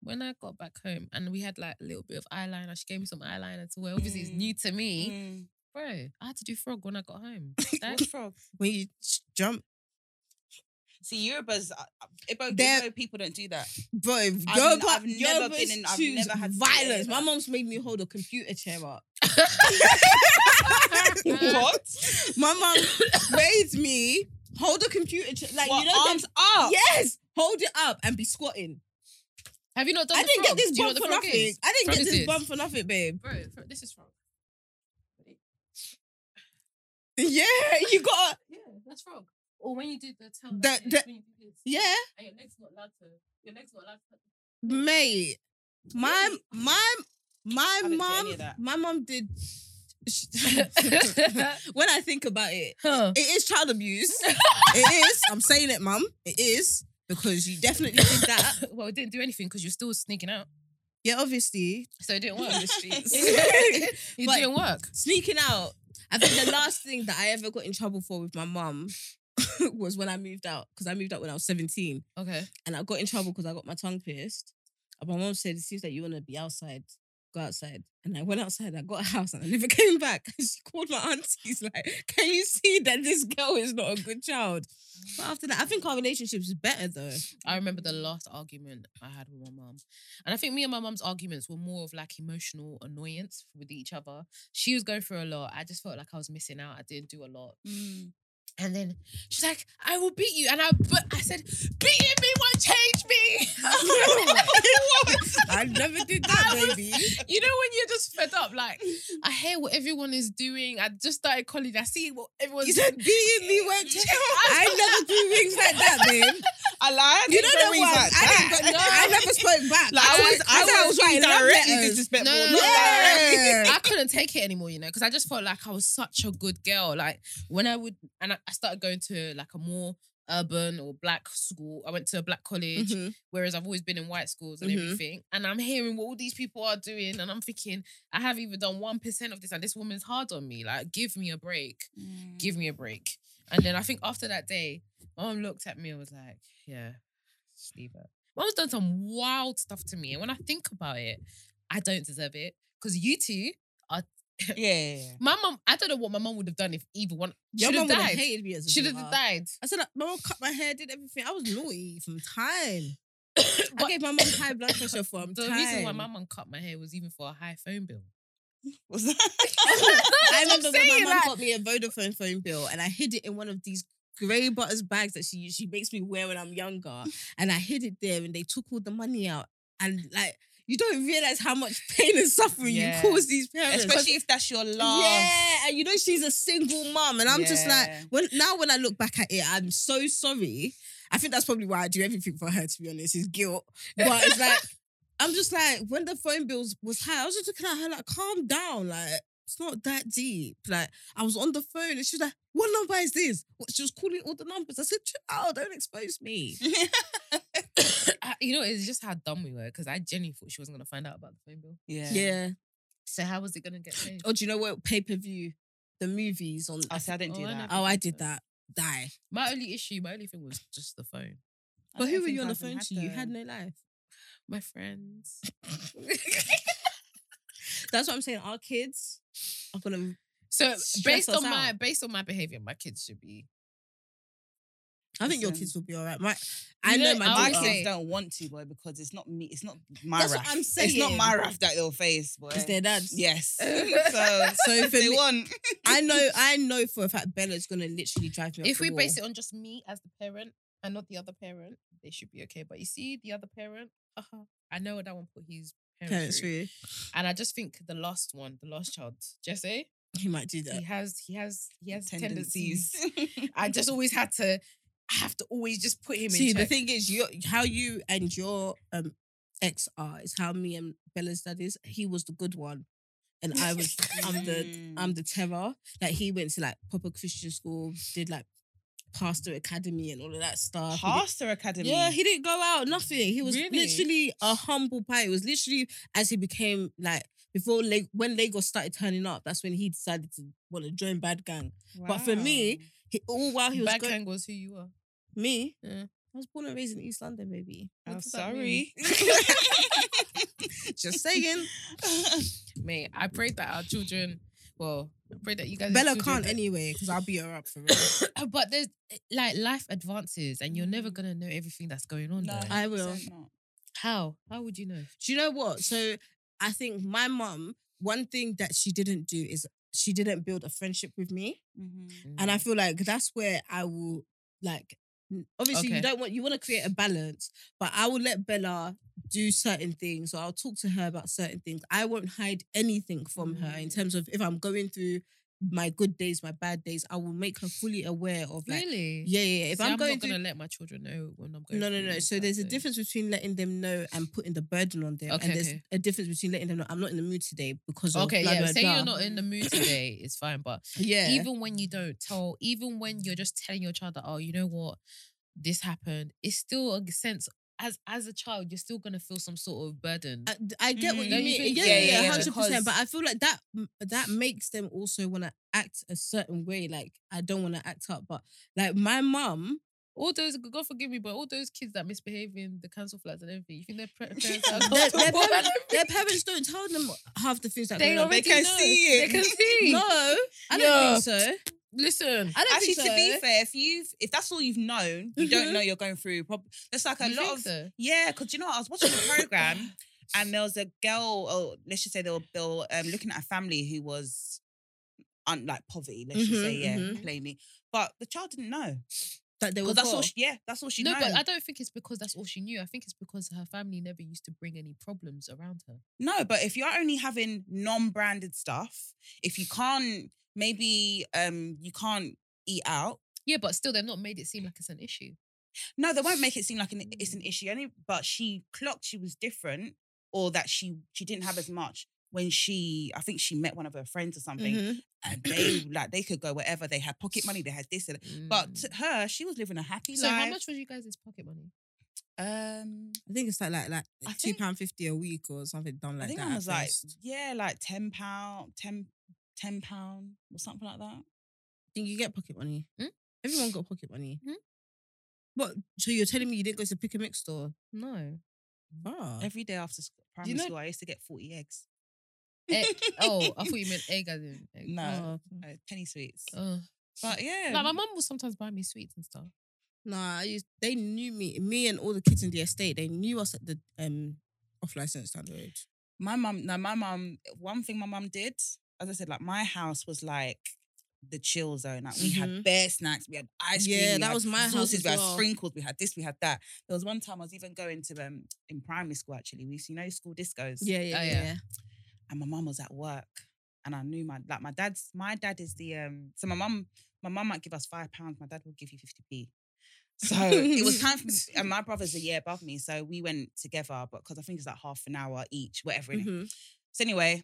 Speaker 2: When I got back home and we had like a little bit of eyeliner, she gave me some eyeliner to wear. Obviously, it's
Speaker 4: Mm.
Speaker 2: new to me.
Speaker 4: Mm.
Speaker 2: Bro, I had to do frog when I got home.
Speaker 4: What's frog?
Speaker 1: When you sh- jump,
Speaker 4: See, Yoruba's uh, Igbo,
Speaker 1: They're-
Speaker 4: Igbo people don't do that.
Speaker 1: bro, I've,
Speaker 4: I've never been in- I've never had to do
Speaker 1: violence.
Speaker 4: that.
Speaker 1: My mom's made me hold a computer chair up. Uh,
Speaker 4: what?
Speaker 1: My mom raised me, hold a computer, ch- like
Speaker 4: What,
Speaker 1: you know, them-
Speaker 4: arms up.
Speaker 1: yes, hold it up and be squatting.
Speaker 2: Have you not done
Speaker 1: I
Speaker 2: the
Speaker 1: didn't get
Speaker 2: frogs?
Speaker 1: this
Speaker 2: Do you know
Speaker 1: bum
Speaker 2: what the
Speaker 1: for
Speaker 2: frog
Speaker 1: nothing.
Speaker 2: is?
Speaker 1: I didn't
Speaker 2: Frog
Speaker 1: get
Speaker 2: is
Speaker 1: this
Speaker 2: this.
Speaker 1: bum for nothing, babe.
Speaker 2: Bro, fro- this is frog.
Speaker 1: Yeah, you got
Speaker 2: Yeah, that's frog. Or when you do the tail.
Speaker 1: The-
Speaker 2: like this,
Speaker 1: the-
Speaker 2: when you do this,
Speaker 1: yeah,
Speaker 2: And your leg's not allowed to. Your leg's not allowed to.
Speaker 1: mate. My my my
Speaker 4: I didn't do any
Speaker 1: mom
Speaker 4: of that.
Speaker 1: my mom did. when I think about it,
Speaker 2: Huh.
Speaker 1: It is child abuse. it is. I'm saying it, mum. It is because you definitely did that.
Speaker 2: well, it didn't do anything because you're still sneaking out.
Speaker 1: Yeah, obviously.
Speaker 2: So it didn't work.
Speaker 1: Sneaking
Speaker 2: it
Speaker 1: But-
Speaker 2: didn't work.
Speaker 1: out. I think the last thing that I ever got in trouble for with my mum was when I moved out because I moved out when I was 17
Speaker 2: Okay.
Speaker 1: and I got in trouble because I got my tongue pierced. And my mum said, "It seems like you want to be outside." Go outside, and I went outside. I got a house, and I never came back. She called my aunties, like, "Can you see that this girl is not a good child?" But after that, I think our relationship is better though.
Speaker 2: I remember the last argument I had with my mum. And I think me and my mum's arguments were more of like emotional annoyance with each other. She was going through a lot. I just felt like I was missing out. I didn't do a lot.
Speaker 4: Mm.
Speaker 2: And then she's like, I will beat you. And I but I said, beating me won't change me.
Speaker 1: I never did that,
Speaker 2: I was-
Speaker 1: baby.
Speaker 2: you know when you're just fed up, like, I hear what everyone is doing. I just started college. I see what everyone's
Speaker 1: You said beating me went. I never do things like that, babe.
Speaker 4: I lied.
Speaker 1: You don't know
Speaker 4: Very
Speaker 1: what?
Speaker 4: like
Speaker 1: I
Speaker 4: that.
Speaker 1: didn't. Go, I never spoke back.
Speaker 4: Like, I was, I was,
Speaker 1: writing love
Speaker 4: directly
Speaker 1: letters.
Speaker 4: disrespectful.
Speaker 2: No, no,
Speaker 4: not
Speaker 2: no, no,
Speaker 4: directly.
Speaker 1: Yeah.
Speaker 2: I couldn't take it anymore, you know, because I just felt like I was such a good girl. Like when I would, and I, I started going to like a more urban or black school. I went to a black college,
Speaker 1: Mhm.
Speaker 2: whereas I've always been in white schools and
Speaker 1: Mhm.
Speaker 2: everything. And I'm hearing what all these people are doing, and I'm thinking I have even done one percent of this, and this woman's hard on me. Like, give me a break, give me a break. And then I think after that day, my mom looked at me and was like, "Yeah, just leave it." Mom's done some wild stuff to me, and when I think about it, I don't deserve it because you two
Speaker 1: Mm-hmm.
Speaker 4: Yeah, yeah, yeah.
Speaker 2: my mom, I don't know what my mom would have done if either one
Speaker 1: Your
Speaker 2: should have
Speaker 1: mum would have
Speaker 2: died.
Speaker 1: hated me as a
Speaker 2: Should have
Speaker 1: daughter.
Speaker 2: died.
Speaker 1: I said, like, my mum cut my hair, did everything. I was naughty from time. I
Speaker 2: But
Speaker 1: gave my mum high blood pressure from
Speaker 2: the
Speaker 1: time.
Speaker 2: reason why my mum cut my hair was even for a high phone bill.
Speaker 4: Was that?
Speaker 1: I
Speaker 2: I
Speaker 1: remember when my mum got me a Vodafone phone bill and I hid it in one of these grey butters bags that she she makes me wear when I'm younger. And I hid it there and they took all the money out. And like you don't realise how much pain and suffering
Speaker 2: Yeah.
Speaker 1: you cause these parents.
Speaker 4: Especially if that's your last.
Speaker 1: Yeah, and you know she's a single mom, and I'm just like,
Speaker 4: Yeah.
Speaker 1: when now when I look back at it, I'm so sorry. I think that's probably why I do everything for her. To be honest, is guilt, but it's like I'm just like when the phone bills was high, I was just looking at her like, calm down, like it's not that deep. Like I was on the phone, and she's like, what number is this? What- She was calling all the numbers. I said, child, don't expose me.
Speaker 2: I- you know, it's just how dumb we were because I genuinely thought she wasn't going to find out about the phone bill.
Speaker 4: Yeah.
Speaker 2: So how was it going to get paid?
Speaker 1: Or Oh, do you know what pay per view, the movies on?
Speaker 4: I said I didn't
Speaker 2: Oh,
Speaker 4: do
Speaker 2: I
Speaker 4: that.
Speaker 2: never-
Speaker 1: Oh, I did that. Die.
Speaker 2: My only issue, my only thing was just the phone.
Speaker 4: I
Speaker 1: But
Speaker 4: don't
Speaker 1: who were
Speaker 4: think
Speaker 1: you on
Speaker 4: I
Speaker 1: the
Speaker 4: even
Speaker 1: phone to? You
Speaker 4: the-
Speaker 1: had no life.
Speaker 2: My friends.
Speaker 1: That's what I'm saying. Our kids are gonna.
Speaker 2: So
Speaker 1: Stress
Speaker 2: based
Speaker 1: us
Speaker 2: on my
Speaker 1: out.
Speaker 2: based on my behavior, my kids should be.
Speaker 1: I think your
Speaker 4: Listen.
Speaker 1: kids will be all right. My, I know
Speaker 2: know,
Speaker 1: my
Speaker 2: I
Speaker 4: My
Speaker 2: would
Speaker 1: daughter.
Speaker 4: kids
Speaker 2: say-
Speaker 4: don't want to, boy, because it's not me. It's not my
Speaker 1: That's
Speaker 4: wrath.
Speaker 1: what I'm
Speaker 4: It's not
Speaker 1: saying.
Speaker 4: my wrath that they'll face, boy.
Speaker 1: It's their dads.
Speaker 4: Yes. so
Speaker 1: So
Speaker 4: if
Speaker 1: for
Speaker 4: they
Speaker 1: me,
Speaker 4: want,
Speaker 1: I know, I know for a fact Bella's gonna literally drive me. Up
Speaker 2: If
Speaker 1: the
Speaker 2: we
Speaker 1: wall.
Speaker 2: base it on just me as the parent and not the other parent, they should be okay. But you see, the other parent, uh-huh, I know that one put his parents,
Speaker 1: parents
Speaker 2: through.
Speaker 1: through,
Speaker 2: And I just think the last one, the last child, Jesse,
Speaker 1: he might do
Speaker 2: he
Speaker 1: that.
Speaker 2: has he has he has tendencies.
Speaker 4: tendencies.
Speaker 2: I just always had to I have to always just put him
Speaker 1: See,
Speaker 2: in
Speaker 1: the
Speaker 2: check.
Speaker 1: thing is, you how you and your um ex are is how me and Bella's dad is. He was the good one, and I was I'm the
Speaker 4: Mm.
Speaker 1: I'm the terror. Like he went to like proper Christian school, did like pastor academy and all of that stuff. He did-
Speaker 4: Pastor Academy.
Speaker 1: Yeah, he didn't go out, nothing. He was
Speaker 2: Really?
Speaker 1: literally a humble pie. It was literally as he became like before Lag- when Lagos started turning up, that's when he decided to want to join Bad Gang. but for me,
Speaker 4: Wow.
Speaker 1: He, all while he was
Speaker 2: Bad
Speaker 1: going,
Speaker 2: gang was who you are.
Speaker 1: me,
Speaker 2: Yeah.
Speaker 1: I was born and raised in East London, baby.
Speaker 4: I'm
Speaker 2: does that mean?
Speaker 4: sorry.
Speaker 1: Just saying,
Speaker 2: Mate, I pray that our children well, I pray that you guys uh,
Speaker 1: Bella can't anyway because I'll be her up for real.
Speaker 2: but there's eh, like life advances and you're
Speaker 1: Mm.
Speaker 2: never gonna know everything that's going on there.
Speaker 1: I will.
Speaker 4: 100% not.
Speaker 2: How? How would you know?
Speaker 1: Do you know what? So I think my mum, one thing that she didn't do is she didn't build a friendship with me,
Speaker 4: Mhm.
Speaker 2: Mm.
Speaker 1: and I
Speaker 2: Mm-hmm.
Speaker 1: feel like that's where I will like. n- Obviously,
Speaker 2: Okay.
Speaker 1: you don't want you want to create a balance, but I will let Bella do certain things, or I'll talk to her about certain things. I won't hide anything from her
Speaker 2: Mm.
Speaker 1: in terms of if I'm going through my good days, my bad days. I will make her fully aware of like,
Speaker 2: really.
Speaker 1: yeah, yeah. yeah. If
Speaker 2: See,
Speaker 1: I'm,
Speaker 2: I'm
Speaker 1: going
Speaker 2: not
Speaker 1: through
Speaker 2: gonna let my children know when I'm going.
Speaker 1: no, no,
Speaker 2: through
Speaker 1: no.
Speaker 2: all
Speaker 1: So
Speaker 2: that,
Speaker 1: there's a
Speaker 2: though.
Speaker 1: difference between letting them know and putting the burden on them,
Speaker 2: Okay,
Speaker 1: and there's
Speaker 2: okay.
Speaker 1: a difference between letting them know I'm not in the mood today because of
Speaker 2: Okay,
Speaker 1: blah,
Speaker 2: yeah.
Speaker 1: blah,
Speaker 2: say
Speaker 1: blah."
Speaker 2: you're not in the mood today, it's fine. But
Speaker 1: yeah,
Speaker 2: even when you don't tell, even when you're just telling your child that, oh, you know what, this happened, it's still a sense. As as a child, you're still gonna feel some sort of burden.
Speaker 1: I, Uh, I get what
Speaker 4: Mm,
Speaker 1: you
Speaker 2: don't you
Speaker 1: mean.
Speaker 2: think?
Speaker 1: yeah,
Speaker 2: Yeah, yeah,
Speaker 1: yeah,
Speaker 2: yeah,
Speaker 1: hundred
Speaker 4: because-
Speaker 1: percent. But I feel like that that makes them also want to act a certain way. Like I don't want to act up, but like my mum.
Speaker 2: all those, God forgive me, but all those kids that misbehave in the council flats and everything, you think their pre- parents are
Speaker 1: Their, their,
Speaker 2: comfortable?
Speaker 1: parents, their parents don't tell them half the things that
Speaker 2: They
Speaker 1: go on.
Speaker 2: already
Speaker 4: can
Speaker 2: know.
Speaker 4: see
Speaker 2: They
Speaker 4: it.
Speaker 2: can see.
Speaker 1: No, I don't
Speaker 2: Yeah.
Speaker 1: think so.
Speaker 2: Listen,
Speaker 1: I don't
Speaker 4: Actually,
Speaker 1: think
Speaker 4: to
Speaker 1: so.
Speaker 4: be fair, if you've if that's all you've known, you don't
Speaker 1: Mhm.
Speaker 4: know you're going through. Prob- there's like a
Speaker 2: you
Speaker 4: lot
Speaker 2: think
Speaker 4: of
Speaker 2: so?
Speaker 4: yeah. Because you know, what? I was watching the program, and there was a girl. Oh, let's just say they were, they were um, looking at a family who was, un- like poverty. Let's just say
Speaker 2: Mm-hmm,
Speaker 1: Mhm,
Speaker 4: yeah,
Speaker 1: mhm.
Speaker 4: plainly. But the child didn't know
Speaker 1: that they were
Speaker 4: because that's all.
Speaker 1: poor.
Speaker 4: She, yeah, that's all she
Speaker 2: no,
Speaker 4: know.
Speaker 2: but I don't think it's because that's all she knew. I think it's because her family never used to bring any problems around her.
Speaker 4: No, but if you're only having non-branded stuff, if you can't, maybe um, you can't eat out.
Speaker 2: Yeah, but still, they've not made it seem like it's an issue.
Speaker 4: No, they won't make it seem like an, it's
Speaker 2: Mm.
Speaker 4: an issue. Only, but she clocked she was different, or that she she didn't have as much when she. I think she met one of her friends or something,
Speaker 1: Mhm.
Speaker 4: and they like they could go wherever. They had pocket money. They had this, and, but to her, she was living a happy
Speaker 2: Mm. so,
Speaker 4: life.
Speaker 2: how much was you guys' pocket money?
Speaker 4: Um,
Speaker 1: I think it's like like like
Speaker 4: I
Speaker 1: two
Speaker 4: think-
Speaker 1: pound fifty a week or something dumb like
Speaker 4: I think
Speaker 1: that.
Speaker 4: I
Speaker 1: at
Speaker 4: was like,
Speaker 1: first.
Speaker 4: yeah, like ten pound, 10 10 pound or something like that.
Speaker 1: think you get pocket money.
Speaker 2: Hmm?
Speaker 1: Everyone got pocket money.
Speaker 2: Hmm?
Speaker 1: But so you're telling me you didn't go to pick a mix store?
Speaker 2: No.
Speaker 1: Bruh.
Speaker 4: Every day after sc- primary
Speaker 2: Uh. know-
Speaker 4: school, I used to get 40 eggs.
Speaker 2: Eh, oh, I thought you meant egg as in egg. oh.
Speaker 4: No.
Speaker 1: Oh.
Speaker 4: Uh, penny sweets.
Speaker 2: Ugh.
Speaker 4: But yeah.
Speaker 2: Like my mum will sometimes buy me sweets and stuff.
Speaker 1: Nah, I used, they knew me, me and all the kids in the estate. They knew us at the um off license down the road.
Speaker 4: my mum, no, my mum, one thing my mum did, as I said, like my house was like the chill zone. Like we had
Speaker 1: Mhm.
Speaker 4: bear snacks, we had ice cream.
Speaker 1: Yeah,
Speaker 4: we
Speaker 1: that
Speaker 4: had
Speaker 1: was my house
Speaker 4: sauces,
Speaker 1: as
Speaker 4: we had
Speaker 1: well.
Speaker 4: sprinkles, we had this, we had that. There was one time I was even going to um in primary school actually. We used to, you know, school discos.
Speaker 1: yeah,
Speaker 2: Oh, yeah.
Speaker 4: and my mum was at work. And I knew my like my dad's my dad is the um so my mum my mum might give us five pounds, my dad will give you fifty p. So it was time for me, and my brother's a year above me, so we went together, but because I think it's like half an hour each, whatever. innit?
Speaker 1: Mhm.
Speaker 4: So anyway,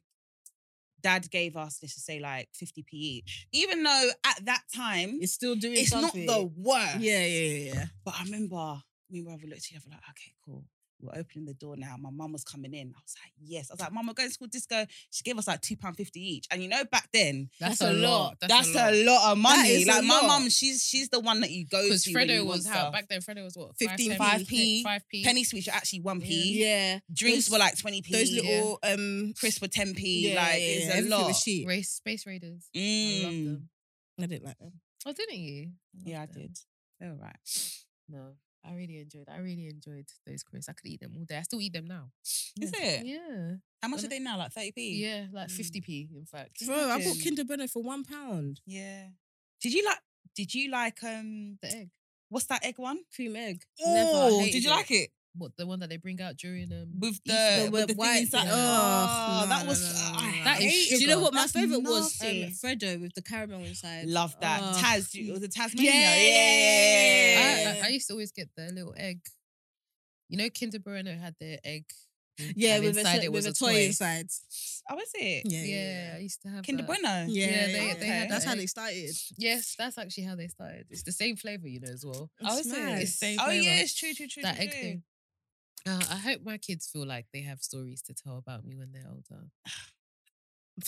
Speaker 4: dad gave us let's just say like fifty p each, even though at that time
Speaker 1: It's still doing
Speaker 4: it's not
Speaker 1: something.
Speaker 4: the worst.
Speaker 1: Yeah, yeah, yeah, yeah.
Speaker 4: But I remember me and my brother looked at each other like, okay, cool. We're opening the door now. My mum was coming in. I was like, yes. I was like, Mum, we're going to school disco. She gave us like £2.50 each. And you know, back then,
Speaker 1: That's a lot.
Speaker 4: that's, a, lot. of money.
Speaker 1: is a
Speaker 4: Like my
Speaker 1: lot.
Speaker 4: mum, she's she's the one that you go to.
Speaker 2: Because
Speaker 4: when
Speaker 2: Fredo
Speaker 4: you want
Speaker 2: was how
Speaker 4: stuff.
Speaker 2: back then. Fredo was what
Speaker 1: 15p.
Speaker 4: 5p.
Speaker 2: 5 p.
Speaker 4: penny sweets are actually 1p.
Speaker 1: Yeah.
Speaker 4: Drinks
Speaker 1: Those-
Speaker 4: were like 20p.
Speaker 1: Those
Speaker 2: yeah.
Speaker 1: little um
Speaker 4: crisps were 10p.
Speaker 1: yeah,
Speaker 4: like
Speaker 1: yeah, yeah,
Speaker 4: it's
Speaker 1: yeah.
Speaker 4: a
Speaker 1: Everything
Speaker 4: lot.
Speaker 1: was cheap.
Speaker 2: Race space raiders. I love
Speaker 4: Mm.
Speaker 2: them.
Speaker 1: I didn't like them.
Speaker 2: Oh, didn't you?
Speaker 4: Yeah, I
Speaker 2: loved them.
Speaker 4: did. They were right.
Speaker 2: No, I really enjoyed. I really enjoyed those crisps. I could eat them all day. I still eat them now.
Speaker 4: Is it?
Speaker 2: Yeah.
Speaker 4: How much are
Speaker 2: When I-
Speaker 4: they now? Like 30p?
Speaker 2: Yeah, like
Speaker 4: Mm.
Speaker 2: fifty p. In fact,
Speaker 1: Bro, I bought
Speaker 4: Imagine.
Speaker 1: Kinder Bueno for one pound.
Speaker 4: Yeah. Did you like did you like um
Speaker 2: the egg.
Speaker 4: what's that egg one?
Speaker 1: Cream egg.
Speaker 4: Oh,
Speaker 1: hated
Speaker 4: did you like it?
Speaker 2: What the one that they bring out during um
Speaker 4: With
Speaker 1: Easter
Speaker 4: the, with
Speaker 1: with
Speaker 4: the
Speaker 1: white-
Speaker 4: thing inside.
Speaker 1: yeah.
Speaker 4: Oh,
Speaker 1: Oh, no,
Speaker 4: that
Speaker 1: no,
Speaker 4: was
Speaker 1: no, no,
Speaker 4: I
Speaker 1: no.
Speaker 2: That
Speaker 4: hate
Speaker 2: is sugar.
Speaker 1: Do you know what my
Speaker 4: That's
Speaker 1: favorite was? Um,
Speaker 4: nasty.
Speaker 1: Freddo with the caramel inside.
Speaker 4: Love that.
Speaker 1: Oh.
Speaker 4: Taz, you- it was the Tasmania. Yeah.
Speaker 1: Yeah.
Speaker 2: I, I, I used to always get the little egg. You know, Kinder Bueno had their egg.
Speaker 1: Yeah,
Speaker 2: and
Speaker 1: with,
Speaker 2: inside
Speaker 1: a,
Speaker 2: it was
Speaker 1: with
Speaker 2: a
Speaker 1: a toy,
Speaker 2: toy.
Speaker 1: inside.
Speaker 4: Oh, was it?
Speaker 1: Yeah,
Speaker 2: Yeah,
Speaker 1: yeah.
Speaker 2: I used to have
Speaker 4: Kinder
Speaker 2: that.
Speaker 4: Bueno.
Speaker 1: yeah. Yeah,
Speaker 2: they-
Speaker 1: yeah.
Speaker 4: they had
Speaker 1: that's how
Speaker 2: that.
Speaker 1: they started.
Speaker 2: Yes, that's actually how they started. It's the same flavor, you know, as well.
Speaker 1: It's
Speaker 2: would say
Speaker 1: mad.
Speaker 2: It's the same
Speaker 4: Oh,
Speaker 2: flavor.
Speaker 4: yeah, it's true, true, true.
Speaker 2: that
Speaker 4: true,
Speaker 2: egg
Speaker 4: true.
Speaker 2: thing. Uh, I hope my kids feel like they have stories to tell about me when they're older.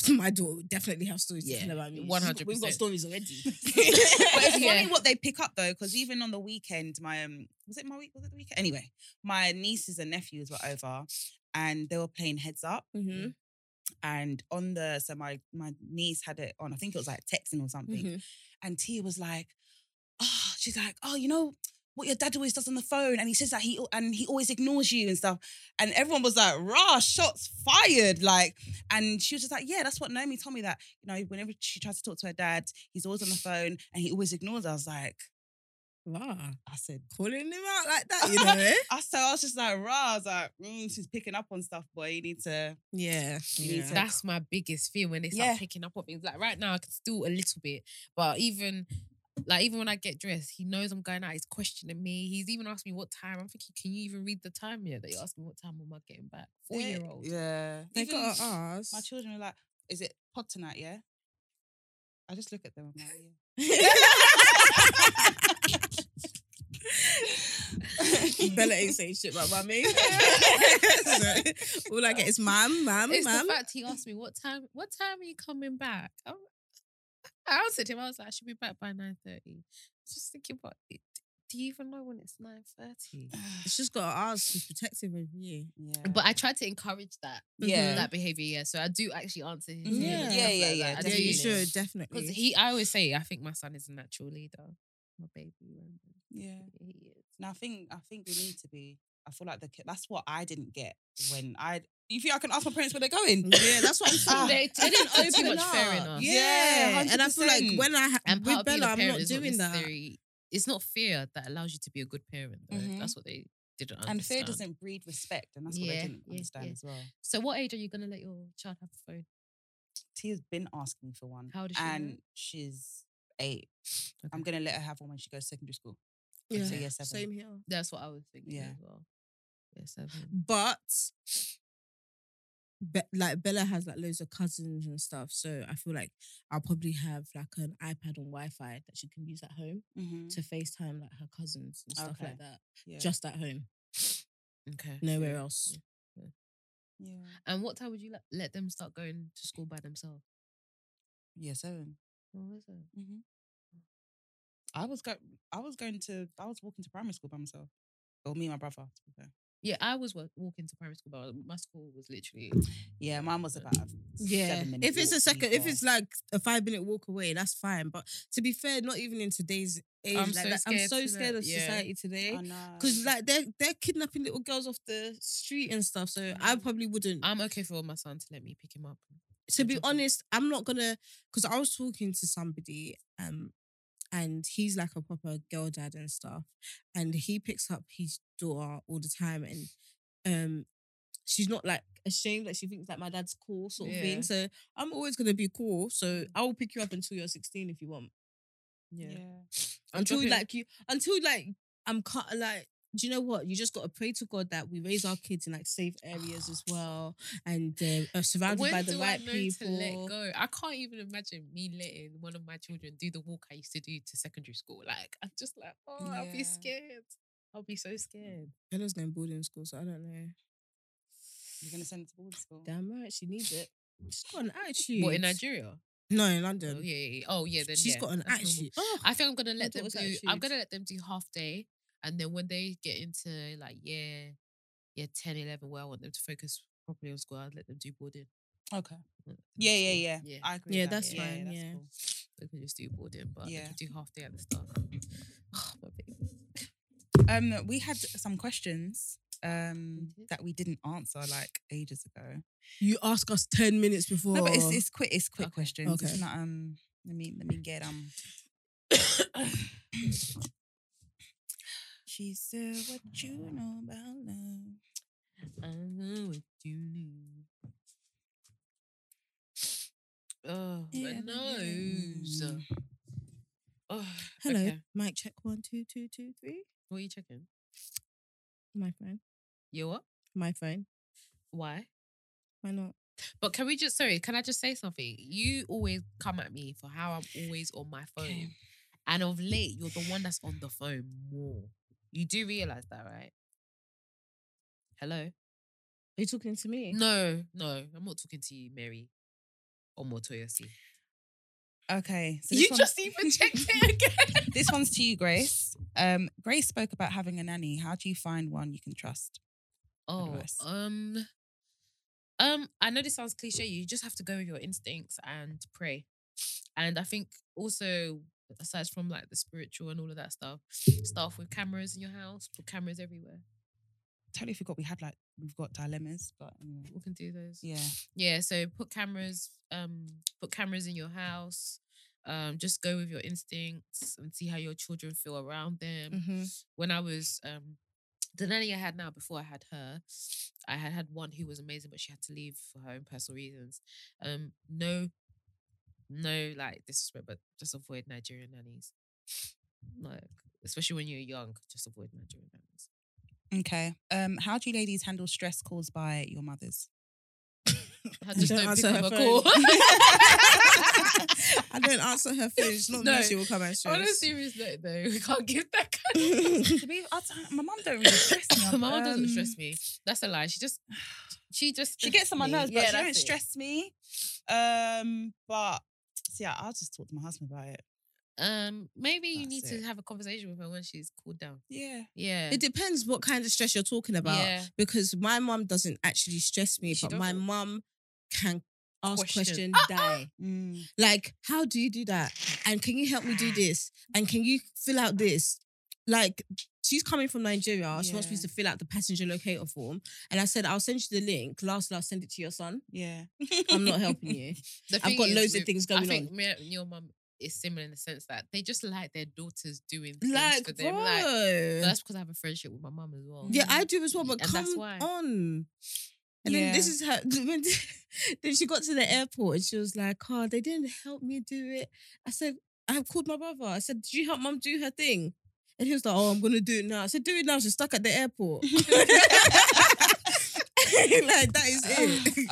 Speaker 1: My daughter would definitely have stories
Speaker 2: Yeah,
Speaker 1: to tell about me. She's-
Speaker 2: 100%.
Speaker 1: We've got stories already.
Speaker 4: but it's
Speaker 2: Yeah.
Speaker 4: funny what they pick up though, because even on the weekend, my um, was it my week? Was it the weekend? Anyway, my nieces and nephews were over, and they were playing Heads Up.
Speaker 1: Mhm,
Speaker 4: And on the so my my niece had it on. I
Speaker 1: mm-hmm.
Speaker 4: think it was like texting or something.
Speaker 1: mhm.
Speaker 4: And T was like, oh, she's like, oh, you know, what your dad always does on the phone, and he says that he and he always ignores you and stuff. And everyone was like, "Rah, shots fired!" Like, and she was just like, "Yeah, that's what Naomi told me that you know whenever she tries to talk to her dad, he's always on the phone and he always ignores." her." I was like,
Speaker 1: Wow.
Speaker 4: I said,
Speaker 1: Calling him out like that, you know?
Speaker 4: I so I was just like, "Rah," I was like, mm, "She's picking up on stuff, boy. You need to."
Speaker 1: yeah.
Speaker 4: You need to-
Speaker 2: That's my biggest fear when they start
Speaker 4: Yeah.
Speaker 2: picking up on things. Like right now, I can still a little bit, but even like even when I get dressed, he knows I'm going out. He's questioning me. He's even asked me what time. I'm thinking, can you even read the time yet? They asked me what time am I getting back? Four year old.
Speaker 4: Eh, Yeah,
Speaker 1: They
Speaker 4: Even
Speaker 1: got to ask.
Speaker 4: My children are like, "Is it pod tonight?" Yeah. I just look at them. I'm like, yeah.
Speaker 1: Bella ain't saying shit about mummy. All I get is mum, mum,
Speaker 2: It's
Speaker 1: mum.
Speaker 2: the fact he asked me what time. What time are you coming back? I'm, I answered him. I was like, I should be back by nine thirty. Just thinking about it. Do you even know when it's nine thirty?
Speaker 1: It's just got to ask. She's protective of you.
Speaker 4: yeah.
Speaker 2: But I tried to encourage that. mm-hmm,
Speaker 4: Yeah.
Speaker 2: That behavior. Yeah. So I do actually answer him.
Speaker 4: Mhm.
Speaker 1: Yeah.
Speaker 2: and
Speaker 4: Yeah,
Speaker 2: stuff
Speaker 4: yeah,
Speaker 2: like
Speaker 4: yeah,
Speaker 2: that. I
Speaker 1: Yeah,
Speaker 2: do
Speaker 4: definitely.
Speaker 1: you
Speaker 2: this.
Speaker 1: should,
Speaker 2: Because
Speaker 1: definitely.
Speaker 2: he, I always say, I think my son is a natural leader. My baby, um,
Speaker 4: yeah.
Speaker 2: he is.
Speaker 4: Now I think I think we need to be. I feel like the ki- that's what I didn't get when I. You think I can ask my parents where they're going?
Speaker 1: yeah, that's what I'm
Speaker 4: Ah.
Speaker 2: They,
Speaker 1: saying.
Speaker 2: they didn't owe too
Speaker 1: Open
Speaker 2: much. Fair
Speaker 1: up.
Speaker 2: enough.
Speaker 4: Yeah,
Speaker 1: and I feel like
Speaker 4: 100%.
Speaker 1: when I ha-
Speaker 2: And part
Speaker 1: with
Speaker 2: of being
Speaker 1: Bella,
Speaker 2: a
Speaker 1: I'm
Speaker 2: parent
Speaker 1: not
Speaker 2: is not
Speaker 1: doing that.
Speaker 2: necessarily- It's not fear that allows you to be a good parent. Though.
Speaker 4: Mhm.
Speaker 2: That's what they didn't understand.
Speaker 4: And fear doesn't breed respect, and that's what I
Speaker 2: Yeah,
Speaker 4: didn't
Speaker 2: yeah,
Speaker 4: understand
Speaker 2: yeah.
Speaker 4: as well.
Speaker 2: So, what age are you going to let your child have a phone?
Speaker 4: T has been asking me for one,
Speaker 2: How old is she now?
Speaker 4: and she's eight. I'm gonna let her have one when she goes to secondary school.
Speaker 1: Yeah.
Speaker 4: So yeah, seven.
Speaker 1: Same here.
Speaker 2: That's what I was thinking
Speaker 4: Yeah.
Speaker 2: as well. Yeah, seven.
Speaker 1: But be- like Bella has like loads of cousins and stuff, so I feel like I'll probably have like an iPad on Wi-Fi that she can use at home
Speaker 4: Mhm.
Speaker 1: to FaceTime like her cousins and stuff
Speaker 4: Okay.
Speaker 1: like that.
Speaker 4: Yeah.
Speaker 1: Just at home,
Speaker 2: Okay.
Speaker 1: nowhere else.
Speaker 4: yeah.
Speaker 2: And what time would you let, let them start going to school by themselves?
Speaker 4: Yeah, seven.
Speaker 2: What was it?
Speaker 4: I was go. I was going to. I was walking to primary school by myself. Or me and my brother. To be fair.
Speaker 2: Yeah, I was wa- walking to primary school, but my school was literally
Speaker 1: Mm.
Speaker 4: Yeah, mine was
Speaker 2: Yeah.
Speaker 4: about. A
Speaker 1: Yeah,
Speaker 4: Seven minute
Speaker 1: if it's a
Speaker 4: walk, to be
Speaker 1: second, if
Speaker 4: fair.
Speaker 1: it's like a five minute walk away, that's fine. But to be fair, not even in today's age,
Speaker 2: I'm
Speaker 1: like
Speaker 2: so
Speaker 1: that, I'm
Speaker 2: scared
Speaker 1: so
Speaker 2: to
Speaker 1: scared
Speaker 2: that,
Speaker 1: of
Speaker 2: yeah.
Speaker 1: society today.
Speaker 4: I know.
Speaker 1: Cause like they're they're kidnapping little girls off the street and stuff, so I probably wouldn't.
Speaker 2: I'm okay for my son to let me pick him up.
Speaker 1: to be
Speaker 2: Jump in.
Speaker 1: honest, I'm not gonna because I was talking to somebody, um, and he's like a proper girl dad and stuff, and he picks up his daughter all the time, and um, she's not like ashamed that she thinks that my dad's cool sort of
Speaker 2: Yeah. Mm.
Speaker 1: thing. So I'm always gonna be cool. So I will pick you up until you're 16 if you want.
Speaker 4: yeah.
Speaker 1: Until
Speaker 2: dropping-
Speaker 1: like you, until like I'm cut like. Do you know what? You just gotta pray to God that we raise our kids in like safe areas as well, and uh, are surrounded
Speaker 2: When
Speaker 1: by the
Speaker 2: do
Speaker 1: right
Speaker 2: I know
Speaker 1: people.
Speaker 2: to let go? I can't even imagine me letting one of my children do the walk I used to do to secondary school. Like I'm just like, oh, I'll
Speaker 4: Yeah.
Speaker 2: be scared. I'll be
Speaker 1: Mm.
Speaker 2: so scared.
Speaker 1: Bella's going boarding school, so I don't know.
Speaker 4: You're gonna send it to boarding school.
Speaker 1: Damn right, she needs it. She's got an attitude.
Speaker 2: What in Nigeria?
Speaker 1: No, in
Speaker 2: Oh
Speaker 1: London.
Speaker 2: yeah, yeah, yeah. Oh yeah. Then
Speaker 1: She's
Speaker 2: yeah,
Speaker 1: got an
Speaker 2: that's normal.
Speaker 1: attitude. Oh,
Speaker 2: I think I'm gonna let them
Speaker 1: daughter's
Speaker 2: do. I'm
Speaker 1: attitude.
Speaker 2: gonna let them do half day, and then when they get into like year, year 10, 11, where I want them to focus properly on school, I'll let them do boarding.
Speaker 4: Okay.
Speaker 2: Let them
Speaker 4: Yeah,
Speaker 2: do
Speaker 4: yeah,
Speaker 2: school.
Speaker 4: yeah.
Speaker 2: Yeah,
Speaker 4: I agree.
Speaker 1: Yeah,
Speaker 4: with that.
Speaker 1: that's fine,
Speaker 4: that's
Speaker 1: yeah.
Speaker 4: cool.
Speaker 2: they can just do boarding, but
Speaker 4: Yeah.
Speaker 2: they can do half day at the start. Oh, my baby.
Speaker 4: Um, we had some questions um
Speaker 2: did.
Speaker 4: that we didn't answer like ages ago.
Speaker 1: you ask us ten minutes before.
Speaker 4: No, but it's it's quick. It's quick
Speaker 2: Okay,
Speaker 4: questions. It's
Speaker 1: okay.
Speaker 4: not um. Let me let me get um. she said, "What you know about love?"
Speaker 2: I know what you need. Oh,
Speaker 4: Yeah,
Speaker 2: my nose.
Speaker 4: mm.
Speaker 2: Oh,
Speaker 1: Hello,
Speaker 2: okay.
Speaker 1: mic check one two two two three.
Speaker 2: What are you checking?
Speaker 1: My phone,
Speaker 2: You what?
Speaker 1: my phone.
Speaker 2: Why?
Speaker 1: Why not?
Speaker 2: But can we just sorry, can I just say something? You always come at me for how I'm always on my phone.
Speaker 4: Okay.
Speaker 2: And of late, you're the one that's on the phone more. You do realize that, right? Hello?
Speaker 1: Are you talking to me?
Speaker 2: No, no, I'm not talking to you, Mary. Or Motoya C.
Speaker 4: Okay, so
Speaker 2: you
Speaker 4: this one-
Speaker 2: just even checked it again.
Speaker 4: this one's to you, Grace. Um, Grace spoke about having a nanny. How do you find one you can trust?
Speaker 2: Oh,
Speaker 4: Advice.
Speaker 2: um, um, I know this sounds cliche. You just have to go with your instincts and pray. And I think also aside from like the spiritual and all of that stuff, start off with cameras in your house, put cameras everywhere.
Speaker 4: Totally forgot we had like we've got dilemmas, but anyway.
Speaker 2: We can do those.
Speaker 4: yeah,
Speaker 2: Yeah, so put cameras, um, put cameras in your house. Um, just go with your instincts and see how your children feel around them. When I was um the nanny I had now before I had her, I had had one who was amazing, but she had to leave for her own personal reasons. Um, no, no, like disrespect, but just avoid Nigerian nannies. Like, especially when you're young, just avoid Nigerian nannies.
Speaker 4: Okay. Um, how do you ladies handle stress caused by your mothers?
Speaker 2: I just don't,
Speaker 1: don't
Speaker 2: pick
Speaker 1: answer
Speaker 2: up
Speaker 1: her
Speaker 2: a call.
Speaker 1: I don't answer her phone. It's not
Speaker 2: No.
Speaker 1: me. She will come and
Speaker 2: On a
Speaker 1: stress.
Speaker 2: serious note, though, we can't give that kind of.
Speaker 4: to be, I don't- my mum don't really stress me.
Speaker 2: My mum
Speaker 4: Um,
Speaker 2: doesn't stress me. That's a lie. She just, she just.
Speaker 4: She gets on my
Speaker 2: me.
Speaker 4: nerves, but
Speaker 2: Yeah,
Speaker 4: she don't
Speaker 2: that's it.
Speaker 4: stress me. Um, but see, I- I'll just talk to my husband about it.
Speaker 2: Um, maybe you
Speaker 4: That's
Speaker 2: need
Speaker 4: it.
Speaker 2: to have a conversation with her when she's cooled down.
Speaker 4: Yeah.
Speaker 2: Yeah.
Speaker 1: It depends what kind of stress you're talking about.
Speaker 2: Yeah.
Speaker 1: Because my mom doesn't actually stress me,
Speaker 2: She
Speaker 1: but my
Speaker 2: doesn't.
Speaker 1: mum can ask
Speaker 2: Question.
Speaker 1: question, die.
Speaker 4: Mm,
Speaker 1: Like, how do you do that? And can you help me do this? And can you fill out this? Like, she's coming from Nigeria. She wants me
Speaker 4: Yeah.
Speaker 1: to fill out the passenger locator form. And I said, I'll send you the link. Lastly, I'll send it to your son.
Speaker 4: Yeah.
Speaker 1: I'm not helping you.
Speaker 2: The
Speaker 1: I've
Speaker 2: thing
Speaker 1: got
Speaker 2: is
Speaker 1: loads of
Speaker 2: with-
Speaker 1: things
Speaker 2: I
Speaker 1: going
Speaker 2: think
Speaker 1: on.
Speaker 2: me and your mum is similar in the sense that they just like their daughters doing things
Speaker 1: Like,
Speaker 2: for
Speaker 1: bro.
Speaker 2: them. Like, but that's because I have a friendship with my mum as well.
Speaker 1: Yeah,
Speaker 4: Mm-hmm.
Speaker 1: I do as well, but
Speaker 2: And
Speaker 1: come
Speaker 2: that's why.
Speaker 1: on. And then this
Speaker 4: Yeah.
Speaker 1: is her. When, then she got to the airport and she was like, "Oh, they didn't help me do it." I said, "I called my brother." I said, "Did you help mom do her thing?" And he was like, "Oh, I'm gonna do it now." I said, "Do it now." She's stuck at the airport. like that is it.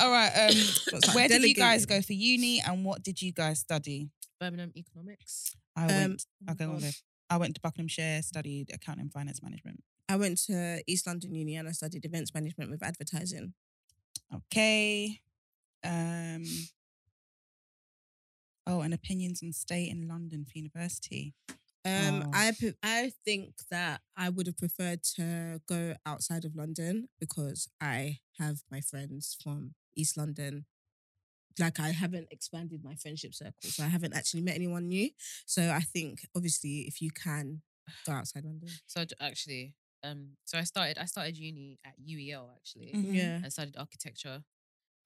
Speaker 4: All right. Um,
Speaker 1: It's like
Speaker 4: where did you guys
Speaker 1: delegating.
Speaker 4: go for uni, and what did you guys study?
Speaker 2: Birmingham economics.
Speaker 4: I
Speaker 1: Um,
Speaker 4: went.
Speaker 2: oh
Speaker 4: Okay,
Speaker 1: God.
Speaker 4: well, then. I went to Buckinghamshire, studied accounting and finance management.
Speaker 1: I went to East London Uni and I studied events management with advertising.
Speaker 4: Okay. Um. Oh, and opinions on stay in London for university.
Speaker 1: Um,
Speaker 4: Oh.
Speaker 1: I pre- I think that I would have preferred to go outside of London because I have my friends from East London. Like I haven't expanded my friendship circle, so I haven't actually met anyone new. So I think obviously if you can go outside London,
Speaker 2: So I d- actually, um, so I started. I started uni at UEL actually.
Speaker 4: Mhm.
Speaker 1: yeah,
Speaker 2: and studied architecture.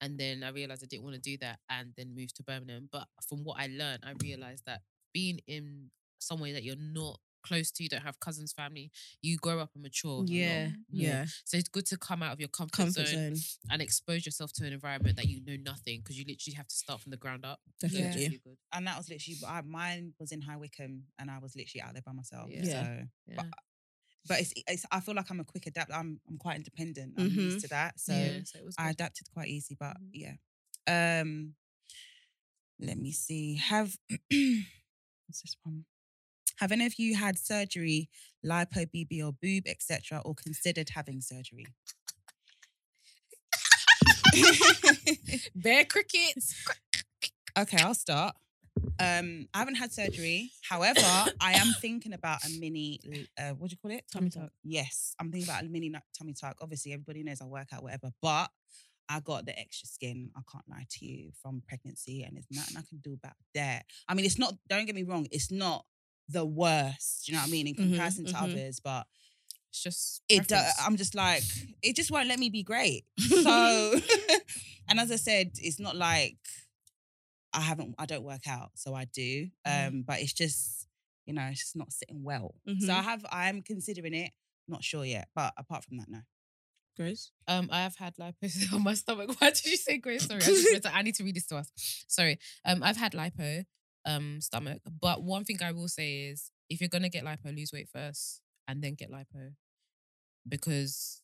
Speaker 2: And then I realized I didn't want to do that and then moved to Birmingham. But from what I learned, I realized that being in somewhere that you're not close to, you don't have cousins, family, you grow up and mature. a lot
Speaker 1: yeah,
Speaker 2: more.
Speaker 1: yeah,
Speaker 2: So it's good to come out of your comfort,
Speaker 1: comfort
Speaker 2: zone,
Speaker 1: zone,
Speaker 2: and expose yourself to an environment that you know nothing because you literally have to start from the ground up. So it's
Speaker 1: definitely.
Speaker 2: really good.
Speaker 4: And that was literally I, mine was in High Wycombe, and I was literally out there by myself.
Speaker 2: Yeah.
Speaker 1: Yeah.
Speaker 4: So,
Speaker 2: Yeah.
Speaker 4: but but it's, it's I feel like I'm a quick adapter. I'm I'm quite independent. I'm
Speaker 1: Mhm.
Speaker 4: used to that. So
Speaker 2: Mm-hmm, yeah, so it was
Speaker 4: I
Speaker 2: good.
Speaker 4: adapted quite easy. But
Speaker 2: Mhm.
Speaker 4: yeah. Um. Let me see. Have what's this one? Have any of you had surgery, lipo, BB, or boob, etc., or considered having surgery?
Speaker 2: Bear crickets.
Speaker 4: Okay, I'll start. Um, I haven't had surgery. However, I am thinking about a mini. Uh, what do you call it?
Speaker 1: Tummy tuck.
Speaker 4: Yes, I'm thinking about a mini nu- tummy tuck. Obviously, everybody knows I work out, whatever. But I got the extra skin. I can't lie to you from pregnancy, and there's nothing I can do about that. I mean, it's not. Don't get me wrong. It's not the worst. You know what I mean in
Speaker 1: Mhm,
Speaker 4: comparison to
Speaker 1: mhm.
Speaker 4: others, but
Speaker 2: It's just
Speaker 4: Mm-hmm, it. do-
Speaker 2: preference.
Speaker 4: I'm just like it just won't let me be great. So,
Speaker 1: Mm-hmm.
Speaker 4: and as I said, it's not like I haven't, I don't work out, so I do.
Speaker 1: Mm-hmm.
Speaker 2: Mhm.
Speaker 4: Um, but it's just, you know, it's just not sitting well.
Speaker 1: Mhm.
Speaker 4: So I have, I am considering it. Not sure yet, but apart from that, no.
Speaker 1: Grace,
Speaker 2: Um, I have had lipo on my stomach. Why did you say Grace? Sorry, I, just read that. I need to read this to us. Sorry. Um, I've had lipo, um, stomach. But one thing I will say is, if you're gonna get lipo, lose weight first and then get lipo, because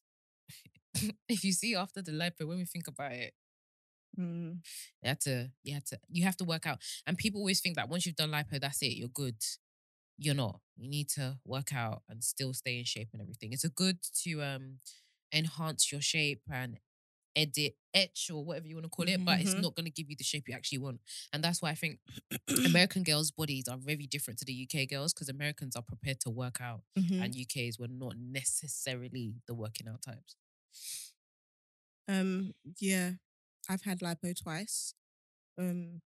Speaker 2: if you see after the lipo, when we think about it, you had to, you had to, you have to work out. And people always think that once you've done lipo, that's it, you're good. You're not. You need to work out and still stay in shape and everything. It's a good to um enhance your shape and edit etch or whatever you want to call it, but it's
Speaker 1: Mhm.
Speaker 2: not going to give you the shape you actually want. And that's why I think American girls' bodies are very different to the UK girls because Americans are prepared to work out,
Speaker 1: Mhm.
Speaker 2: and UKs were not necessarily the working out types.
Speaker 1: Um, yeah, I've had lipo twice. Um,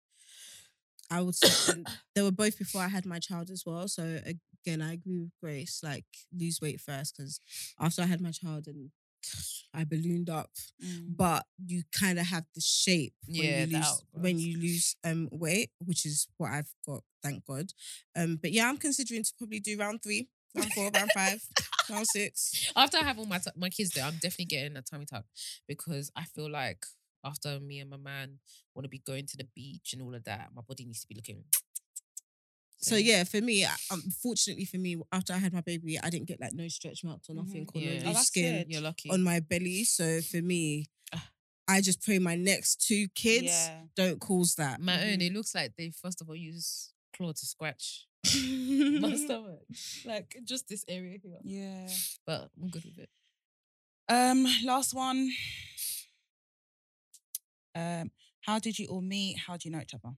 Speaker 1: I would say and they were both before I had my child as well. So again, I agree with Grace. Like lose weight first because after I had my child and I ballooned up, but you kind of have the shape when
Speaker 2: Yeah, the
Speaker 1: you lose
Speaker 2: outgrowth.
Speaker 1: when you lose um weight, which is what I've got. Thank God. Um, but yeah, I'm considering to probably do round three, round four, round five, round six.
Speaker 2: After I have all my t- my kids there, I'm definitely getting a tummy tuck because I feel like after me and my man want to be going to the beach and all of that, my body needs to be looking.
Speaker 1: So yeah, for me, I- unfortunately for me, after I had my baby, I didn't get like no stretch marks or nothing or
Speaker 2: Yeah. Oh,
Speaker 1: no loose
Speaker 4: that's
Speaker 1: skin.
Speaker 4: good. Ah.
Speaker 2: you're lucky.
Speaker 1: on my belly. So for me, I just pray my next two kids
Speaker 4: Yeah.
Speaker 1: don't cause that. mm-hmm.
Speaker 2: my own, it looks like they first of all use claw to scratch my stomach, like just this area here.
Speaker 4: Yeah.
Speaker 2: But I'm good with it.
Speaker 4: Um, last one. Um, how did you all meet? How do you know each other?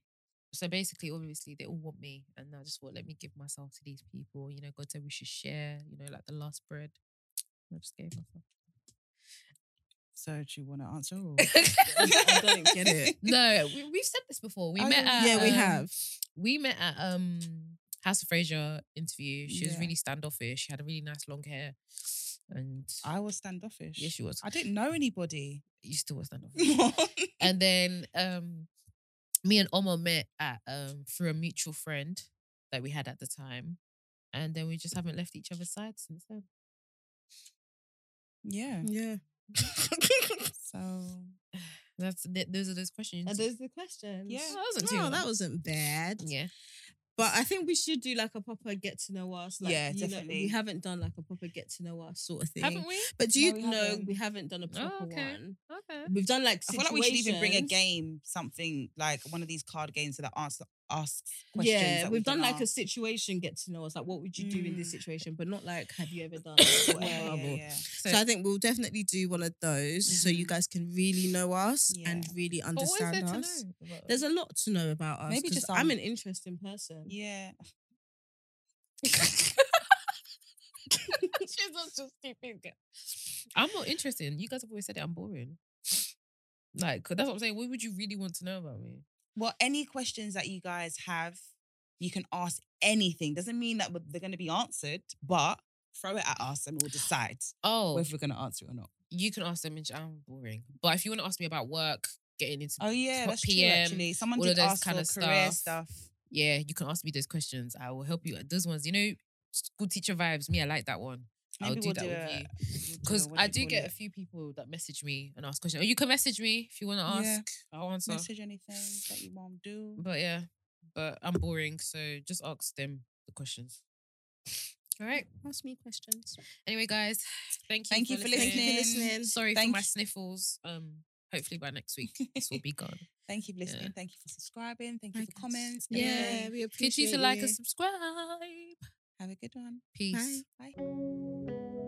Speaker 2: so basically, obviously, they all want me, and I just thought, let me give myself to these people. You know, God said we should share. You know, like the last bread. I just gave myself.
Speaker 4: So do you want to answer? Or?
Speaker 1: I don't get it.
Speaker 2: No, we, we've said this before. We
Speaker 4: Oh,
Speaker 2: met.
Speaker 4: yeah,
Speaker 2: At,
Speaker 1: yeah, we
Speaker 2: um,
Speaker 1: have.
Speaker 2: We met at um House of Fraser interview. She was
Speaker 4: Yeah.
Speaker 2: really standoffish. She had a really nice long hair, and
Speaker 1: Ah,
Speaker 4: I was standoffish.
Speaker 2: yeah, she was.
Speaker 4: I didn't know anybody.
Speaker 2: You still were standoffish.
Speaker 4: yeah.
Speaker 2: and then um me and Omar met at um through a mutual friend that we had at the time. And then we just haven't left each other's side since then.
Speaker 1: Yeah.
Speaker 4: So
Speaker 2: That's th- those are those questions.
Speaker 1: the questions.
Speaker 4: Yeah.
Speaker 2: that wasn't too
Speaker 1: No,
Speaker 2: long.
Speaker 1: that wasn't bad.
Speaker 2: yeah.
Speaker 1: But I think we should do like a proper get to know us. Like,
Speaker 4: Yeah,
Speaker 1: you know,
Speaker 4: definitely.
Speaker 1: we haven't done like a proper get to know us sort of thing.
Speaker 2: Haven't we?
Speaker 1: But do you
Speaker 4: No, we
Speaker 1: know no,
Speaker 4: haven't. Oh,
Speaker 1: we haven't done a proper
Speaker 2: okay.
Speaker 1: one?
Speaker 2: Okay.
Speaker 1: We've done like
Speaker 4: I feel
Speaker 1: situations.
Speaker 4: like we should even bring a game, something like one of these card games that answer asks questions.
Speaker 1: Yeah,
Speaker 4: that
Speaker 1: we've
Speaker 4: we can
Speaker 1: done like a
Speaker 4: ask.
Speaker 1: situation get to know us. Like, what would you do in this
Speaker 4: Mm.
Speaker 1: situation? But not like, have you ever done whatever?
Speaker 4: yeah,
Speaker 1: or-
Speaker 4: yeah, yeah.
Speaker 2: So,
Speaker 1: So, I think we'll definitely do one of those so you
Speaker 4: Mhm.
Speaker 1: guys can really know us and
Speaker 4: Yeah.
Speaker 1: really
Speaker 2: but what is
Speaker 1: understand
Speaker 2: there to
Speaker 1: us.
Speaker 2: know? about
Speaker 1: There's
Speaker 2: us?
Speaker 1: a lot to know about us.
Speaker 4: Maybe
Speaker 1: 'cause
Speaker 4: just,
Speaker 1: I'm
Speaker 4: um,
Speaker 1: an interesting person.
Speaker 4: Yeah.
Speaker 2: She's not just keeping it. I'm not interested. You guys have always said it. I'm boring. Like 'cause that's what I'm saying. What would you really want to know about me?
Speaker 4: Well, any questions that you guys have, you can ask anything. Doesn't mean that they're going to be answered, but throw it at us and we'll decide
Speaker 2: Oh,
Speaker 4: whether we're going to answer it or not.
Speaker 2: you can ask them. in- I'm boring. But if you want to ask me about work, getting into
Speaker 4: Oh yeah,
Speaker 2: Pro-
Speaker 4: that's true.
Speaker 2: PM,
Speaker 4: Actually, someone
Speaker 2: all of
Speaker 4: did
Speaker 2: those
Speaker 4: ask for
Speaker 2: kinda
Speaker 4: career
Speaker 2: stuff.
Speaker 4: stuff.
Speaker 2: yeah, you can ask me those questions. I will help you. Those ones, you know, school teacher vibes. Me, I like that one. I'll
Speaker 4: Maybe
Speaker 2: do
Speaker 4: we'll
Speaker 2: that
Speaker 4: do
Speaker 2: with
Speaker 4: a-
Speaker 2: you
Speaker 4: we'll do a-
Speaker 2: because
Speaker 4: what
Speaker 2: I
Speaker 4: you
Speaker 2: do
Speaker 4: call
Speaker 2: get
Speaker 4: it?
Speaker 2: a few people that message me and ask questions. Or you can message me if you want to ask.
Speaker 4: Yeah.
Speaker 2: I'll answer.
Speaker 4: message anything that you mom do.
Speaker 2: But yeah, but I'm boring, so just ask them the questions. All right.
Speaker 1: Ask me questions.
Speaker 2: Anyway, guys, thank you.
Speaker 4: Thank you for
Speaker 1: Thank you
Speaker 4: listening.
Speaker 1: for listening.
Speaker 2: Sorry
Speaker 4: Thank
Speaker 2: for my
Speaker 4: you.
Speaker 2: sniffles. Um, hopefully by next week this will be gone.
Speaker 4: Thank you for listening.
Speaker 2: Yeah.
Speaker 4: Thank you for subscribing. Thank you
Speaker 1: Like
Speaker 4: for
Speaker 1: us.
Speaker 4: comments.
Speaker 1: Yeah,
Speaker 4: everything.
Speaker 1: we appreciate
Speaker 2: Continue to like
Speaker 1: you.
Speaker 2: and subscribe.
Speaker 4: Have a good one.
Speaker 2: Peace.
Speaker 1: Bye.
Speaker 4: Bye.